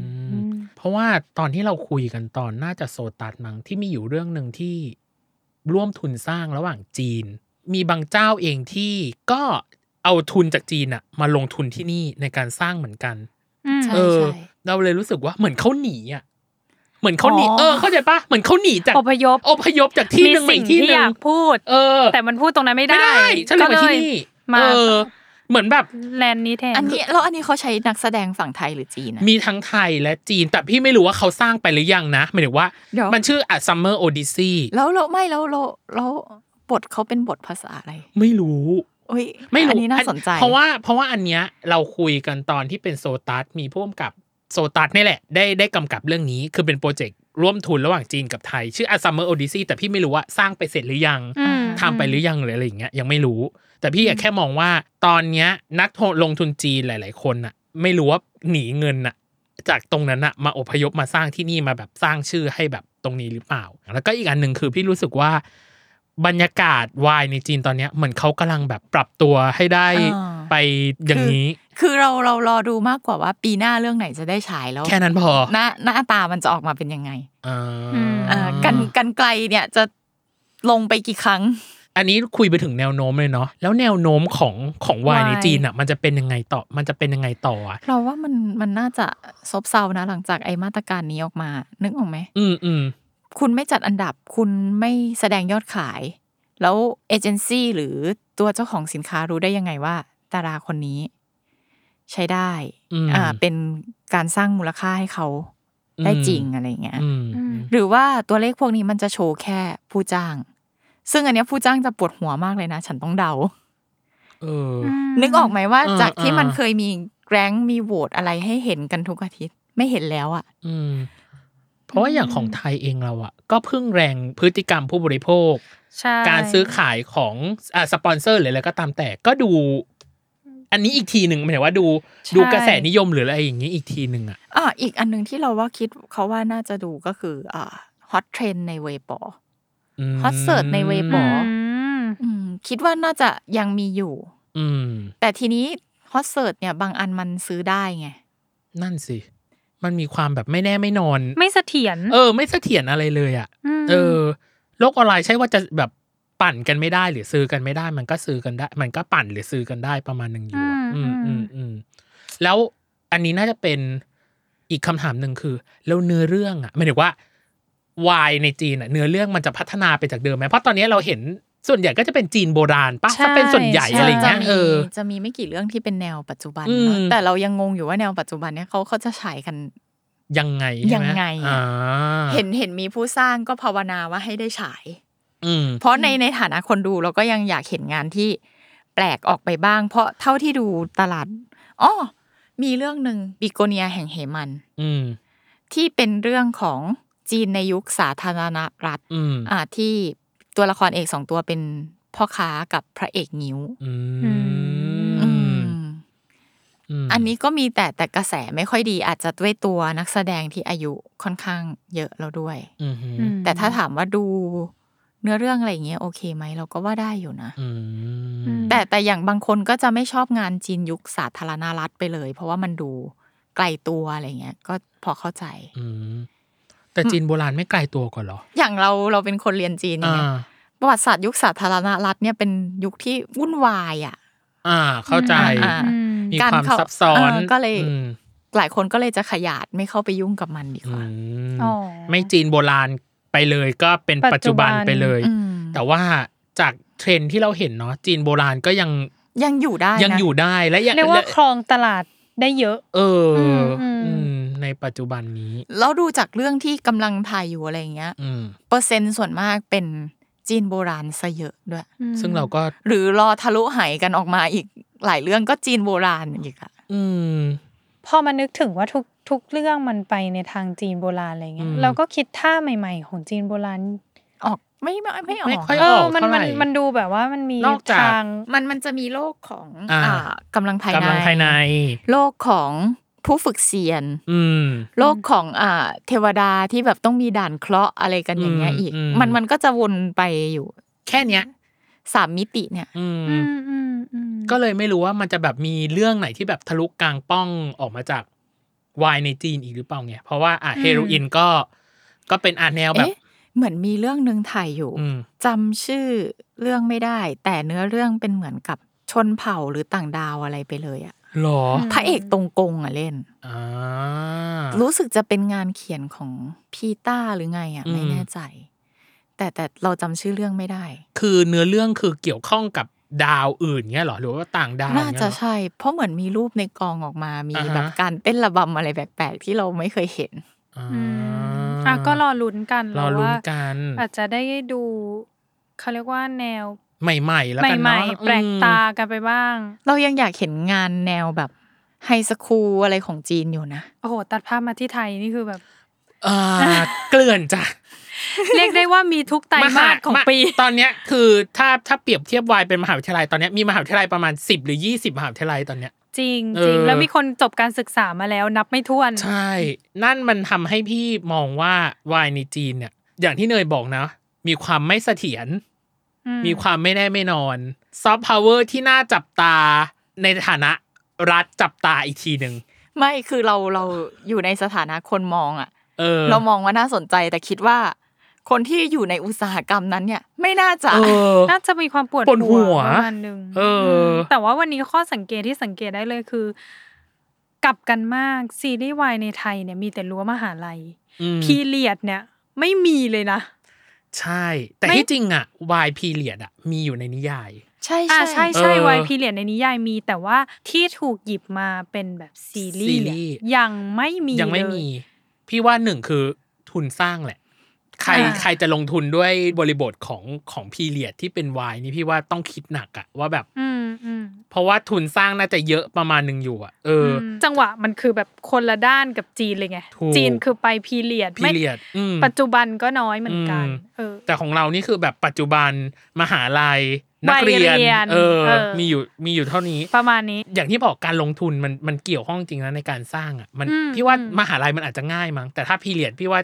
[SPEAKER 3] ม
[SPEAKER 2] เพราะว่าตอนที่เราคุยกันตอนน่าจะโซตัสมั้งที่มีอยู่เรื่องหนึ่งที่ร่วมทุนสร้างระหว่างจีน มีบางเจ้าเองที่ก็เอาทุนจากจีนอะมาลงทุนที่นี่ในการสร้างเหมือนกัน
[SPEAKER 3] อืม
[SPEAKER 4] ใช่
[SPEAKER 2] เออ เราเลยรู้สึกว่าเหมือนเขาหนีอะเหมือนเขาหนี
[SPEAKER 3] อ๋อ
[SPEAKER 2] เออเข้าใจปะเหมือนเขาหนีจาก
[SPEAKER 3] อพยพ
[SPEAKER 2] อพยพจากที่หนึ่ง
[SPEAKER 3] มี
[SPEAKER 2] ไป
[SPEAKER 3] สิ่
[SPEAKER 2] อี
[SPEAKER 3] ง
[SPEAKER 2] ก
[SPEAKER 3] ที่
[SPEAKER 2] ที่ห
[SPEAKER 3] อ
[SPEAKER 2] นึ่ง
[SPEAKER 3] ยากพูด
[SPEAKER 2] เออ
[SPEAKER 3] แต่มันพูดตรงนั้นไม่
[SPEAKER 2] ไม่ได้ฉันเลยมาที่นี่
[SPEAKER 3] มา
[SPEAKER 2] เออ เหมือนแบบ
[SPEAKER 3] แลนด์นี้แทน
[SPEAKER 4] อันนี้แล้วอันนี้เขาใช้นักแสดงฝั่งไทยหรือจีนอะ
[SPEAKER 2] มีทั้งไทยและจีน แต่พี่ไม่รู้ว่าเขาสร้างไปหรือยังนะหมายถึงว่า
[SPEAKER 4] เดี๋ยว
[SPEAKER 2] มันชื่ออะซัมเมอร์โอดิซี
[SPEAKER 4] แล้วเราไม่แล้วเราแล้วบทเขาเป็นบทภาษาอะไร
[SPEAKER 2] ไม่รู้
[SPEAKER 4] เอ้ย
[SPEAKER 2] ไม่รู้
[SPEAKER 4] อันนี้น่าสนใจ
[SPEAKER 2] เพราะว่าเพราะว่าอันเนี้ยเราคุยกันตอนที่เป็นโซตัสมีพ่วมกับโซตัสนี่แหละ ได้ได้กำกับเรื่องนี้คือเป็นโปรเจกต์ร่วมทุนระหว่างจีนกับไทย ชื่ออะซัมเมอร์โอดิซีแต่พี่ไม่รู้ว่าสร้างไปเสร็จหรือยัง
[SPEAKER 3] อืม
[SPEAKER 2] ทำไปหรือยังหรืออะไรอย่างเงี้ยยังไม่รู้ แต่พี่อะแค่มองว่าตอนเนี้ยนักลงทุนจีนหลาย ๆ คนน่ะ ไม่รู้ว่าหนีเงินน่ะ จากตรงนั้นอะมาอพยพมาสร้างที่นี่มาแบบสร้างชื่อให้แบบตรงนี้หรือเปล่า แล้วก็อีกอันหนึ่งคือพี่รู้สึกว่า บรรยากาศวายในจีนตอนเนี้ยเหมือนเขากำลังแบบปรับตัวให้ได้
[SPEAKER 4] อ่า
[SPEAKER 2] ไปอย่างนี้
[SPEAKER 4] คือเราเรารอดูมากกว่าว่าปีหน้าเรื่องไหนจะได้ฉายแล้ว
[SPEAKER 2] แค่นั้นพอ
[SPEAKER 4] หน้าหน้าตามันจะออกมาเป็นยังไง
[SPEAKER 2] อ่า
[SPEAKER 4] เอ่อกันกันไกลเนี่ยจะลงไปกี่ครั้ง
[SPEAKER 2] อันนี้คุยไปถึงแนวโน้มเลยเนาะแล้วแนวโน้มของของวายในจีนอะมันจะเป็นยังไงต่อมันจะเป็นยังไงต่ออะ
[SPEAKER 4] เราว่ามันมันน่าจะซบเซานะ หลังจากไอ้มาตรการนี้ออกมา นึกออกไหม
[SPEAKER 2] อืมอืม
[SPEAKER 4] คุณไม่จัดอันดับคุณไม่แสดงยอดขาย แล้วเอเจนซี่หรือตัวเจ้าของสินค้ารู้ได้ยังไงว่าดาราคนนี้ใช้ได้
[SPEAKER 2] อืม
[SPEAKER 4] อ่าเป็นการสร้างมูลค่าให้เขาได้จริงอะไรเงี้ย
[SPEAKER 2] อืม
[SPEAKER 3] อืม
[SPEAKER 4] หรือว่าตัวเลขพวกนี้มันจะโชว์แค่ผู้จ้าง ซึ่งอันเนี้ยผู้จ้างจะปวดหัวมากเลยนะ ฉันต้องเดา
[SPEAKER 2] เออ
[SPEAKER 4] นึกออกไหมว่า
[SPEAKER 2] อ่า
[SPEAKER 4] จากที่
[SPEAKER 2] อ่ามั
[SPEAKER 4] มันเคยมีแกรงมีโหวตอะไรให้เห็นกันทุกอาทิตย์ไม่เห็นแล้วอะ
[SPEAKER 2] อืมเพราะว่าอย่างของไทยเองเราอะก็เพึ่งแรงพฤติกรรมผู้บริโภค
[SPEAKER 3] ใช่
[SPEAKER 2] การซื้อขายของอ่าสปอนเซอร์หรืออะไรก็ตามแต่ก็ดู อันนี้อีกทีหนึ่งหมายถึงว่าดู
[SPEAKER 3] ใช่
[SPEAKER 2] ดูกระแสนิยมหรืออะไรอย่างนี้อีกทีหนึ่งอ่ะ
[SPEAKER 4] อ่าอีกอันหนึ่งที่เราว่าคิดเขาว่าน่าจะดูก็คืออ่าฮอตเทรนในเวบอ ฮอตเสิร์ชใน Weibo
[SPEAKER 3] อืม
[SPEAKER 4] มคิดว่าน่าจะยังมีอยู่
[SPEAKER 2] อืม
[SPEAKER 4] แต่ทีนี้ฮอตเสิร์ชเนี่ยบางอันมันซื้อได้ไง
[SPEAKER 2] นั่นสิ มันมีความแบบไม่แน่ไม่นอน
[SPEAKER 3] ไม่เสถียร
[SPEAKER 2] เออ ไม่เสถียรอะไรเลยอ่ะ
[SPEAKER 3] ม
[SPEAKER 2] เออ โลกออนไลน์ใช่ว่าจะแบบปั่นกันไม่ได้หรือซื้อกันไม่ได้ มันก็ซื้อกันได้ มันก็ปั่นหรือซื้อกันได้ประมาณหนึ่งอยู่อะอืมอืมอืมแล้วอันนี้น่าจะเป็นอีกคำถามหนึ่งคือ แล้วเนื้อเรื่องอ่ะหมายถึงว่าวายในจีนอ่ะเนื้อเรื่องมันจะพัฒนาไปจากเดิมไหมเพราะตอนนี้เราเห็นส่วนใหญ่ก็จะเป็นจีนโบราณปะถ้าเป็นส่วนใหญ่อะไรอย่าง
[SPEAKER 4] จะ
[SPEAKER 2] เงี้ย
[SPEAKER 4] มี
[SPEAKER 2] เออ
[SPEAKER 4] จะมีไม่กี่เรื่องที่เป็นแนวปัจจุบัน
[SPEAKER 2] อืม
[SPEAKER 4] เนอะแต่เรายังงงอยู่ว่าแนวปัจจุบันเนี่ยเขาเขาจะฉายกัน
[SPEAKER 2] ยังไงใช่หม
[SPEAKER 4] ยังไงอะ
[SPEAKER 2] อ่า
[SPEAKER 4] เห็นเห็นมีผู้สร้างก็ภาวนาว่าให้ได้ฉาย
[SPEAKER 2] อืม
[SPEAKER 4] เพราะในในฐานะคนดูเราก็ยังอยากเห็นงานที่แปลกออกไปบ้าง เพราะเท่าที่ดูตลาดอ๋อมีเรื่องหนึ่งบิโกเนียแห่งเหมัน
[SPEAKER 2] อืม
[SPEAKER 4] ที่เป็นเรื่องของจีนในยุคสาธารณรัฐ
[SPEAKER 2] อืม
[SPEAKER 4] อ่าที่ตัวละครเอกสองตัวเป็นพ่อค้ากับพระเอกงิ้ว
[SPEAKER 2] อื
[SPEAKER 3] อื
[SPEAKER 2] ม
[SPEAKER 4] ม
[SPEAKER 2] ม
[SPEAKER 4] อันนี้ก็มีแต่แต่กระแสไม่ค่อยดีอาจจะด้วยตัวนักแสดงที่อายุค่อนข้างเยอะแล้วด้วย
[SPEAKER 2] อืมฮึ
[SPEAKER 3] อืม
[SPEAKER 4] แต่ถ้าถามว่าดูเนื้อเรื่องอะไรอย่างเงี้ยโอเคไหมเราก็ว่าได้อยู่นะ
[SPEAKER 2] อืม
[SPEAKER 4] แต่แต่อย่างบางคนก็จะไม่ชอบงานจีนยุคสาธารณรัฐไปเลย เพราะว่ามันดูไกลตัวอะไรเงี้ยก็พอเข้าใจ
[SPEAKER 2] อืมแต่จีนโบราณไม่ไกลตัวกว่าเหรอ
[SPEAKER 4] อย่างเราเราเป็นคนเรียนจีนอย่าง
[SPEAKER 2] อ่า
[SPEAKER 4] เงี้ยประวัติศาสตร์ยุคสาธารณรัฐเนี่ยเป็นยุคที่วุ่นวายอ่ะ
[SPEAKER 2] อ่า เข้าใจ
[SPEAKER 4] อ่า
[SPEAKER 3] อืม
[SPEAKER 2] มี
[SPEAKER 4] การ
[SPEAKER 2] ความ
[SPEAKER 4] เข้า
[SPEAKER 2] ซับซ้อน
[SPEAKER 4] เออก็เลย
[SPEAKER 2] อืม
[SPEAKER 4] หลายคนก็เลยจะขยาดไม่เข้าไปยุ่งกับมันดีก
[SPEAKER 2] อื
[SPEAKER 4] ว่าม
[SPEAKER 3] อ๋อ
[SPEAKER 2] ไม่จีนโบราณไปเลยก็เป็น
[SPEAKER 3] ปั
[SPEAKER 2] ปัจ
[SPEAKER 3] จจุ
[SPEAKER 2] จุ
[SPEAKER 3] บั
[SPEAKER 2] บัน
[SPEAKER 3] น
[SPEAKER 2] ไปเลย
[SPEAKER 4] อืม
[SPEAKER 2] แต่ว่าจากเทรนด์ที่เราเห็นเนาะจีนโบราณก็ยัง
[SPEAKER 4] ยังอยู่ได้นะ
[SPEAKER 2] ยังอยู่ได้และยัง
[SPEAKER 3] เรียกว่าครองตลาดได้เยอะ
[SPEAKER 2] เอออ
[SPEAKER 3] มอืม
[SPEAKER 2] อืมในปัจจุบันนี้
[SPEAKER 4] แล้วดูจากเรื่องที่กำลังถ่ายอยู่อะไรเงี้ย
[SPEAKER 2] อืม
[SPEAKER 4] เปอร์เซ็นต์ส่วนมากเป็นจีนโบราณซะเยอะด้วย
[SPEAKER 2] ซึ่งเราก็
[SPEAKER 4] หรือรอทะลุไหายกันออกมาอีกหลายเรื่องก็จีนโบราณอีกอะ
[SPEAKER 2] อืม
[SPEAKER 3] พอมานึกถึงว่าทุกทุกเรื่องมันไปในทางจีนโบราณอะไรเงี้
[SPEAKER 2] อื
[SPEAKER 3] ย
[SPEAKER 2] ม
[SPEAKER 3] เราก็คิดท่าใหม่ ๆ ของจีนโบราณ
[SPEAKER 4] ออกไม่ไม่ไม่ออก
[SPEAKER 2] ไม่ค่อย
[SPEAKER 3] เอ
[SPEAKER 2] อ
[SPEAKER 3] อ
[SPEAKER 2] อก
[SPEAKER 3] มัน
[SPEAKER 2] เท่าไห
[SPEAKER 3] มั
[SPEAKER 2] ร่
[SPEAKER 3] นมันดูแบบว่ามันมี
[SPEAKER 2] นอกจาก
[SPEAKER 3] ทาง
[SPEAKER 4] มันมันจะมีโลกของ
[SPEAKER 2] อ่า
[SPEAKER 4] อ่ากำลังภายใน
[SPEAKER 2] กำลังภายใน
[SPEAKER 4] โลกของผู้ฝึกเซียน
[SPEAKER 2] อืม
[SPEAKER 4] โลกของอ่าเทวดาที่แบบต้องมีด่านเคราะห์อะไรกันอย่างเงี้ย
[SPEAKER 2] อืม
[SPEAKER 4] อีก
[SPEAKER 2] อืม
[SPEAKER 4] มันมันก็จะวนไปอยู่
[SPEAKER 2] แค่เนี้ย
[SPEAKER 4] สามมิติเนี่ย
[SPEAKER 2] อืม
[SPEAKER 3] อืมอืมอืม
[SPEAKER 2] ก็เลยไม่รู้ว่ามันจะแบบมีเรื่องไหนที่แบบทะลุกลางป้องออกมาจากวายในจีนอีกหรือเปล่าไงเพราะว่าอ่ะเฮโรอีนก็ ก็เป็นอาแนวแบบ
[SPEAKER 4] เอ๊ะ เหมือนมีเรื่องหนึ่งถ่ายอยู่
[SPEAKER 2] อืม
[SPEAKER 4] จำชื่อเรื่องไม่ได้ แต่เนื้อเรื่องเป็นเหมือนกับชนเผ่าหรือต่างดาวอะไรไปเลยอะ
[SPEAKER 2] หรอ
[SPEAKER 4] พระเอกตรงกงอะเล่น
[SPEAKER 2] อ่า
[SPEAKER 4] รู้สึกจะเป็นงานเขียนของพีต้าหรือไงอะ
[SPEAKER 2] อืม
[SPEAKER 4] ไม่แน่ใจ แต่แต่เราจำชื่อเรื่องไม่ได้
[SPEAKER 2] คือเนื้อเรื่องคือเกี่ยวข้องกับดาวอื่นเงี้ยเหรอหรือว่าต่างดาวเงี้ย
[SPEAKER 4] น่า
[SPEAKER 2] เหรอ
[SPEAKER 4] จะใช่ เพราะเหมือนมีรูปในกองออกมา มี
[SPEAKER 2] อ่าฮะ
[SPEAKER 4] แบบการเต้นระบำอะไรแปลกๆที่เราไม่เคยเห็น
[SPEAKER 2] อ่า
[SPEAKER 3] อืมอ่ะก็รอลุ้นกัน
[SPEAKER 2] รอลุ้น
[SPEAKER 3] ว่า
[SPEAKER 2] กัน
[SPEAKER 3] อาจจะได้ดูเขาเรียกว่าแนว
[SPEAKER 2] ใหม่ๆแล้วกัน
[SPEAKER 3] ใหม่
[SPEAKER 2] เนาะ
[SPEAKER 3] ๆ แปลกตากันไปบ้าง
[SPEAKER 4] เรายังอยากเห็นงานแนวแบบไฮสคูลอะไรของจีนอยู่นะ
[SPEAKER 3] โอ้โห ตัดภาพมาที่ไทยนี่คือแบบ
[SPEAKER 2] อ่าเกลื่อนจ้ะ
[SPEAKER 3] เรียกได้ว่ามีทุกไตรมาสของปี
[SPEAKER 2] มหาตอนเนี้ยคือถ้าถ้าเปรียบเทียบวายเป็นมหาวิทยาลัยตอนเนี้ยมีมหาวิทยาลัยประมาณ 10 หรือ 20 มหาวิทยาลัยตอนเนี้ย
[SPEAKER 3] จริง
[SPEAKER 2] เอ
[SPEAKER 3] จริง
[SPEAKER 2] อ
[SPEAKER 3] แล้วมีคนจบการศึกษามาแล้วนับไม่ถ้วน
[SPEAKER 2] ใช่ นั่นมันทำให้พี่มองว่าวายในจีนเนี่ย อย่างที่เนยบอกนะ มีความไม่เสถียร
[SPEAKER 3] อื
[SPEAKER 2] มีความไม่แน่ไม่นอนซอฟต์พาวเวอร์ที่น่าจับตาในฐานะรัฐจับตาอีกทีหนึ่ง
[SPEAKER 4] ไม่คือเราเราอยู่ในสถานะคนมองอะ
[SPEAKER 2] เออ
[SPEAKER 4] เรามองว่าน่าสนใจแต่คิดว่า คนที่อยู่ในอุตสาหกรรมนั้นเนี่ย ไม่น่าจะ
[SPEAKER 2] เออ
[SPEAKER 3] น่าจะมีความปวด
[SPEAKER 2] ปวดหัว
[SPEAKER 3] ประมาณนึง
[SPEAKER 2] เอออื
[SPEAKER 3] มแต่ว่าวันนี้ข้อสังเกตที่สังเกตได้เลยคือ กลับกันมากซีรีส์วายในไทยเนี่ยมีแต่รั้วมหาลัย
[SPEAKER 2] ม
[SPEAKER 3] พีเรียดเนี่ย ไม่มีเลยนะ
[SPEAKER 2] ใช่ แต่ที่จริงอะวายพีเรียดอะมีอยู่ในนิยาย
[SPEAKER 4] ใช่
[SPEAKER 3] อ่าใช่ใช่
[SPEAKER 2] เออ
[SPEAKER 3] วายพีเรียดในนิยายมี แต่ว่าที่ถูกหยิบมาเป็นแบบซีรี
[SPEAKER 2] ซี
[SPEAKER 3] ส์
[SPEAKER 2] รีส์
[SPEAKER 3] เนี่ยยังไม่มี
[SPEAKER 2] ยังไม่
[SPEAKER 3] เล
[SPEAKER 2] มี พี่ว่าหนึ่งคือทุนสร้างแหละ ใคร
[SPEAKER 3] อ่า
[SPEAKER 2] ใครจะลงทุนด้วยบริบทของของพีเรียดที่เป็นวายนี่พี่ว่าต้องคิดหนักอะว่าแบบ
[SPEAKER 3] อืมอืม
[SPEAKER 2] เพราะว่าทุนสร้างน่าจะเยอะประมาณหนึ่งอยู่อะเออ
[SPEAKER 3] มจังหวะมันคือแบบคนละด้านกับจีนเลยไง
[SPEAKER 2] ถูก
[SPEAKER 3] จีนคือไปพีเรียด
[SPEAKER 2] พี
[SPEAKER 3] ไม่
[SPEAKER 2] เรียดอืม
[SPEAKER 3] ปัจจุบันก็น้อยเหมือนกัน
[SPEAKER 2] อืม
[SPEAKER 3] เออ
[SPEAKER 2] แต่ของเรานี่คือแบบปัจจุบันมหาลัย นักเรีย
[SPEAKER 3] วัยเรีย
[SPEAKER 2] น
[SPEAKER 3] น
[SPEAKER 2] เออ
[SPEAKER 3] เออ
[SPEAKER 2] มีอยู่มีอยู่เท่านี้
[SPEAKER 3] ประมาณนี้
[SPEAKER 2] อย่างที่บอกการลงทุนมันมันเกี่ยวข้องจริงนะในการสร้างอะมัน
[SPEAKER 3] อืม
[SPEAKER 2] พี่ว่า
[SPEAKER 3] อืม
[SPEAKER 2] มหาลัยมันอาจจะง่ายมั้งแต่ถ้าพีเรียดพี่ว่า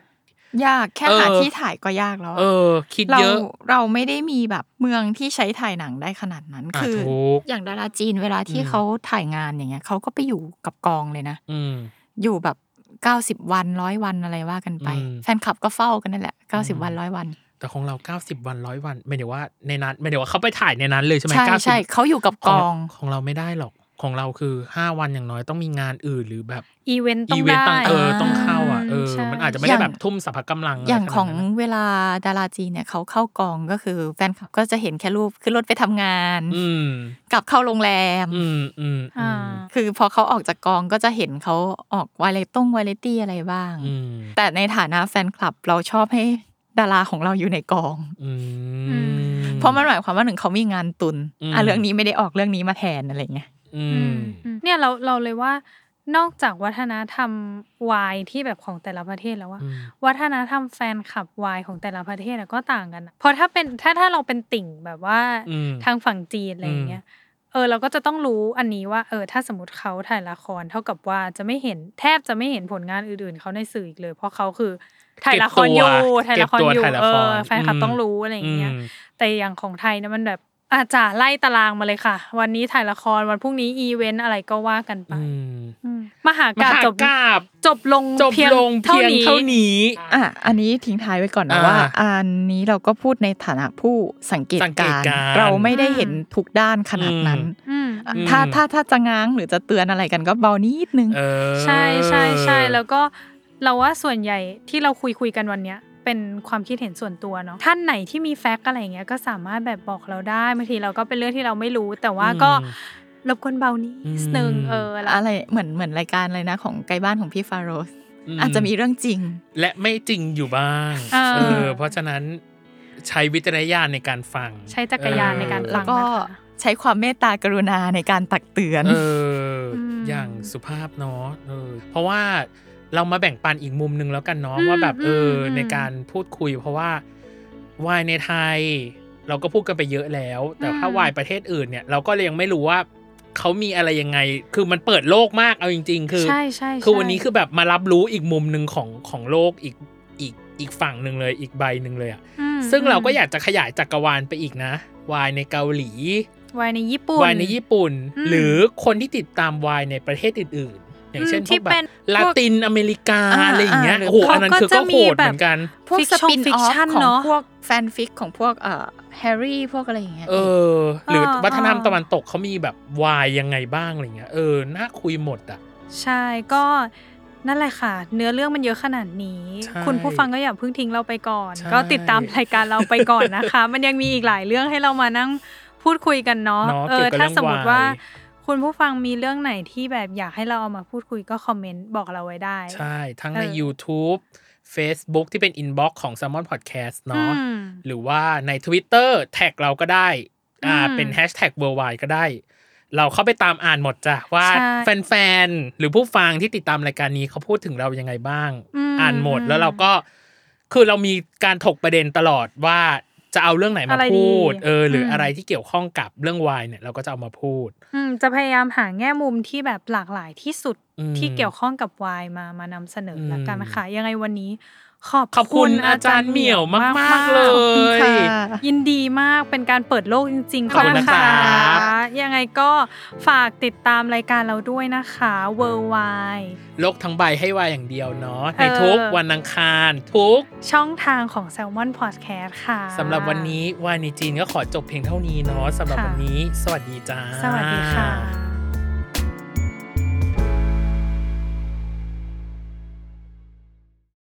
[SPEAKER 4] ยากแค่
[SPEAKER 2] เออ
[SPEAKER 4] หาที่ถ่ายก็ยากแล้วอะ
[SPEAKER 2] เออ คิด
[SPEAKER 4] เรา
[SPEAKER 2] เยอะ
[SPEAKER 4] เราไม่ได้มีแบบเมืองที่ใช้ถ่ายหนังได้ขนาดนั้น
[SPEAKER 2] อ่ะ
[SPEAKER 4] คือ
[SPEAKER 2] ถูก
[SPEAKER 4] อย่างดาราจีนเวลาที่
[SPEAKER 2] อืม
[SPEAKER 4] เขาถ่ายงานอย่างเงี้ยเขาก็ไปอยู่กับกองเลยนะ
[SPEAKER 2] อืม
[SPEAKER 4] อยู่แบบเก้าสิบวันร้อยวันอะไรว่ากันไป
[SPEAKER 2] อืม
[SPEAKER 4] แฟนคลับก็เฝ้ากันนั่นแหละเก้าสิ
[SPEAKER 2] ม
[SPEAKER 4] บวันร้อยวัน
[SPEAKER 2] แต่ของเรา 90 วันร้อยวันไม่เดี๋ยวว่าในนั้นไม่เดี๋ยวว่าเขาไปถ่ายในนั้นเลยใช่ไหม
[SPEAKER 4] ใช่
[SPEAKER 2] 90
[SPEAKER 4] ใช่เขาอยู่กับ
[SPEAKER 2] ข
[SPEAKER 4] ก
[SPEAKER 2] อง
[SPEAKER 4] อง
[SPEAKER 2] ของเราไม่ได้หรอก ของเราคือ 5 วันอย่างน้อยต้องมีงานอื่นหรือแบบ
[SPEAKER 3] อีเวนต์ต้อ
[SPEAKER 2] อี
[SPEAKER 3] ง
[SPEAKER 2] เวนต์
[SPEAKER 3] ได้
[SPEAKER 2] ต่างเออต้องเข้าอ่ะเออ
[SPEAKER 3] ใช่
[SPEAKER 2] มันอาจจะไม่ได้
[SPEAKER 4] อย่าง
[SPEAKER 2] แบบทุ่มสรรพกำลังะไร
[SPEAKER 4] อย่าง
[SPEAKER 2] ขนด
[SPEAKER 4] ของ
[SPEAKER 2] นั้นนะ
[SPEAKER 4] เวลาดาราจีนเนี่ยเขาเข้ากองก็คือแฟนคลับก็จะเห็นแค่รูปขึ้นรถไปทำงาน
[SPEAKER 2] อืม
[SPEAKER 4] กลับเข้าโรงแรม
[SPEAKER 2] อืมอืมอื
[SPEAKER 3] อ่าม
[SPEAKER 4] คือพอเขาออกจากกองก็จะเห็นเขาออกวาเลต้งวาเลตี้อะไรบ้าง
[SPEAKER 2] อืม
[SPEAKER 4] แต่ในฐานะแฟนคลับเราชอบให้ดาราของเราอยู่ในกอง
[SPEAKER 2] อืม
[SPEAKER 4] เพราะมันหมายความว่าหนึ่งเขามีงานตุน
[SPEAKER 2] อืม
[SPEAKER 4] อ่ะเรื่องนี้ไม่ได้ออกเรื่องนี้มาแทนอะไรเงี้ย
[SPEAKER 2] อื
[SPEAKER 3] อื
[SPEAKER 2] ม
[SPEAKER 3] มอืมเนี่ยเราเราเลยว่านอกจากวัฒนธรรมวายที่แบบของแต่ละประเทศแล้วว่า
[SPEAKER 2] อืม
[SPEAKER 3] วัฒนธรรมแฟนคลับวายของแต่ละประเทศอะก็ต่างกันอะเพราะถ้าเป็นถ้าถ้าเราเป็นติ่งแบบว่า
[SPEAKER 2] อืม
[SPEAKER 3] ทางฝั่งจีนอะไรอย่างเงี้ย เออเราก็จะต้องรู้อันนี้ว่า เออ ถ้าสมมติเขาถ่ายละครเท่ากับว่าจะไม่เห็นแทบจะไม่เห็นผลงานอื่นๆเขาในสื่ออีกเลย เพราะเขาคือถ่ายละครอยู่ถ่ายละครอยู่
[SPEAKER 2] เก็บตัวถ่ายละ
[SPEAKER 3] เอ
[SPEAKER 2] คร
[SPEAKER 3] อแฟนคลับ
[SPEAKER 2] อืม
[SPEAKER 3] ต้องรู้อะไรอ
[SPEAKER 2] อื
[SPEAKER 3] ย่างเงี้ย
[SPEAKER 2] ม
[SPEAKER 3] แต่อย่างของไทยเนี่ยมันแบบอาจจะไล่ตารางมาเลยค่ะ วันนี้ถ่ายละครวันพรุ่งนี้อีเวนต์อะไรก็ว่ากันไป
[SPEAKER 2] อืม
[SPEAKER 3] อืมมหากาพย์จบ
[SPEAKER 2] มหากาพย์
[SPEAKER 3] จบลง
[SPEAKER 2] จบ
[SPEAKER 3] เพียง
[SPEAKER 2] ลง
[SPEAKER 3] เท่า
[SPEAKER 2] เพียง
[SPEAKER 3] นี้
[SPEAKER 2] เท่านี้
[SPEAKER 4] อ่ะ อันนี้ทิ้งท้ายไว้ก่อนนะ
[SPEAKER 2] อ่า
[SPEAKER 4] ว่า อันนี้เราก็พูดในฐานะผู้สังเกต
[SPEAKER 2] สังเกต
[SPEAKER 4] การณ์
[SPEAKER 2] การณ์
[SPEAKER 4] เราไม่ได้เห็นทุกด้านขนาดนั้น
[SPEAKER 2] อืม
[SPEAKER 3] อืม
[SPEAKER 2] อืม
[SPEAKER 4] ถ้าถ้าถ้าจะง้างหรือจะเตือนอะไรกันก็เบานิดนึง
[SPEAKER 2] เออ
[SPEAKER 3] ใช่ใช่ใช่แล้วก็เราว่าส่วนใหญ่ที่เราคุยคุยกันวันเนี้ยเป็นความคิดเห็นส่วนตัวเนาะท่านไหนที่มีแฟกต์อะไรอย่างเงี้ยก็สามารถแบบบอกเราได้บางทีเราก็เป็นเรื่องที่เราไม่รู้ แต่ว่าก็
[SPEAKER 2] อืม
[SPEAKER 3] รบกวนเบานิดนึง
[SPEAKER 2] อืม
[SPEAKER 3] เออแล้ว
[SPEAKER 4] อะไรเหมือนเหมือนรายการเลยนะ ของไกลบ้านของพี่ฟาโรส
[SPEAKER 2] ม
[SPEAKER 4] อาจจะมีเรื่องจริง
[SPEAKER 2] และไม่จริงอยู่บ้าง
[SPEAKER 3] เออ
[SPEAKER 2] เออ เพราะฉะนั้นใช้วิจารณญาณในการฟัง
[SPEAKER 3] ใช้จักรยานในการฟั
[SPEAKER 4] แล้ว
[SPEAKER 3] ง
[SPEAKER 4] ก็
[SPEAKER 3] นะคะ
[SPEAKER 4] ใช้ความเมตตากรุณาในการตักเตือน
[SPEAKER 2] เอออ
[SPEAKER 3] ม
[SPEAKER 2] อย่างสุภาพเนาะ เออ เพราะว่าเรามาแบ่งปันอีกมุมหนึ่งแล้วกันเนาะ
[SPEAKER 3] อืม
[SPEAKER 2] ว่าแบบเอออ
[SPEAKER 3] ม
[SPEAKER 2] ในการพูดคุย เพราะว่าวายในไทย เราก็พูดกันไปเยอะแล้ว แต่ถ้าวายประเทศอื่นเนี่ย เราก็เลยยังไม่รู้ว่าเขามีอะไรยังไง คือมันเปิดโลกมากเอาจริง ๆ คือ
[SPEAKER 3] ใช่ใช่ใช่
[SPEAKER 2] คือวันนี้คือแบบมารับรู้อีกมุมหนึ่งของของโลกอีกอีกอีกฝั่งหนึ่งเลยอีกใบหนึ่งเลยอะ
[SPEAKER 3] ม
[SPEAKER 2] ซึ่งเราก็อยากจะขยายจักรวาลไปอีกนะ วายในเกาหลี
[SPEAKER 3] วายในญี่ปุ่น
[SPEAKER 2] วายในญี่ปุ่น
[SPEAKER 3] อืม
[SPEAKER 2] หรือคนที่ติดตามวายในประเทศอื่นๆ อย่างเช่น
[SPEAKER 3] อืม
[SPEAKER 2] พ
[SPEAKER 3] ที่
[SPEAKER 2] วก
[SPEAKER 3] เป็น
[SPEAKER 2] แบบลาตินอเมริกา
[SPEAKER 4] อ่า
[SPEAKER 2] อะไรอย่างเงี้ย
[SPEAKER 4] อ่า
[SPEAKER 2] โอ้โหอันนั้น
[SPEAKER 3] เขาก็
[SPEAKER 2] คือ
[SPEAKER 3] จะ
[SPEAKER 2] ก็
[SPEAKER 3] มี
[SPEAKER 2] โหด
[SPEAKER 3] แบบ
[SPEAKER 2] เหมือนกัน
[SPEAKER 3] พวก
[SPEAKER 4] Fiction
[SPEAKER 3] สปินออฟ
[SPEAKER 4] Fiction
[SPEAKER 3] เนาะ
[SPEAKER 4] พวกแฟนฟิกของพวกเอ่อแฮร์รี่พวกอะไรอย่างเงี้ย
[SPEAKER 2] เออ หรืออา วัฒนธรรมตะวันตกเขามีแบบวายยังไงบ้างอะไรเงี้ยเออน่าคุยหมดอ่ะ
[SPEAKER 3] ใช่ก็นั่นแหละค่ะ เนื้อเรื่องมันเยอะขนาดนี้
[SPEAKER 2] ใช่
[SPEAKER 3] คุณผู้ฟังก็อย่าเพิ่งทิ้งเราไปก่อน
[SPEAKER 2] ใช่
[SPEAKER 3] ก็ติดตามรายการเราไปก่อนนะคะ มันยังมีอีกหลายเรื่องให้เรามานั่งพูดคุยกันเนาะ
[SPEAKER 2] เนาะ
[SPEAKER 3] เอ
[SPEAKER 2] เกี่ย
[SPEAKER 3] อ
[SPEAKER 2] วกับ
[SPEAKER 3] ถ้า
[SPEAKER 2] เรื่อง
[SPEAKER 3] สมมติว่า
[SPEAKER 2] วาย
[SPEAKER 3] คุณผู้ฟังมีเรื่องไหนที่แบบอยากให้เราเอามาพูดคุยก็คอมเมนต์บอกเราไว้ได้
[SPEAKER 2] ใช่ ทั้งใน
[SPEAKER 3] เออ
[SPEAKER 2] YouTube Facebook ที่เป็น Inbox ของ s ซ l m o n Podcast
[SPEAKER 3] อื
[SPEAKER 2] เนาะ
[SPEAKER 3] ม
[SPEAKER 2] หรือว่าใน Twitter แท็กเราก็ได้อ่า
[SPEAKER 3] อืม
[SPEAKER 2] เป็น Hashtag Worldwide ก็ได้ เราเข้าไปตามอ่านหมดจ้ะ ว่า
[SPEAKER 3] ใช่
[SPEAKER 2] แฟนๆ หรือผู้ฟังที่ติดตามรายการนี้เขาพูดถึงเรายังไงบ้าง
[SPEAKER 3] อืม
[SPEAKER 2] อ่านหมด
[SPEAKER 3] อืม
[SPEAKER 2] แล้วเราก็ คือเรามีการถกประเด็นตลอดว่าจะเอาเรื่องไหนมา
[SPEAKER 3] อะไรดี
[SPEAKER 2] พูดเออหรืออ
[SPEAKER 3] ม
[SPEAKER 2] อะไรที่เกี่ยวข้องกับเรื่องวายเนี่ยเราก็จะเอามาพูด
[SPEAKER 3] อืมจะพยายามหาแง่มุมที่แบบหลากหลายที่สุด
[SPEAKER 2] อืม
[SPEAKER 3] ที่เกี่ยวข้องกับวายมามานำเสนออ
[SPEAKER 2] ม
[SPEAKER 3] แล้วกันนะคะ ยังไงวันนี้ ขอบ
[SPEAKER 2] ขอบคุณอาจารย์เหมียวมากๆเล
[SPEAKER 3] ๆ
[SPEAKER 2] ย
[SPEAKER 4] ค่ะ
[SPEAKER 3] ยินดีมากเป็นการเปิดโลกจริงๆ
[SPEAKER 2] ขอบคุณ
[SPEAKER 3] นะ
[SPEAKER 2] นะครับ
[SPEAKER 3] ยังไงก็ฝากติดตามรายการเราด้วยนะคะ Worldwide
[SPEAKER 2] โลกทั้งใบให้วายอย่างเดียวเนาะใน
[SPEAKER 3] เออ
[SPEAKER 2] ทุกวันอังคาร ทุก
[SPEAKER 3] ช่องทางของ Salmon Podcast ค่ะ
[SPEAKER 2] สำหรับวันนี้วายในจีนก็ขอจบเพียงเท่านี้เนาะสำหรับ
[SPEAKER 3] ค่ะ
[SPEAKER 2] วันนี้ สวัสดีจ้า
[SPEAKER 3] สวัสดีค่ะ